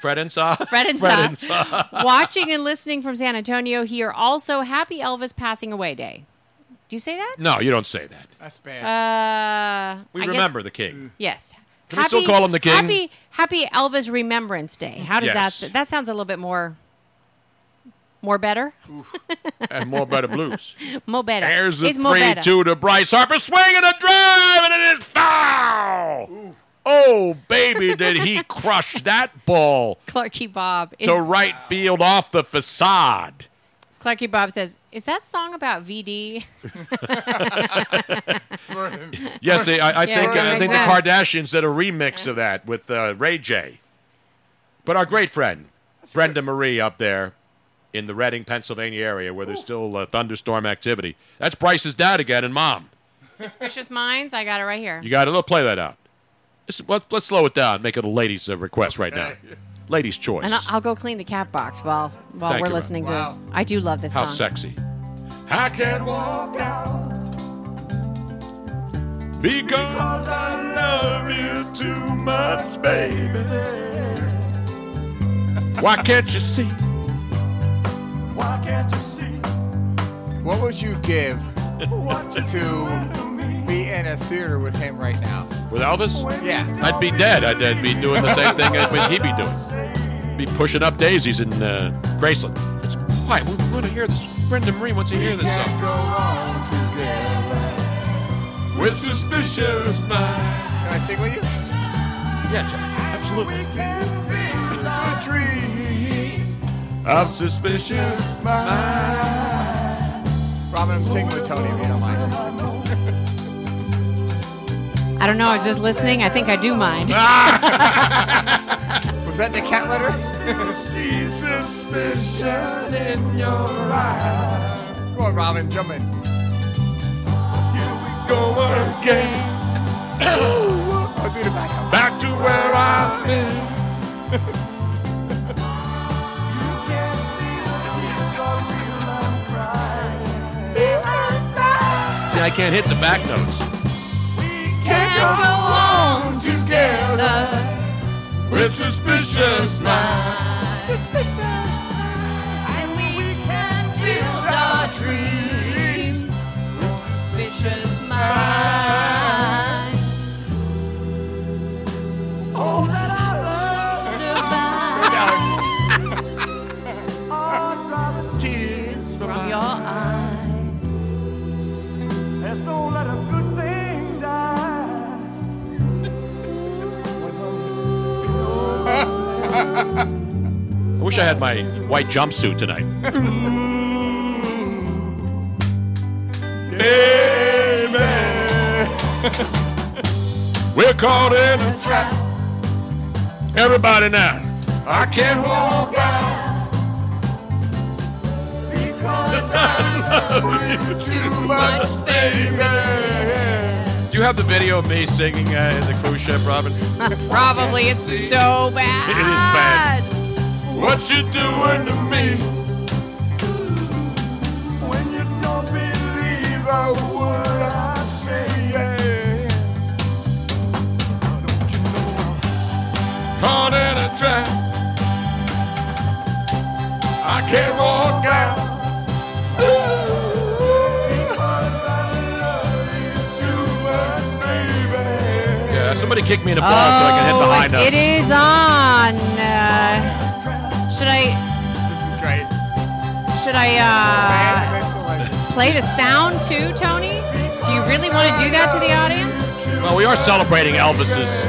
[SPEAKER 8] Fred and Sa.
[SPEAKER 7] Fred and
[SPEAKER 8] Fred and
[SPEAKER 7] Sa.
[SPEAKER 8] Sa.
[SPEAKER 7] Watching and listening from San Antonio here. Also, Happy Elvis Passing Away Day. Do you say that?
[SPEAKER 8] No, you don't say that.
[SPEAKER 9] That's
[SPEAKER 7] Uh,
[SPEAKER 8] We
[SPEAKER 7] I guess- Mm.
[SPEAKER 8] remember the king.
[SPEAKER 7] Yes.
[SPEAKER 8] Can we still call him the king?
[SPEAKER 7] Happy, happy Elvis Remembrance Day. How does
[SPEAKER 8] Yes.
[SPEAKER 7] that? That sounds a little bit more, more better.
[SPEAKER 8] and more better blues.
[SPEAKER 7] Mo better.
[SPEAKER 8] There's the
[SPEAKER 7] it's mo
[SPEAKER 8] three
[SPEAKER 7] better.
[SPEAKER 8] two to Bryce Harper swing and a drive, and it is foul. Oh baby, did he crush that ball
[SPEAKER 7] Clarky Bob. Is,
[SPEAKER 8] to right field off the facade?
[SPEAKER 7] Clarky Bob says, "Is that song about VD?"
[SPEAKER 8] Yes, they, I, I
[SPEAKER 7] Yeah,
[SPEAKER 8] think
[SPEAKER 7] that
[SPEAKER 8] I
[SPEAKER 7] makes
[SPEAKER 8] think
[SPEAKER 7] sense.
[SPEAKER 8] the Kardashians did a remix of that with uh, Ray J. But our great friend Brenda Marie up there in the Reading, Pennsylvania area, where there's still uh, thunderstorm activity. That's Bryce's dad again and mom.
[SPEAKER 7] Suspicious Minds. I got it right here.
[SPEAKER 8] You got to play that out. Let's, let, us slow it down. Make it a ladies' uh, request right now. Ladies' choice.
[SPEAKER 7] and I'll, I'll go clean the cat box while while
[SPEAKER 8] Thank
[SPEAKER 7] we're
[SPEAKER 8] you,
[SPEAKER 7] listening
[SPEAKER 8] Rob.
[SPEAKER 7] to this. I do love this
[SPEAKER 8] How
[SPEAKER 7] song.
[SPEAKER 8] sexy. I can't walk out because I love you too much, baby. Why can't you see?
[SPEAKER 11] Why can't you see?
[SPEAKER 9] What would you give to be in a theater with him right now?
[SPEAKER 8] With Elvis?
[SPEAKER 9] Yeah.
[SPEAKER 8] I'd be dead. I'd, I'd be doing the same thing that he'd be doing. Be pushing up daisies in uh, Graceland. It's quiet. We want to hear this. Brenda Marie wants to hear this song. With suspicious mind.
[SPEAKER 9] Can I sing with you?
[SPEAKER 8] Yeah, absolutely.
[SPEAKER 9] I'm suspicious Robin, I'm singing with Tony if you don't mind.
[SPEAKER 7] I don't know. I was just listening. I think I do mind.
[SPEAKER 9] Was that the cat letter?
[SPEAKER 11] See
[SPEAKER 9] suspicion in your eyes. Come on, Robin, jump in.
[SPEAKER 11] Go again.
[SPEAKER 9] I'll do the backup.
[SPEAKER 8] Back to where I've been. See, I can't hit the back notes.
[SPEAKER 11] Can't go on together.
[SPEAKER 8] With suspicious mind.
[SPEAKER 11] Suspicious. And we can build our dreams. Suspicious minds. All that I love survives. Are dry the tears from, your eyes. Let's don't let a good thing die.
[SPEAKER 8] I wish I had my white jumpsuit tonight. We're caught in a trap. Everybody now. I can't walk out.
[SPEAKER 11] Because I love you too much, baby.
[SPEAKER 8] Do you have the video of me singing uh, in the cruise ship, Robin?
[SPEAKER 7] Probably. It's so bad.
[SPEAKER 8] It is bad. What you doing to me?
[SPEAKER 11] When you don't believe a word I say, yeah.
[SPEAKER 8] Caught in a trap. I can't walk out. Yeah, somebody kick me in the balls so I can hit the high
[SPEAKER 7] Oh,
[SPEAKER 8] notes.
[SPEAKER 7] it is on. Uh, should I
[SPEAKER 9] Great.
[SPEAKER 7] should I uh, play the sound too, Tony? Do you really want to do that to the audience?
[SPEAKER 8] Well, we are celebrating Elvis's.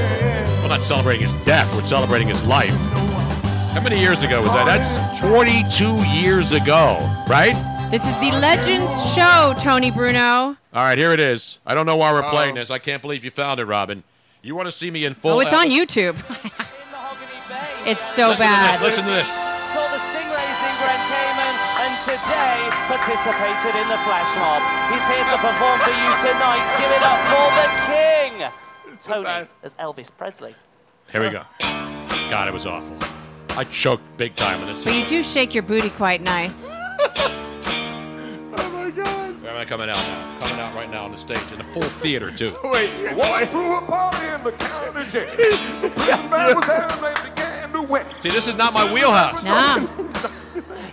[SPEAKER 8] Well, not celebrating his death. We're celebrating his life. How many years ago was that? That's 42 years ago, right?
[SPEAKER 7] This is the Legends Show, Tony Bruno.
[SPEAKER 8] All right, here it is. I don't know why we're playing this. I can't believe you found it, Robin. You want to see me in full?
[SPEAKER 7] Oh, it's on
[SPEAKER 8] Elvis-
[SPEAKER 7] YouTube. it's so
[SPEAKER 8] Listen to
[SPEAKER 7] bad.
[SPEAKER 8] this, listen to this.
[SPEAKER 12] Saw the Stingrays in Grand Cayman and today participated in the flash mob. He's here to perform for you tonight. Give it up for the King, Tony as Elvis Presley.
[SPEAKER 8] Here we go. God, it was awful. I choked big time on this.
[SPEAKER 7] But you do shake your booty quite nice.
[SPEAKER 8] Oh my God! Am I coming out now? Coming out right now on the stage in the full theater too.
[SPEAKER 11] Wait, what? Through a party in the county jail. Prison band was there and they began to wet.
[SPEAKER 8] See, this is not my wheelhouse.
[SPEAKER 7] Nah. He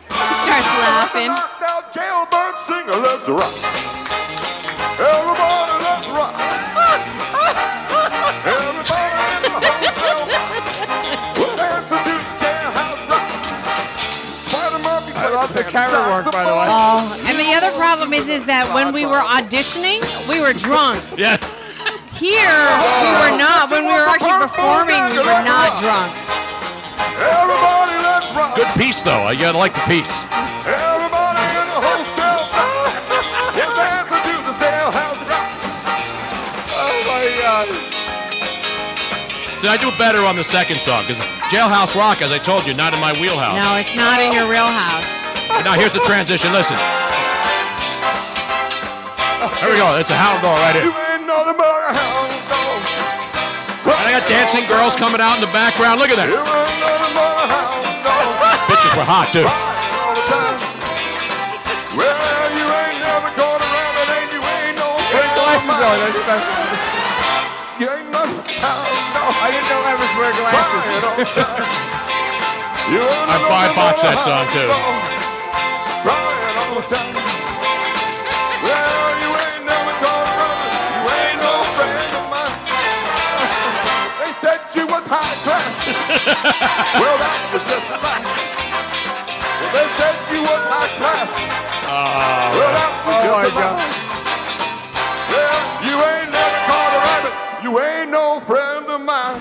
[SPEAKER 7] starts laughing.
[SPEAKER 11] Knocked out jailbird singer, let's rock. Everybody, let's rock. Everybody in the hotel. We'll dance and do the jailhouse rock. Spider Murphy.
[SPEAKER 9] I love the camera work, by the way.
[SPEAKER 7] Oh, and the other problem is, is that when we were auditioning, we were drunk.
[SPEAKER 8] Yeah.
[SPEAKER 7] Here, we were not. When we were actually performing, we were not drunk.
[SPEAKER 11] Everybody, let's rock.
[SPEAKER 8] Good piece though. I gotta like the piece.
[SPEAKER 11] Everybody in the hotel. We'll dance and do the jailhouse rock. Oh my God.
[SPEAKER 8] See, I do better on the second song because Jailhouse Rock, as I told you, not in my wheelhouse.
[SPEAKER 7] No, it's not in your real house.
[SPEAKER 8] Now here's the transition. Listen. There we go. It's a hound dog right here.
[SPEAKER 11] ain't nothing but a hound dog.
[SPEAKER 8] And I got dancing girls coming out in the background. Look at that.
[SPEAKER 11] Nothing but a hound dog.
[SPEAKER 8] Bitches were hot too.
[SPEAKER 11] All the time. Well, you ain't never gone around it and you ain't no
[SPEAKER 9] Put glasses on. I think that's-
[SPEAKER 11] You ain't nothing but a hound dog.
[SPEAKER 9] I didn't know I was wearing glasses.
[SPEAKER 11] You ain't
[SPEAKER 8] I
[SPEAKER 11] nothing
[SPEAKER 8] five
[SPEAKER 11] but
[SPEAKER 8] boxed
[SPEAKER 11] a
[SPEAKER 8] that song
[SPEAKER 11] hound
[SPEAKER 8] too.
[SPEAKER 11] dog. Ryan all the time. Well, you ain't never gone around it. You ain't no friend of mine. They said you was high class. well, that was just a lie. Well, they said you was high class. well, that was just
[SPEAKER 9] Oh,
[SPEAKER 11] a lie.
[SPEAKER 9] my God.
[SPEAKER 11] Well, you ain't never caught a rabbit. You ain't no friend of mine.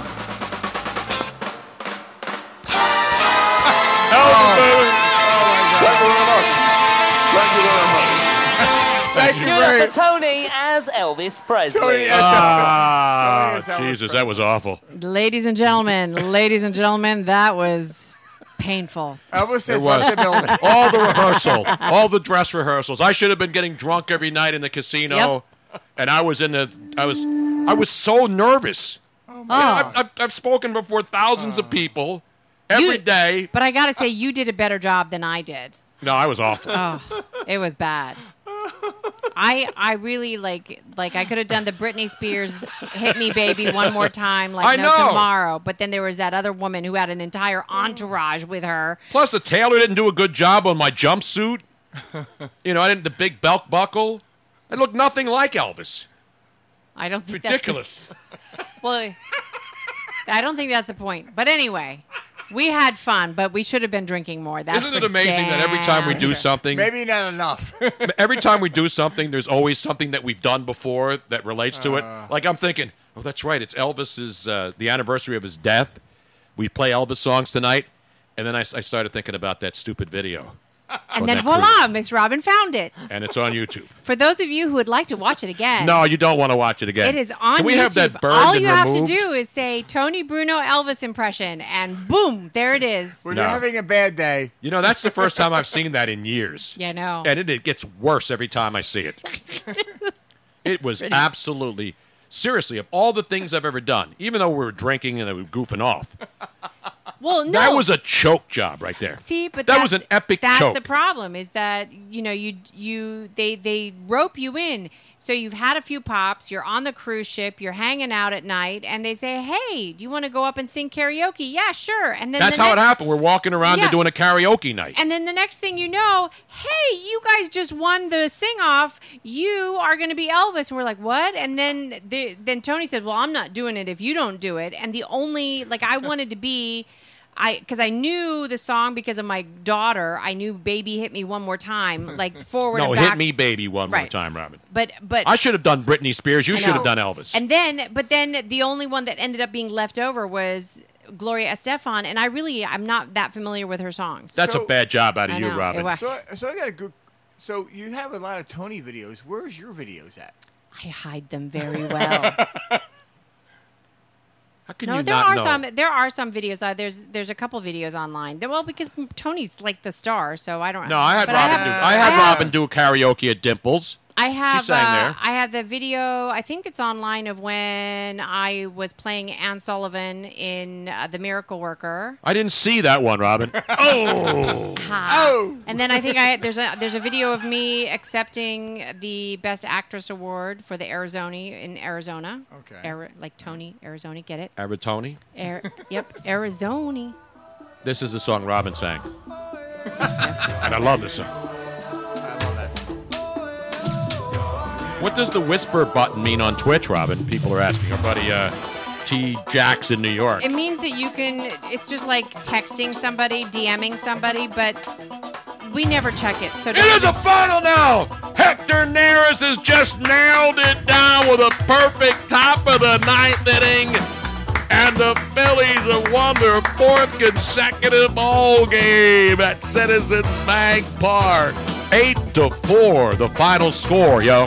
[SPEAKER 11] Oh. Thank you very much. Thank you very much.
[SPEAKER 9] Thank you
[SPEAKER 12] Give it up
[SPEAKER 9] very
[SPEAKER 12] for Tony as Elvis Presley.
[SPEAKER 9] Tony S.
[SPEAKER 8] Ah, Jesus, that was awful.
[SPEAKER 7] Ladies and gentlemen, ladies and gentlemen, that was painful.
[SPEAKER 9] Elvis
[SPEAKER 8] It
[SPEAKER 9] has left
[SPEAKER 8] was.
[SPEAKER 9] the building.
[SPEAKER 8] All the rehearsal, all the dress rehearsals. I should have been getting drunk every night in the casino, and I was in the. I was, I was so nervous.
[SPEAKER 7] Oh,
[SPEAKER 8] I've, I've, I've spoken before thousands of people every
[SPEAKER 7] You-
[SPEAKER 8] day.
[SPEAKER 7] but I gotta say, you did a better job than I did.
[SPEAKER 8] No, I was awful.
[SPEAKER 7] Oh, it was bad. I I really like like I could have done the Britney Spears "Hit Me, Baby" one more time, like
[SPEAKER 8] I
[SPEAKER 7] no
[SPEAKER 8] know.
[SPEAKER 7] tomorrow. But then there was that other woman who had an entire entourage with her.
[SPEAKER 8] Plus, the tailor didn't do a good job on my jumpsuit. you know, I didn't the big belt buckle. I looked nothing like Elvis.
[SPEAKER 7] I don't think
[SPEAKER 8] Ridiculous.
[SPEAKER 7] That's, well, I don't think that's the point. But anyway, we had fun, but we should have been drinking more. That's
[SPEAKER 8] Isn't
[SPEAKER 7] for
[SPEAKER 8] it amazing that every time we
[SPEAKER 7] damn
[SPEAKER 8] do
[SPEAKER 7] sure.
[SPEAKER 8] something,
[SPEAKER 9] Maybe not enough.
[SPEAKER 8] every time we do something, there's always something that we've done before that relates to
[SPEAKER 9] Uh.
[SPEAKER 8] it. Like I'm thinking, oh, that's right. It's Elvis's uh, the anniversary of his death. We play Elvis songs tonight, and then I, s- I started thinking about that stupid video, on
[SPEAKER 7] And then
[SPEAKER 8] Oh, that
[SPEAKER 7] voila, Miss Robin found it.
[SPEAKER 8] cruise, and it's on YouTube.
[SPEAKER 7] For those of you who would like to watch it again,
[SPEAKER 8] No, you don't want to watch it again.
[SPEAKER 7] It is on
[SPEAKER 8] Can we
[SPEAKER 7] YouTube.
[SPEAKER 8] have that burned
[SPEAKER 7] All
[SPEAKER 8] and
[SPEAKER 7] you have
[SPEAKER 8] removed?
[SPEAKER 7] to do is say Tony Bruno Elvis impression, and boom, there it is.
[SPEAKER 9] When
[SPEAKER 8] No.
[SPEAKER 9] you're having a bad day,
[SPEAKER 8] You know, that's the first time I've seen that in years.
[SPEAKER 7] Yeah, no.
[SPEAKER 8] And it, it gets worse every time I see it. it was absolutely, seriously, of all the things I've ever done, even though we were drinking and we were goofing off,
[SPEAKER 7] Well, no,
[SPEAKER 8] that was a choke job right there.
[SPEAKER 7] see, but
[SPEAKER 8] that was
[SPEAKER 7] that's-
[SPEAKER 8] an epic
[SPEAKER 7] That's
[SPEAKER 8] choke.
[SPEAKER 7] the problem is that you know you you they they rope you in. So you've had a few pops. You're on the cruise ship. You're hanging out at night, and they say, "Hey, do you want to go up and sing karaoke?" Yeah, sure. And then
[SPEAKER 8] That's
[SPEAKER 7] the
[SPEAKER 8] how it
[SPEAKER 7] next-
[SPEAKER 8] happened. We're walking around,
[SPEAKER 7] Yeah.
[SPEAKER 8] they're doing a karaoke night.
[SPEAKER 7] And then the next thing you know, hey, you guys just won the sing off. You are going to be Elvis. And we're like, what? And then the, then Tony said, well, I'm not doing it if you don't do it. And the only, like, I wanted to be. I, because I knew the song because of my daughter. I knew "Baby Hit Me One More Time," like forward.
[SPEAKER 8] no,
[SPEAKER 7] and back.
[SPEAKER 8] hit me, baby, one more
[SPEAKER 7] Right.
[SPEAKER 8] time, Robin.
[SPEAKER 7] But but
[SPEAKER 8] I should have done Britney Spears. You
[SPEAKER 7] I
[SPEAKER 8] should have
[SPEAKER 7] know.
[SPEAKER 8] done Elvis.
[SPEAKER 7] And then, but then the only one that ended up being left over was Gloria Estefan, and I really I'm not that familiar with her songs.
[SPEAKER 8] that's
[SPEAKER 9] So-
[SPEAKER 8] a bad job out of
[SPEAKER 7] I
[SPEAKER 8] you,
[SPEAKER 7] know, it
[SPEAKER 8] Robin.
[SPEAKER 7] was.
[SPEAKER 9] so I, so I got a good. So you have a lot of Tony videos. Where's your videos at?
[SPEAKER 7] I hide them very well.
[SPEAKER 8] How can
[SPEAKER 7] no,
[SPEAKER 8] you
[SPEAKER 7] there
[SPEAKER 8] not
[SPEAKER 7] are
[SPEAKER 8] know?
[SPEAKER 7] some. There are some videos. Uh, there's there's a couple videos online. They're- Well, because Tony's like the star, so I don't.
[SPEAKER 8] No, I had
[SPEAKER 7] but
[SPEAKER 8] Robin
[SPEAKER 7] have-
[SPEAKER 8] do. I had
[SPEAKER 7] have-
[SPEAKER 8] Robin do karaoke at Dimples.
[SPEAKER 7] I have
[SPEAKER 8] sang
[SPEAKER 7] uh,
[SPEAKER 8] there.
[SPEAKER 7] I have the video. I think it's online of when I was playing Anne Sullivan in uh, The Miracle Worker.
[SPEAKER 8] I didn't see that one, Robin. oh.
[SPEAKER 7] Oh. And then I think I there's a there's a video of me accepting the Best Actress award for the Arizona in Arizona.
[SPEAKER 8] Okay.
[SPEAKER 7] Ari- like Tony Arizona, get it?
[SPEAKER 8] Aratoni.
[SPEAKER 7] Air, yep, Arizona.
[SPEAKER 8] This is the song Robin sang. and I love this song. What does the whisper button mean on Twitch, Robin? People are asking. Our buddy uh, T. Jax in New York.
[SPEAKER 7] It means that you can. It's just like texting somebody, DMing somebody, but we never check it. So
[SPEAKER 8] It is a final now. Hector Neris has just nailed it down with a perfect top of the ninth inning. And the Phillies have won their fourth consecutive ball game at Citizens Bank Park. Eight to four, the final score, yo.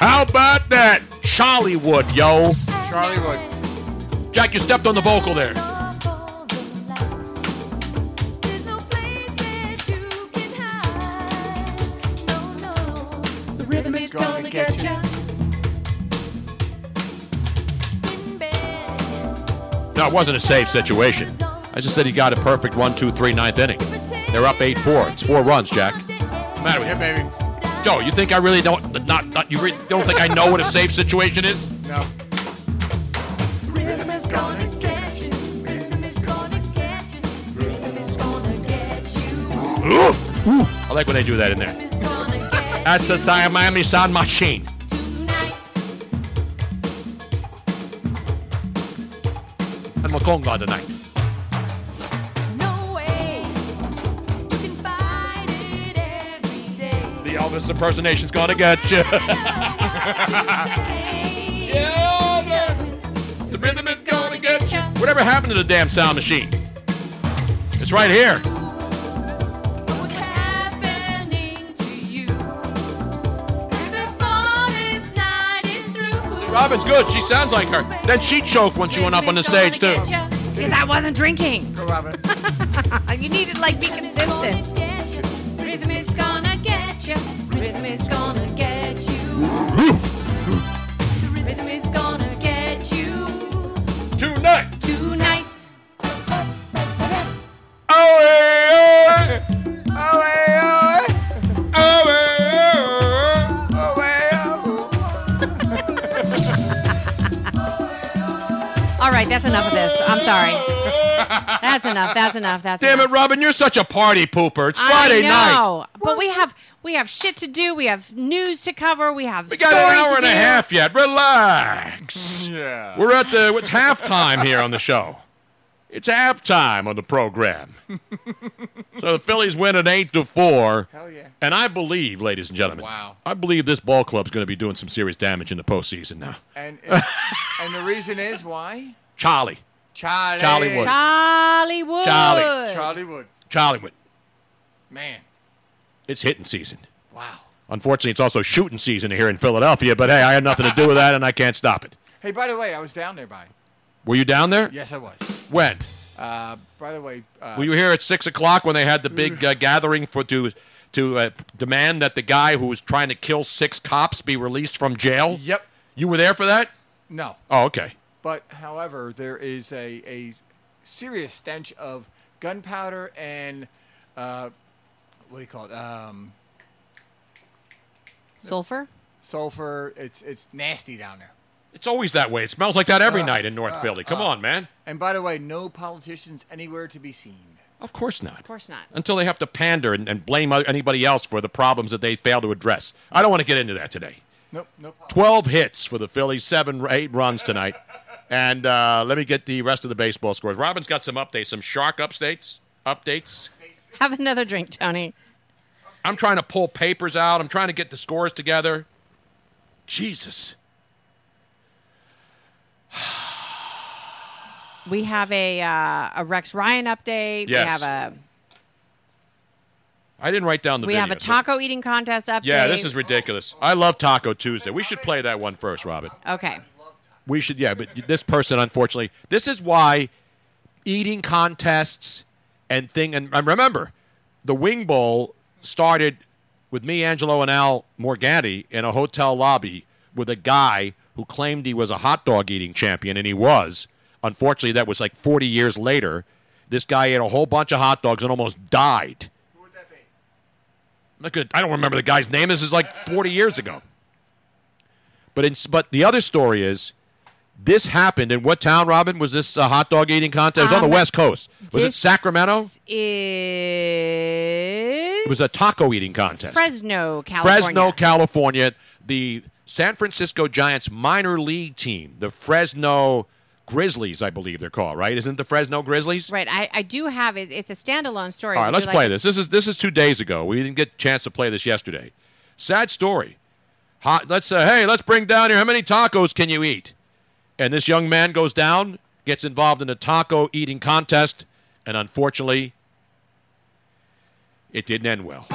[SPEAKER 8] How about that? Chollywood, yo.
[SPEAKER 9] Charlie Wood.
[SPEAKER 8] Jack, you stepped on the vocal there.
[SPEAKER 11] The rhythm is gonna get you.
[SPEAKER 8] No, it wasn't a safe situation. I just said he got a perfect one, two, three, ninth inning. They're up eight, four. It's four runs, Jack. Matter with
[SPEAKER 9] yeah, baby.
[SPEAKER 8] you? Joe, you think I really don't? Not, not you really don't think I know what a safe situation is?
[SPEAKER 9] No.
[SPEAKER 11] Rhythm is gonna get you. Rhythm is gonna get you. Rhythm is gonna get you.
[SPEAKER 8] I like when they do that in there. That's the sound of Miami Sound Machine. And Makonga tonight.
[SPEAKER 11] No way. You can fight it every day.
[SPEAKER 8] The Elvis impersonation's gonna get you. the rhythm is gonna get you. Whatever happened to the damn sound machine? It's right here. Robin's good. She sounds like her. Then she choked when she went up on the stage too.
[SPEAKER 7] Because I wasn't drinking.
[SPEAKER 9] Go, Robin.
[SPEAKER 7] you need to like be consistent.
[SPEAKER 11] Rhythm is gonna get you. Rhythm is gonna get you. The rhythm is gonna get you
[SPEAKER 8] Tonight.
[SPEAKER 11] tonight.
[SPEAKER 8] Oh,
[SPEAKER 9] Oh, hey,
[SPEAKER 8] oh, oh,
[SPEAKER 9] oh, oh, hey, oh.
[SPEAKER 7] All right, that's enough of this. I'm sorry. That's enough. That's enough. That's
[SPEAKER 8] Damn
[SPEAKER 7] enough.
[SPEAKER 8] it, Robin, you're such a party pooper. It's Friday
[SPEAKER 7] I
[SPEAKER 8] night.
[SPEAKER 7] know, but we have we have shit to do. We have news to cover. We have
[SPEAKER 8] We got an hour
[SPEAKER 7] to
[SPEAKER 8] and a
[SPEAKER 7] do.
[SPEAKER 8] half yet. Relax.
[SPEAKER 9] Yeah.
[SPEAKER 8] We're at the it's halftime here on the show. It's halftime on the program. so the Phillies win an eight to four. Hell yeah. And I believe, ladies and gentlemen, wow. I believe this ball club's gonna be doing some serious damage in the postseason now.
[SPEAKER 9] And, and, and the reason is why?
[SPEAKER 8] Charlie.
[SPEAKER 9] Charlie.
[SPEAKER 8] Charlie Wood.
[SPEAKER 7] Charlie Wood.
[SPEAKER 8] Charlie.
[SPEAKER 9] Charlie Wood.
[SPEAKER 8] Charlie Wood.
[SPEAKER 9] Man.
[SPEAKER 8] It's hitting season.
[SPEAKER 9] Wow.
[SPEAKER 8] Unfortunately, it's also shooting season here in Philadelphia, but hey, I had nothing to do with that and I can't stop it.
[SPEAKER 9] Hey, by the way, I was down there by.
[SPEAKER 8] Were you down there?
[SPEAKER 9] Yes, I was.
[SPEAKER 8] When?
[SPEAKER 9] Uh, by the way, uh,
[SPEAKER 8] Were you here at six o'clock when they had the big uh, gathering for to to uh, demand that the guy who was trying to kill six cops be released from jail?
[SPEAKER 9] Yep.
[SPEAKER 8] You were there for that?
[SPEAKER 9] no.
[SPEAKER 8] Oh, okay.
[SPEAKER 9] But however, there is a, a serious stench of gunpowder and uh, what do you call it? Um,
[SPEAKER 7] Sulfur.
[SPEAKER 9] sulfur. It's it's nasty down there.
[SPEAKER 8] It's always that way. It smells like that every
[SPEAKER 9] Uh,
[SPEAKER 8] night in North
[SPEAKER 9] uh,
[SPEAKER 8] Philly. Come
[SPEAKER 9] uh.
[SPEAKER 8] on, man.
[SPEAKER 9] And by the way, no politicians anywhere to be seen.
[SPEAKER 8] Of course not. Of
[SPEAKER 7] course not.
[SPEAKER 8] Until they have to pander and, and blame o- anybody else for the problems that they fail to address. I don't want to get into that today.
[SPEAKER 9] Nope, nope.
[SPEAKER 8] 12 hits for the Phillies, seven, eight runs tonight. And uh, let me get the rest of the baseball scores. Robin's got some updates, some shark updates. Updates.
[SPEAKER 7] Have another drink, Tony.
[SPEAKER 8] I'm trying to pull papers out. I'm trying to get the scores together. Jesus.
[SPEAKER 7] We have a uh, a Rex Ryan update.
[SPEAKER 8] Yes.
[SPEAKER 7] We have a
[SPEAKER 8] I didn't write down the
[SPEAKER 7] we
[SPEAKER 8] video,
[SPEAKER 7] have a
[SPEAKER 8] so-
[SPEAKER 7] taco eating contest update.
[SPEAKER 8] Yeah, this is ridiculous. I love Taco Tuesday. We should play that one first, Robin.
[SPEAKER 7] okay.
[SPEAKER 8] We should, yeah, but this person, unfortunately, this is why eating contests and thing, and, and remember, the Wing Bowl started with me, Angelo, and Al Morganti in a hotel lobby with a guy who claimed he was a hot dog eating champion, and he was. Unfortunately, that was like 40 years later. This guy ate a whole bunch of hot dogs and almost died. Who would that be? I don't remember the guy's name. This is like 40 years ago. But in, but the other story is this happened in what town, Robin? Was this a hot dog eating contest? it was on
[SPEAKER 7] Um,
[SPEAKER 8] the West Coast. Was it
[SPEAKER 7] this
[SPEAKER 8] Sacramento?
[SPEAKER 7] Is
[SPEAKER 8] It was a taco eating contest.
[SPEAKER 7] Fresno, California.
[SPEAKER 8] Fresno, California. The San Francisco Giants minor league team, the Fresno Grizzlies, I believe they're called, right? Isn't it the Fresno Grizzlies?
[SPEAKER 7] Right. I, I do have it. It's a standalone story.
[SPEAKER 8] All right,
[SPEAKER 7] Would
[SPEAKER 8] let's
[SPEAKER 7] you
[SPEAKER 8] play
[SPEAKER 7] like-
[SPEAKER 8] this. This is this is two days ago. We didn't get a chance to play this yesterday. Sad story. Hot. Let's say, hey, let's bring down here. How many tacos can you eat? And this young man goes down, gets involved in a taco eating contest, and unfortunately, it didn't end well.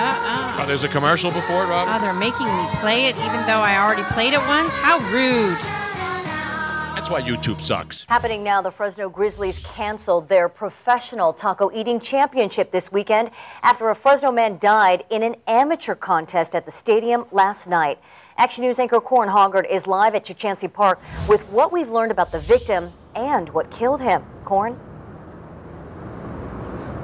[SPEAKER 7] Uh-uh.
[SPEAKER 8] Oh, there's a commercial before it, Robin.
[SPEAKER 7] Oh, they're making me play it, even though I already played it once. How rude!
[SPEAKER 8] That's why YouTube sucks.
[SPEAKER 13] Happening now, the Fresno Grizzlies canceled their professional taco eating championship this weekend after a Fresno man died in an amateur contest at the stadium last night. Action News anchor Corin Hoggard is live at Chachansee Park with what we've learned about the victim and what killed him. Corin?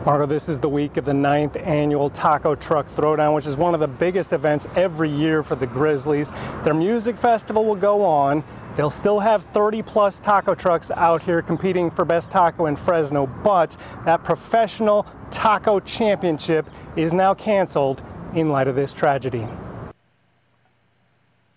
[SPEAKER 14] Margo, this is the week of the ninth annual Taco Truck Throwdown, which is one of the biggest events every year for the Grizzlies. Their music festival will go on. They'll still have 30 plus taco trucks out here competing for best taco in Fresno, but that professional taco championship is now canceled in light of this tragedy.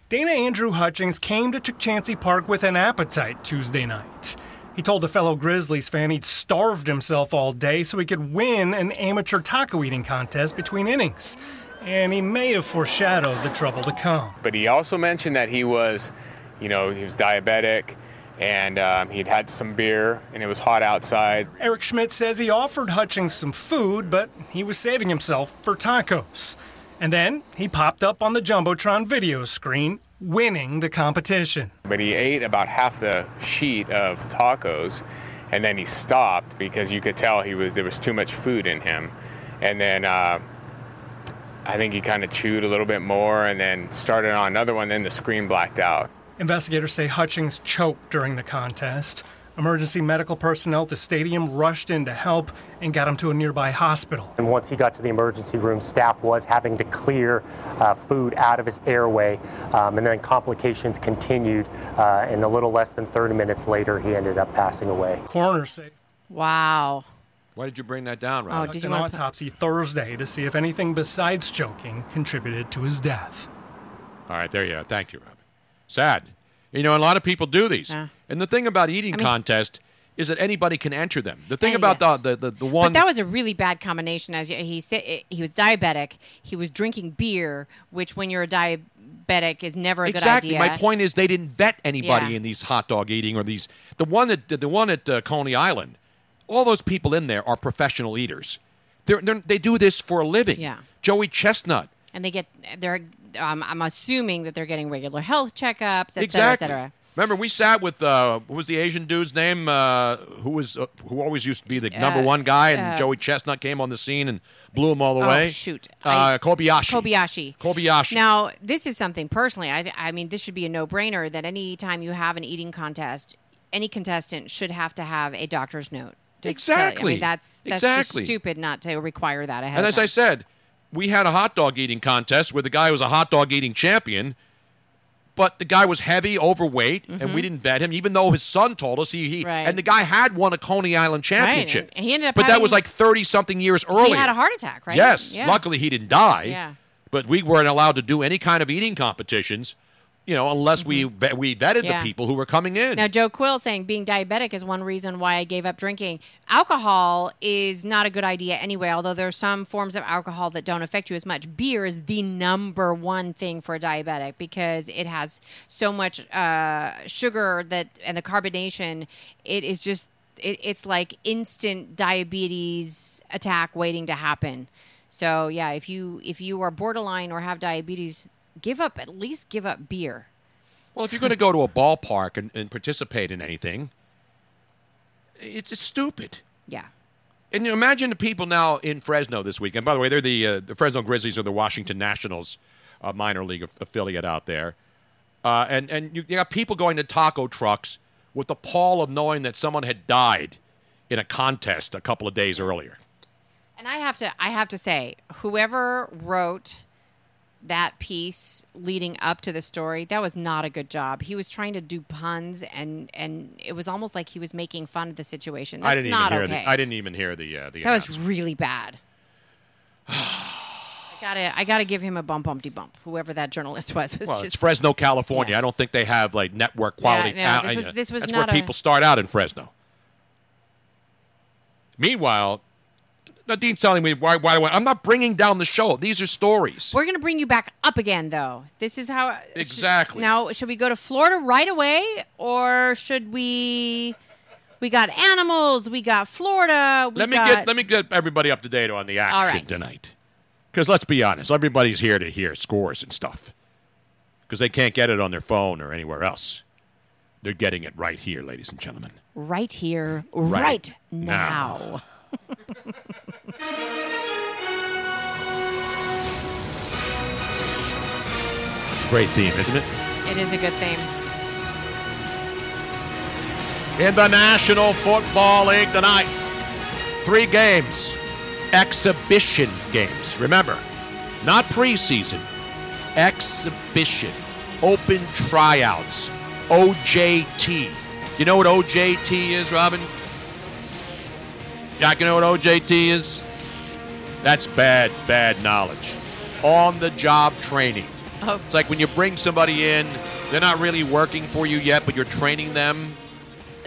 [SPEAKER 15] Dana Andrew Hutchings came to Chachansee Park with an appetite Tuesday night. He told a fellow Grizzlies fan he'd starved himself all day so he could win an amateur taco eating contest between innings. And he may have foreshadowed the trouble to come.
[SPEAKER 16] But he also mentioned that he was, you know, he was diabetic and um, he'd had some beer and it was hot outside.
[SPEAKER 15] Eric Schmidt says he offered Hutchings some food, but he was saving himself for tacos. And then he popped up on the Jumbotron video screen, winning the competition.
[SPEAKER 16] But he ate about half the sheet of tacos and then he stopped because you could tell he was there was too much food in him. And then uh, I think he kind of chewed a little bit more and then started on another one. Then the screen blacked out.
[SPEAKER 15] Investigators say Hutchings choked during the contest. Emergency medical personnel at the stadium rushed in to help and got him to a nearby hospital.
[SPEAKER 17] And once he got to the emergency room, staff was having to clear uh, food out of his airway. Um, and then complications continued. Uh, and a little less than 30 minutes later, he ended up passing away.
[SPEAKER 15] Coroners say
[SPEAKER 7] Wow.
[SPEAKER 8] Why did you bring that down,
[SPEAKER 7] Oh,
[SPEAKER 8] Robin?
[SPEAKER 7] did you
[SPEAKER 15] an
[SPEAKER 7] want to
[SPEAKER 15] autopsy Thursday to see if anything besides choking contributed to his death.
[SPEAKER 8] All right, there you are. Thank you, Robin. Sad. You know, a lot of people do these. And the thing about eating
[SPEAKER 7] I mean-
[SPEAKER 8] contest is that anybody can enter them. The thing
[SPEAKER 7] Uh,
[SPEAKER 8] about
[SPEAKER 7] yes.
[SPEAKER 8] the, the, the, the one
[SPEAKER 7] But that was a really bad combination. As you- he said, eh, he was diabetic. He was drinking beer, which, when you're a diabetic, is never a
[SPEAKER 8] exactly.
[SPEAKER 7] good idea.
[SPEAKER 8] My point is they didn't vet anybody
[SPEAKER 7] Yeah.
[SPEAKER 8] in these hot dog eating or these the one at the one at uh, Coney Island. All those people in there are professional eaters. They're, they're, they do this for a living.
[SPEAKER 7] Yeah.
[SPEAKER 8] Joey Chestnut.
[SPEAKER 7] And they get they're. Um, I'm assuming that they're getting regular health checkups, et cetera, et
[SPEAKER 8] exactly.
[SPEAKER 7] cetera.
[SPEAKER 8] Remember, we sat with uh, what was the Asian dude's name? Uh, who was uh, who always used to be the number
[SPEAKER 7] Uh,
[SPEAKER 8] one guy, and
[SPEAKER 7] uh,
[SPEAKER 8] Joey Chestnut came on the scene and blew him all
[SPEAKER 7] Oh,
[SPEAKER 8] away.
[SPEAKER 7] shoot.
[SPEAKER 8] uh, Kobayashi.
[SPEAKER 7] Kobayashi.
[SPEAKER 8] Kobayashi.
[SPEAKER 7] Now, this is something personally. I, I mean, this should be a no-brainer that any time you have an eating contest, any contestant should have to have a doctor's note. Just tell you. I
[SPEAKER 8] Exactly.
[SPEAKER 7] mean, that's that's
[SPEAKER 8] Exactly.
[SPEAKER 7] just stupid not to require that ahead.
[SPEAKER 8] And
[SPEAKER 7] of
[SPEAKER 8] as
[SPEAKER 7] time.
[SPEAKER 8] I said, we had a hot dog eating contest where the guy was a hot dog eating champion, but the guy was heavy, overweight, and we
[SPEAKER 7] Mhm.
[SPEAKER 8] didn't vet him, even though his son told us he, he
[SPEAKER 7] Right.
[SPEAKER 8] and the guy had won a Coney Island championship.
[SPEAKER 7] Right. and He ended up,
[SPEAKER 8] But that
[SPEAKER 7] having-
[SPEAKER 8] was like 30 something years earlier.
[SPEAKER 7] he had a heart attack, right?
[SPEAKER 8] Yes.
[SPEAKER 7] Yeah.
[SPEAKER 8] Luckily, he didn't die.
[SPEAKER 7] Yeah.
[SPEAKER 8] But we weren't allowed to do any kind of eating competitions, you know, unless we ve- we vetted
[SPEAKER 7] Mm-hmm. Yeah.
[SPEAKER 8] the people who were coming in.
[SPEAKER 7] Now, Joe Quill saying being diabetic is one reason why I gave up drinking. Alcohol is not a good idea anyway, although there are some forms of alcohol that don't affect you as much. Beer is the number one thing for a diabetic because it has so much uh, sugar that and the carbonation. It is just, it, it's like instant diabetes attack waiting to happen. So yeah, if you if you are borderline or have diabetes, give up at least give up beer.
[SPEAKER 8] Well, if you're going to go to a ballpark and, and participate in anything, It's just stupid.
[SPEAKER 7] Yeah.
[SPEAKER 8] And you imagine the people now in Fresno this weekend. By the way, they're the uh, the Fresno Grizzlies or the Washington Nationals, uh, minor league aff- affiliate out there. Uh, and and you, you got people going to taco trucks with the pall of knowing that someone had died in a contest a couple of days earlier.
[SPEAKER 7] And I have to I have to say, whoever wrote that piece leading up to the story, that was not a good job. He was trying to do puns and and it was almost like he was making fun of the situation. That's
[SPEAKER 8] I didn't
[SPEAKER 7] not
[SPEAKER 8] even hear
[SPEAKER 7] okay.
[SPEAKER 8] the I didn't even hear the uh, the
[SPEAKER 7] that was
[SPEAKER 8] announcement.
[SPEAKER 7] really bad. I gotta I gotta give him a bump umpty bump, whoever that journalist was was
[SPEAKER 8] well, it's
[SPEAKER 7] just
[SPEAKER 8] Fresno, California. I don't think they have like network quality.
[SPEAKER 7] no,
[SPEAKER 8] out-
[SPEAKER 7] this was-
[SPEAKER 8] you know,
[SPEAKER 7] this was
[SPEAKER 8] that's
[SPEAKER 7] not a-
[SPEAKER 8] where people start out in Fresno. Meanwhile, Nadine's telling me why, why do I? I'm not bringing down the show. These are stories.
[SPEAKER 7] We're gonna bring you back up again though. This is how
[SPEAKER 8] Exactly.
[SPEAKER 7] Now, should we go to Florida right away, or should we? We got animals. We got Florida. We
[SPEAKER 8] let me
[SPEAKER 7] got,
[SPEAKER 8] get let me get everybody up to date on the action
[SPEAKER 7] All right.
[SPEAKER 8] tonight. Because let's be honest, everybody's here to hear scores and stuff. Because they can't get it on their phone or anywhere else. They're getting it right here, ladies and gentlemen.
[SPEAKER 7] right here,
[SPEAKER 8] Right
[SPEAKER 7] right, now.
[SPEAKER 8] Great theme, isn't it?
[SPEAKER 7] It is a good thing.
[SPEAKER 8] in the National Football League tonight. Three games, exhibition games. Remember, not preseason, exhibition, open tryouts, OJT. You know what OJT is, Robin? Jack, you know what OJT is? That's bad, bad knowledge. On the job training.
[SPEAKER 7] Oh.
[SPEAKER 8] It's like when you bring somebody in, they're not really working for you yet, but you're training them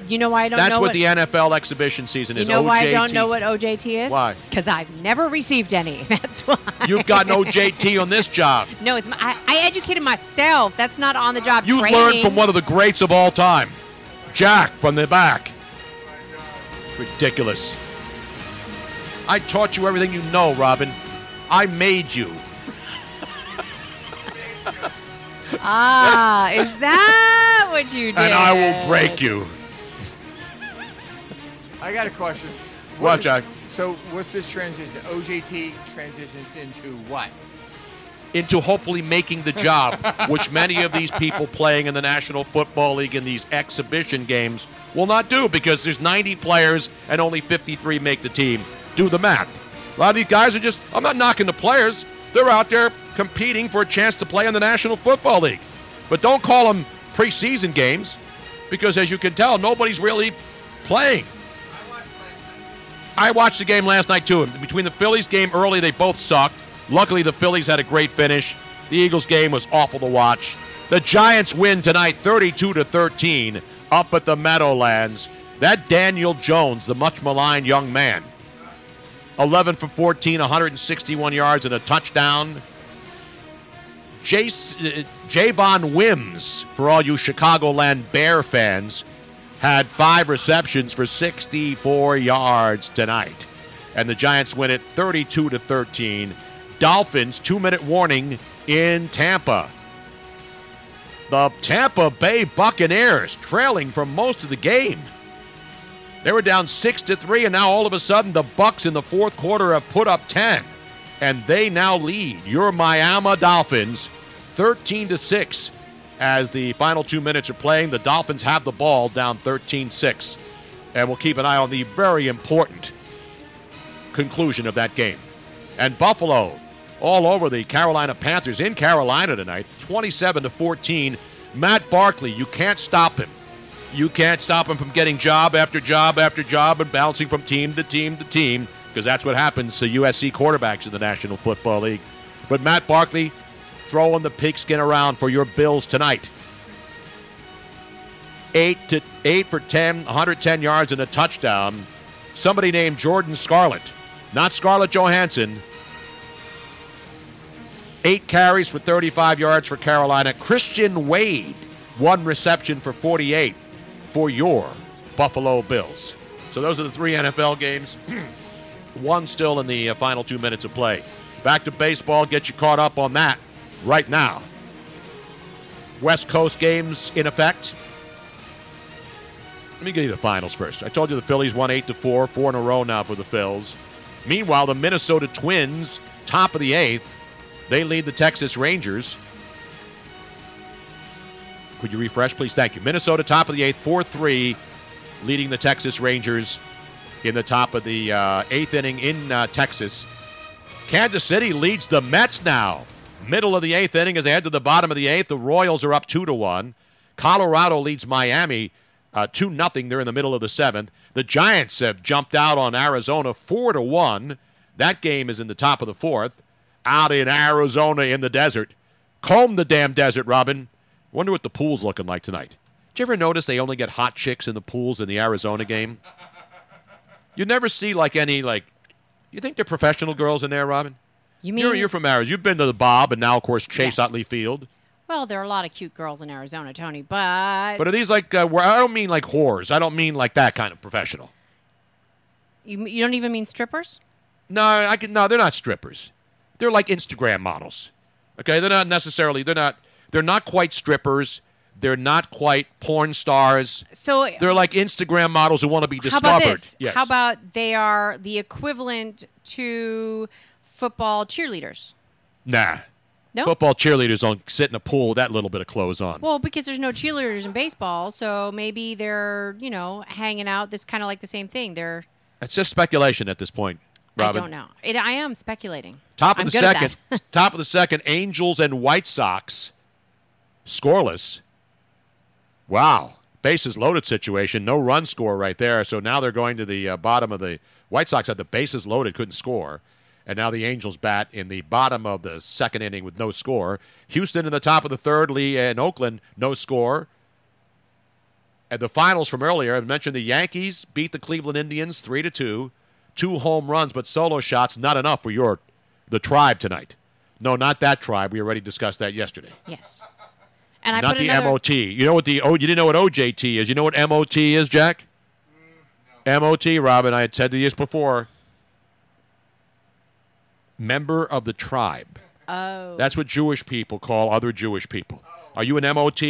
[SPEAKER 7] You know why I don't
[SPEAKER 8] that's
[SPEAKER 7] know
[SPEAKER 8] what, the NFL exhibition season
[SPEAKER 7] you
[SPEAKER 8] is.
[SPEAKER 7] know
[SPEAKER 8] OJT.
[SPEAKER 7] why I don't know what OJT is?
[SPEAKER 8] Why?
[SPEAKER 7] Because I've never received any. That's why.
[SPEAKER 8] You've got no JT on this job.
[SPEAKER 7] No, it's my, I, I educated myself. That's not on the job.
[SPEAKER 8] You
[SPEAKER 7] training.
[SPEAKER 8] learned from one of the greats of all time, Jack from the back. Ridiculous. I taught you everything you know, Robin. I made you.
[SPEAKER 7] Ah, is that what you did?
[SPEAKER 8] And I will break you.
[SPEAKER 9] I got a question.
[SPEAKER 8] What,
[SPEAKER 9] is-
[SPEAKER 8] Jack?
[SPEAKER 9] So what's this transition? OJT transitions into what?
[SPEAKER 8] into hopefully making the job, which many of these people playing in the National Football League in these exhibition games will not do because there's 90 players and only 53 make the team. Do the math. A lot of these guys are just, I'm not knocking the players. They're out there competing for a chance to play in the National Football League. But don't call them preseason games because, as you can tell, nobody's really playing. I watched the game last night too. Between the Phillies game early, they both sucked. Luckily, the Phillies had a great finish. The Eagles game was awful to watch. The Giants win tonight, 32 to 13, up at the Meadowlands. That Daniel Jones, the much maligned young man, 11 for 14, 161 yards and a touchdown. Jace, uh, Javon Wims, for all you Chicagoland Bear fans, had five receptions for 64 yards tonight. And the Giants win it 32 to 13. Dolphins, two minute warning in Tampa. The Tampa Bay Buccaneers trailing for most of the game. They were down six to three, and now all of a sudden the Bucks in the fourth quarter have put up ten, and they now lead your Miami Dolphins, thirteen to six. As the final two minutes are playing, the Dolphins have the ball down 13-6, and we'll keep an eye on the very important conclusion of that game. And Buffalo all over the Carolina Panthers in Carolina tonight, 27 to 14. Matt Barkley, you can't stop him. You can't stop him from getting job after job after job and bouncing from team to team to team because that's what happens to USC quarterbacks in the National Football League. But Matt Barkley throwing the pigskin around for your Bills tonight eight to eight for 10, 110 yards and a touchdown. Somebody named Jordan Scarlett, not Scarlett Johansson. Eight carries for 35 yards for Carolina. Christian Wade, one reception for 48 for your Buffalo Bills. So those are the three NFL games. one still in the uh, final two minutes of play. Back to baseball. Get you caught up on that right now. West Coast games in effect. Let me get you the finals first. I told you the Phillies won eight to four, four in a row now for the Phils. Meanwhile, the Minnesota Twins, top of the eighth, they lead the Texas Rangers. Could you refresh, please? Thank you. Minnesota, top of the eighth, four three, leading the Texas Rangers in the top of the uh, eighth inning in uh, Texas. Kansas City leads the Mets now. Middle of the eighth inning as they head to the bottom of the eighth. The Royals are up two to one. Colorado leads Miami uh, two nothing. They're in the middle of the seventh. The Giants have jumped out on Arizona four to one. That game is in the top of the fourth. Out in Arizona in the desert. Comb the damn desert, Robin. Wonder what the pool's looking like tonight. Did you ever notice they only get hot chicks in the pools in the Arizona game? You never see like any like. You think they're professional girls in there, Robin?
[SPEAKER 7] You
[SPEAKER 8] you're,
[SPEAKER 7] mean-
[SPEAKER 8] you're from Arizona. You've been to the Bob and now, of course, Chase Utley Field.
[SPEAKER 7] Well, there are a lot of cute girls in Arizona, Tony, but
[SPEAKER 8] But are these like? Uh, where, I don't mean like whores. I don't mean like that kind of professional.
[SPEAKER 7] you, you don't even mean strippers?
[SPEAKER 8] No, I can. No, they're not strippers. They're like Instagram models. Okay, they're not necessarily. They're not. They're not quite strippers. They're not quite porn stars.
[SPEAKER 7] So
[SPEAKER 8] They're like Instagram models who want to be
[SPEAKER 7] how
[SPEAKER 8] discovered.
[SPEAKER 7] about this?
[SPEAKER 8] Yes.
[SPEAKER 7] How about they are the equivalent to football cheerleaders?
[SPEAKER 8] nah?
[SPEAKER 7] No?
[SPEAKER 8] Football cheerleaders don't sit in a pool with that little bit of clothes on.
[SPEAKER 7] Well, because there's no cheerleaders in baseball, so maybe they're, you know, hanging out. That's kind of like the same thing. They're
[SPEAKER 8] It's just speculation at this point, Robin.
[SPEAKER 7] I don't know. It, I am speculating.
[SPEAKER 8] Top of
[SPEAKER 7] I'm
[SPEAKER 8] the
[SPEAKER 7] good at
[SPEAKER 8] second.
[SPEAKER 7] that.
[SPEAKER 8] top of the second. Angels and White Sox, scoreless. Wow, bases loaded situation. No run score right there. So now they're going to the uh, bottom of the White Sox had the bases loaded, couldn't score, and now the Angels bat in the bottom of the second inning with no score. Houston in the top of the third. Lee and Oakland no score. At the finals from earlier, I mentioned the Yankees beat the Cleveland Indians three to two, two home runs, but solo shots not enough for your the tribe tonight. No, not that tribe. We already discussed that yesterday.
[SPEAKER 7] Yes. And I
[SPEAKER 8] not
[SPEAKER 7] put
[SPEAKER 8] the
[SPEAKER 7] another,
[SPEAKER 8] MOT. You know what the oh you didn't know what OJT is. You know what MOT is, Jack? MOT, Robin. I had said to you this before. Member of the tribe.
[SPEAKER 7] Oh.
[SPEAKER 8] That's what Jewish people call other Jewish people. Are you an MOT?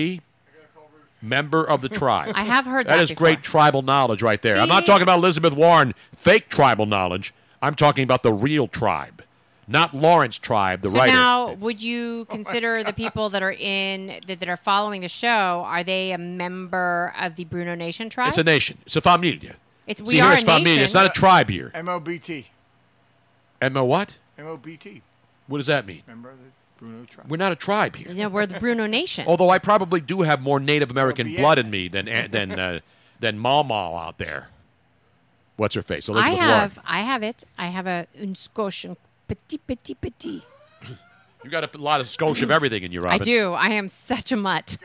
[SPEAKER 8] Member of the tribe.
[SPEAKER 7] I have heard
[SPEAKER 8] That
[SPEAKER 7] that
[SPEAKER 8] is great tribal knowledge right there. I'm not talking about Elizabeth Warren fake tribal knowledge. I'm talking about the real tribe, not Lawrence tribe, the
[SPEAKER 7] so
[SPEAKER 8] writer.
[SPEAKER 7] now, would you consider the people that are in that, that are following the show? Are they a member of the Bruno Nation tribe?
[SPEAKER 8] it's a nation. It's a familia.
[SPEAKER 7] It's-
[SPEAKER 8] See,
[SPEAKER 7] we
[SPEAKER 8] here
[SPEAKER 7] are
[SPEAKER 8] it's
[SPEAKER 7] a
[SPEAKER 8] familia.
[SPEAKER 7] nation.
[SPEAKER 8] It's not a tribe here.
[SPEAKER 9] MOBT.
[SPEAKER 8] And a what?
[SPEAKER 9] MOBT.
[SPEAKER 8] What does that mean?
[SPEAKER 9] Remember the Bruno tribe?
[SPEAKER 8] We're not a tribe here.
[SPEAKER 7] Yeah, we're the Bruno Nation.
[SPEAKER 8] Although I probably do have more Native American
[SPEAKER 7] yeah.
[SPEAKER 8] blood in me than than uh, than Mau Mau out there. What's her face? Elizabeth
[SPEAKER 7] I have,
[SPEAKER 8] Warren.
[SPEAKER 7] I have it. I have a un Scotian petit petit petit.
[SPEAKER 8] You got a lot of Scotia of everything in you, Robin.
[SPEAKER 7] I do. I am such a mutt.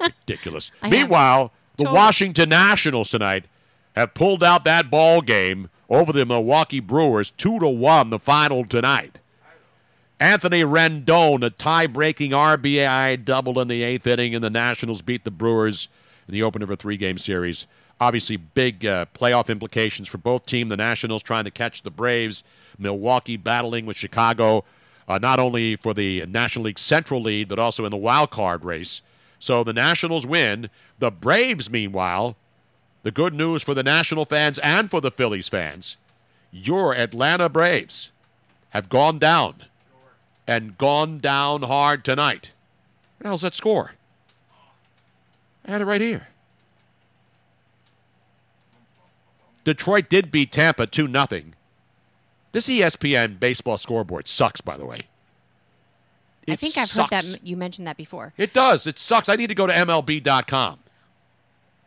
[SPEAKER 8] ridiculous.
[SPEAKER 7] I have
[SPEAKER 8] Meanwhile, the
[SPEAKER 7] total-
[SPEAKER 8] Washington Nationals tonight have pulled out that ball game over the Milwaukee Brewers, two to one, the final tonight. Anthony Rendon, a tie-breaking RBI double in the eighth inning, and the Nationals beat the Brewers in the opener of a three-game series. Obviously, big uh, playoff implications for both team. The Nationals trying to catch the Braves. Milwaukee battling with Chicago, uh, not only for the National League Central lead, but also in the wild card race. So the Nationals win. The Braves, meanwhile, the good news for the National fans and for the Phillies fans, your Atlanta Braves have gone down and gone down hard tonight. What the hell's that score? I had it right here. Detroit did beat Tampa 2 0. This E ESPN baseball scoreboard sucks, by the way.
[SPEAKER 7] I
[SPEAKER 8] It
[SPEAKER 7] think I've
[SPEAKER 8] sucks.
[SPEAKER 7] heard that you mentioned that before.
[SPEAKER 8] It does. It sucks. I need to go to MLB.com.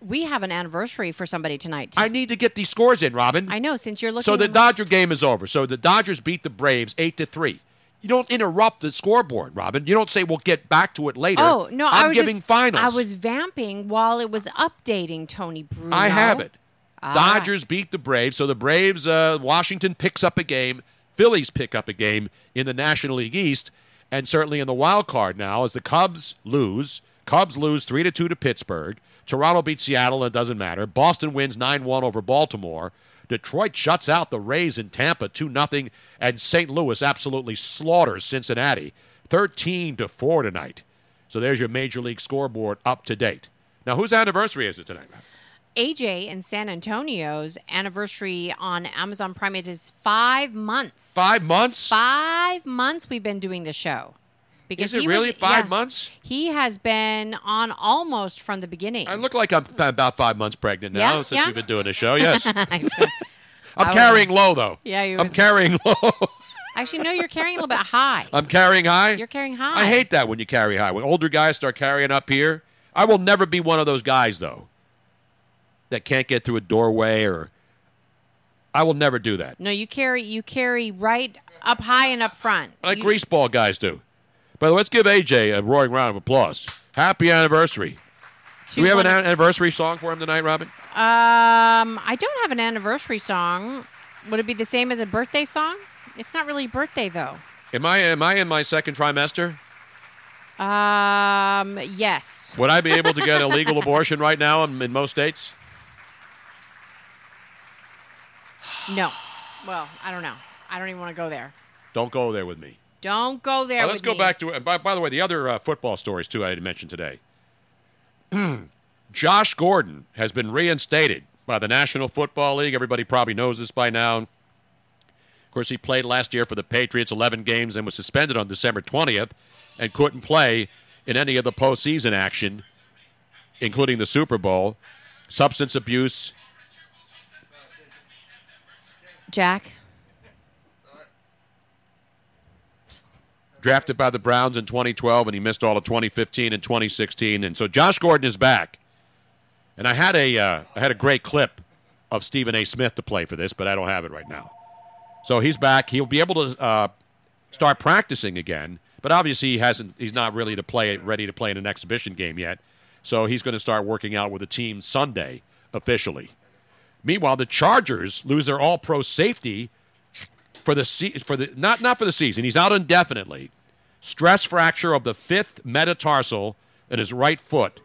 [SPEAKER 7] We have an anniversary for somebody tonight.
[SPEAKER 8] I need to get these scores in, Robin.
[SPEAKER 7] I know since you're looking.
[SPEAKER 8] So the Dodger game is over. So the Dodgers beat the Braves eight to three. You don't interrupt the scoreboard, Robin. You don't say we'll get back to it later.
[SPEAKER 7] Oh no!
[SPEAKER 8] I'm
[SPEAKER 7] I was
[SPEAKER 8] giving
[SPEAKER 7] just,
[SPEAKER 8] finals.
[SPEAKER 7] I was vamping while it was updating Tony Bruno.
[SPEAKER 8] I have it.
[SPEAKER 7] Ah.
[SPEAKER 8] Dodgers beat the Braves, so the Braves, uh, Washington picks up a game. Phillies pick up a game in the National League East, and certainly in the wild card now, as the Cubs lose. Cubs lose three to two to Pittsburgh. Toronto beats Seattle. It doesn't matter. Boston wins nine one over Baltimore. Detroit shuts out the Rays in Tampa two 0 and St. Louis absolutely slaughters Cincinnati thirteen to four tonight. So there's your major league scoreboard up to date. Now, whose anniversary is it tonight?
[SPEAKER 7] AJ in San Antonio's anniversary on Amazon Prime. It is five months.
[SPEAKER 8] Five months?
[SPEAKER 7] Five months we've been doing the show.
[SPEAKER 8] Is it
[SPEAKER 7] was-
[SPEAKER 8] really five
[SPEAKER 7] yeah.
[SPEAKER 8] months?
[SPEAKER 7] He has been on almost from the beginning.
[SPEAKER 8] I look like I'm about five months pregnant now
[SPEAKER 7] Yeah,
[SPEAKER 8] since
[SPEAKER 7] yeah.
[SPEAKER 8] we've been doing this show. Yes,
[SPEAKER 7] Actually-
[SPEAKER 8] I'm
[SPEAKER 7] I
[SPEAKER 8] carrying
[SPEAKER 7] was-
[SPEAKER 8] low though.
[SPEAKER 7] Yeah, you
[SPEAKER 8] I'm
[SPEAKER 7] was-
[SPEAKER 8] carrying low.
[SPEAKER 7] Actually, no, you're carrying a little bit high.
[SPEAKER 8] I'm carrying high.
[SPEAKER 7] You're carrying high.
[SPEAKER 8] Uh, I hate that when you carry high. When older guys start carrying up here, I will never be one of those guys though that can't get through a doorway or I will never do that.
[SPEAKER 7] No, you carry you carry right up high and up front.
[SPEAKER 8] Like
[SPEAKER 7] You-
[SPEAKER 8] grease ball guys do. By the way, let's give AJ a roaring round of applause. Happy anniversary. Do we have an an- anniversary song for him tonight, Robin?
[SPEAKER 7] Um, I don't have an anniversary song. Would it be the same as a birthday song? It's not really birthday though.
[SPEAKER 8] Am I am I in my second trimester?
[SPEAKER 7] Um, yes.
[SPEAKER 8] Would I be able to get a legal abortion right now in, in most states?
[SPEAKER 7] No. Well, I don't know. I don't even want to go there.
[SPEAKER 8] Don't go there with me.
[SPEAKER 7] Don't go there.
[SPEAKER 8] Well, Oh, let's
[SPEAKER 7] with
[SPEAKER 8] go
[SPEAKER 7] me.
[SPEAKER 8] back to and by, by the way, the other uh, football stories too I had mentioned today. Josh Gordon has been reinstated by the National Football League. Everybody probably knows this by now. Of course, he played last year for the Patriots 11 games and was suspended on December 20th and couldn't play in any of the postseason action, including the Super Bowl. Substance abuse,
[SPEAKER 7] Jack.
[SPEAKER 8] drafted by the Browns in 2012, and he missed all of 2015 and 2016. And so Josh Gordon is back. And I had a uh, I had a great clip of Stephen A. Smith to play for this, but I don't have it right now. So he's back. He'll be able to uh, start practicing again, but obviously he hasn't. He's not really to play ready to play in an exhibition game yet. So he's going to start working out with the team Sunday officially. Meanwhile, the Chargers lose their All-Pro safety for the se- for the not not for the season. He's out indefinitely. Stress fracture of the fifth metatarsal in his right foot,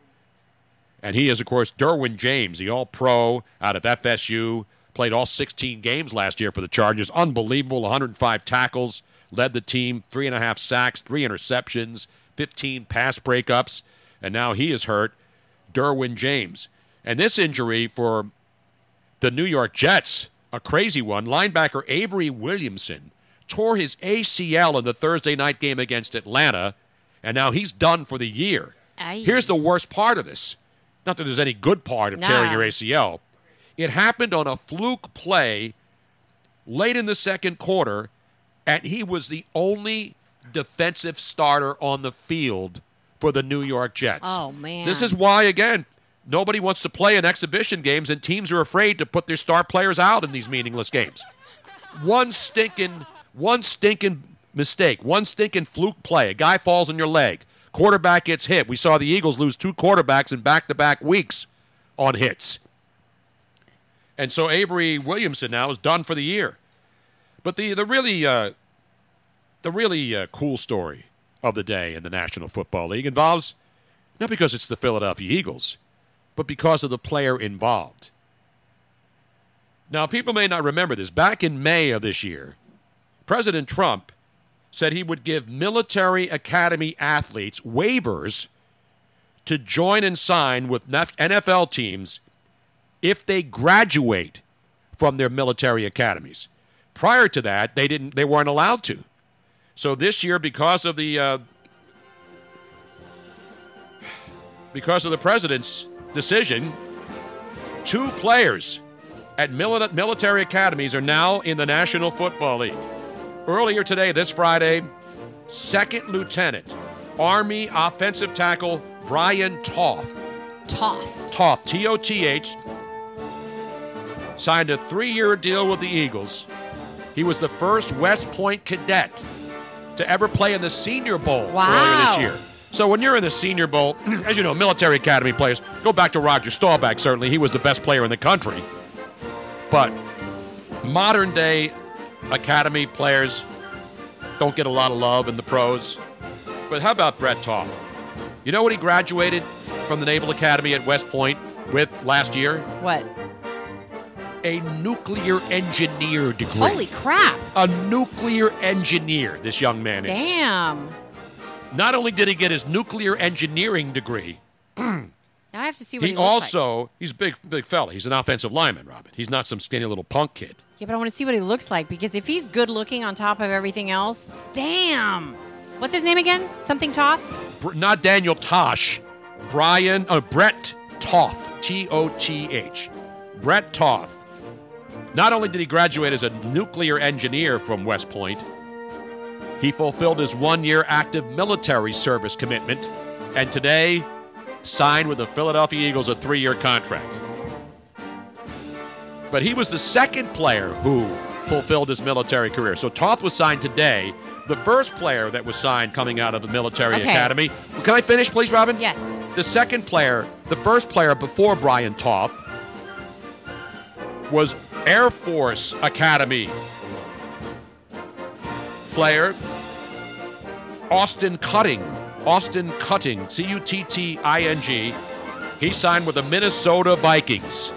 [SPEAKER 8] and he is of course Derwin James, the All-Pro out of FSU. Played all 16 games last year for the Chargers. Unbelievable. 105 tackles, led the team, three and a half sacks, three interceptions, 15 pass breakups, and now he is hurt. Derwin James. And this injury for the New York Jets, a crazy one. Linebacker Avery Williamson tore his ACL in the Thursday night game against Atlanta, and now he's done for the year.
[SPEAKER 7] Aye.
[SPEAKER 8] Here's the worst part of this. Not that there's any good part of tearing
[SPEAKER 7] No.
[SPEAKER 8] your ACL. It happened on a fluke play late in the second quarter, and he was the only defensive starter on the field for the New York Jets.
[SPEAKER 7] Oh, man.
[SPEAKER 8] This is why again nobody wants to play in exhibition games, and teams are afraid to put their star players out in these meaningless games. One stinking, one stinking mistake, one stinking fluke play. A guy falls on your leg. Quarterback gets hit. We saw the Eagles lose two quarterbacks in back-to-back weeks on hits. And so Avery Williamson now is done for the year. But the the really uh, the really uh, cool story of the day in the National Football League involves not because it's the Philadelphia Eagles, but because of the player involved. Now, people may not remember this. Back in May of this year, President Trump said he would give military academy athletes waivers to join and sign with NF- NFL teams if they graduate from their military academies. Prior to that, they didn't they weren't allowed to. So this year because of the uh, because of the president's decision, two players at mili- military academies are now in the National Football League. Earlier today, this Friday, second lieutenant, Army offensive tackle Brian Toth.
[SPEAKER 7] Toth.
[SPEAKER 8] Toth, T O T H, signed a three year deal with the Eagles. He was the first West Point cadet to ever play in the Senior Bowl earlier
[SPEAKER 7] Wow.
[SPEAKER 8] this year. So when you're in the Senior Bowl, as you know, military academy players go back to Roger Staubach. Certainly, he was the best player in the country. But modern day academy players don't get a lot of love in the pros. But how about Brett Toff? You know what he graduated from the Naval Academy at West Point with last year?
[SPEAKER 7] What?
[SPEAKER 8] A nuclear engineer degree.
[SPEAKER 7] Holy crap!
[SPEAKER 8] a nuclear engineer, this young man is.
[SPEAKER 7] Damn.
[SPEAKER 8] Not only did he get his nuclear engineering degree,
[SPEAKER 7] Now I have to see what he,
[SPEAKER 8] he
[SPEAKER 7] looks
[SPEAKER 8] also he's a big big fella. He's an offensive lineman, Robin. He's not some skinny little punk kid.
[SPEAKER 7] like. Yeah, but I want to see what he looks like because if he's good looking on top of everything else, damn. What's his name again? Something Toth?
[SPEAKER 8] Br- not Daniel Tosh, Brian, uh, Brett Toth, T O T H. Brett Toth. Not only did he graduate as a nuclear engineer from West Point, he fulfilled his one year active military service commitment and today signed with the Philadelphia Eagles a three year contract. But he was the second player who fulfilled his military career. So Toth was signed today. The first player that was signed coming out of the military
[SPEAKER 7] Okay.
[SPEAKER 8] academy. Can I finish, please, Robin?
[SPEAKER 7] Yes.
[SPEAKER 8] The second player, the first player before Brian Toth, was Air Force Academy player Austin Cutting. Austin Cutting, C U T T I N G. He signed with the Minnesota Vikings.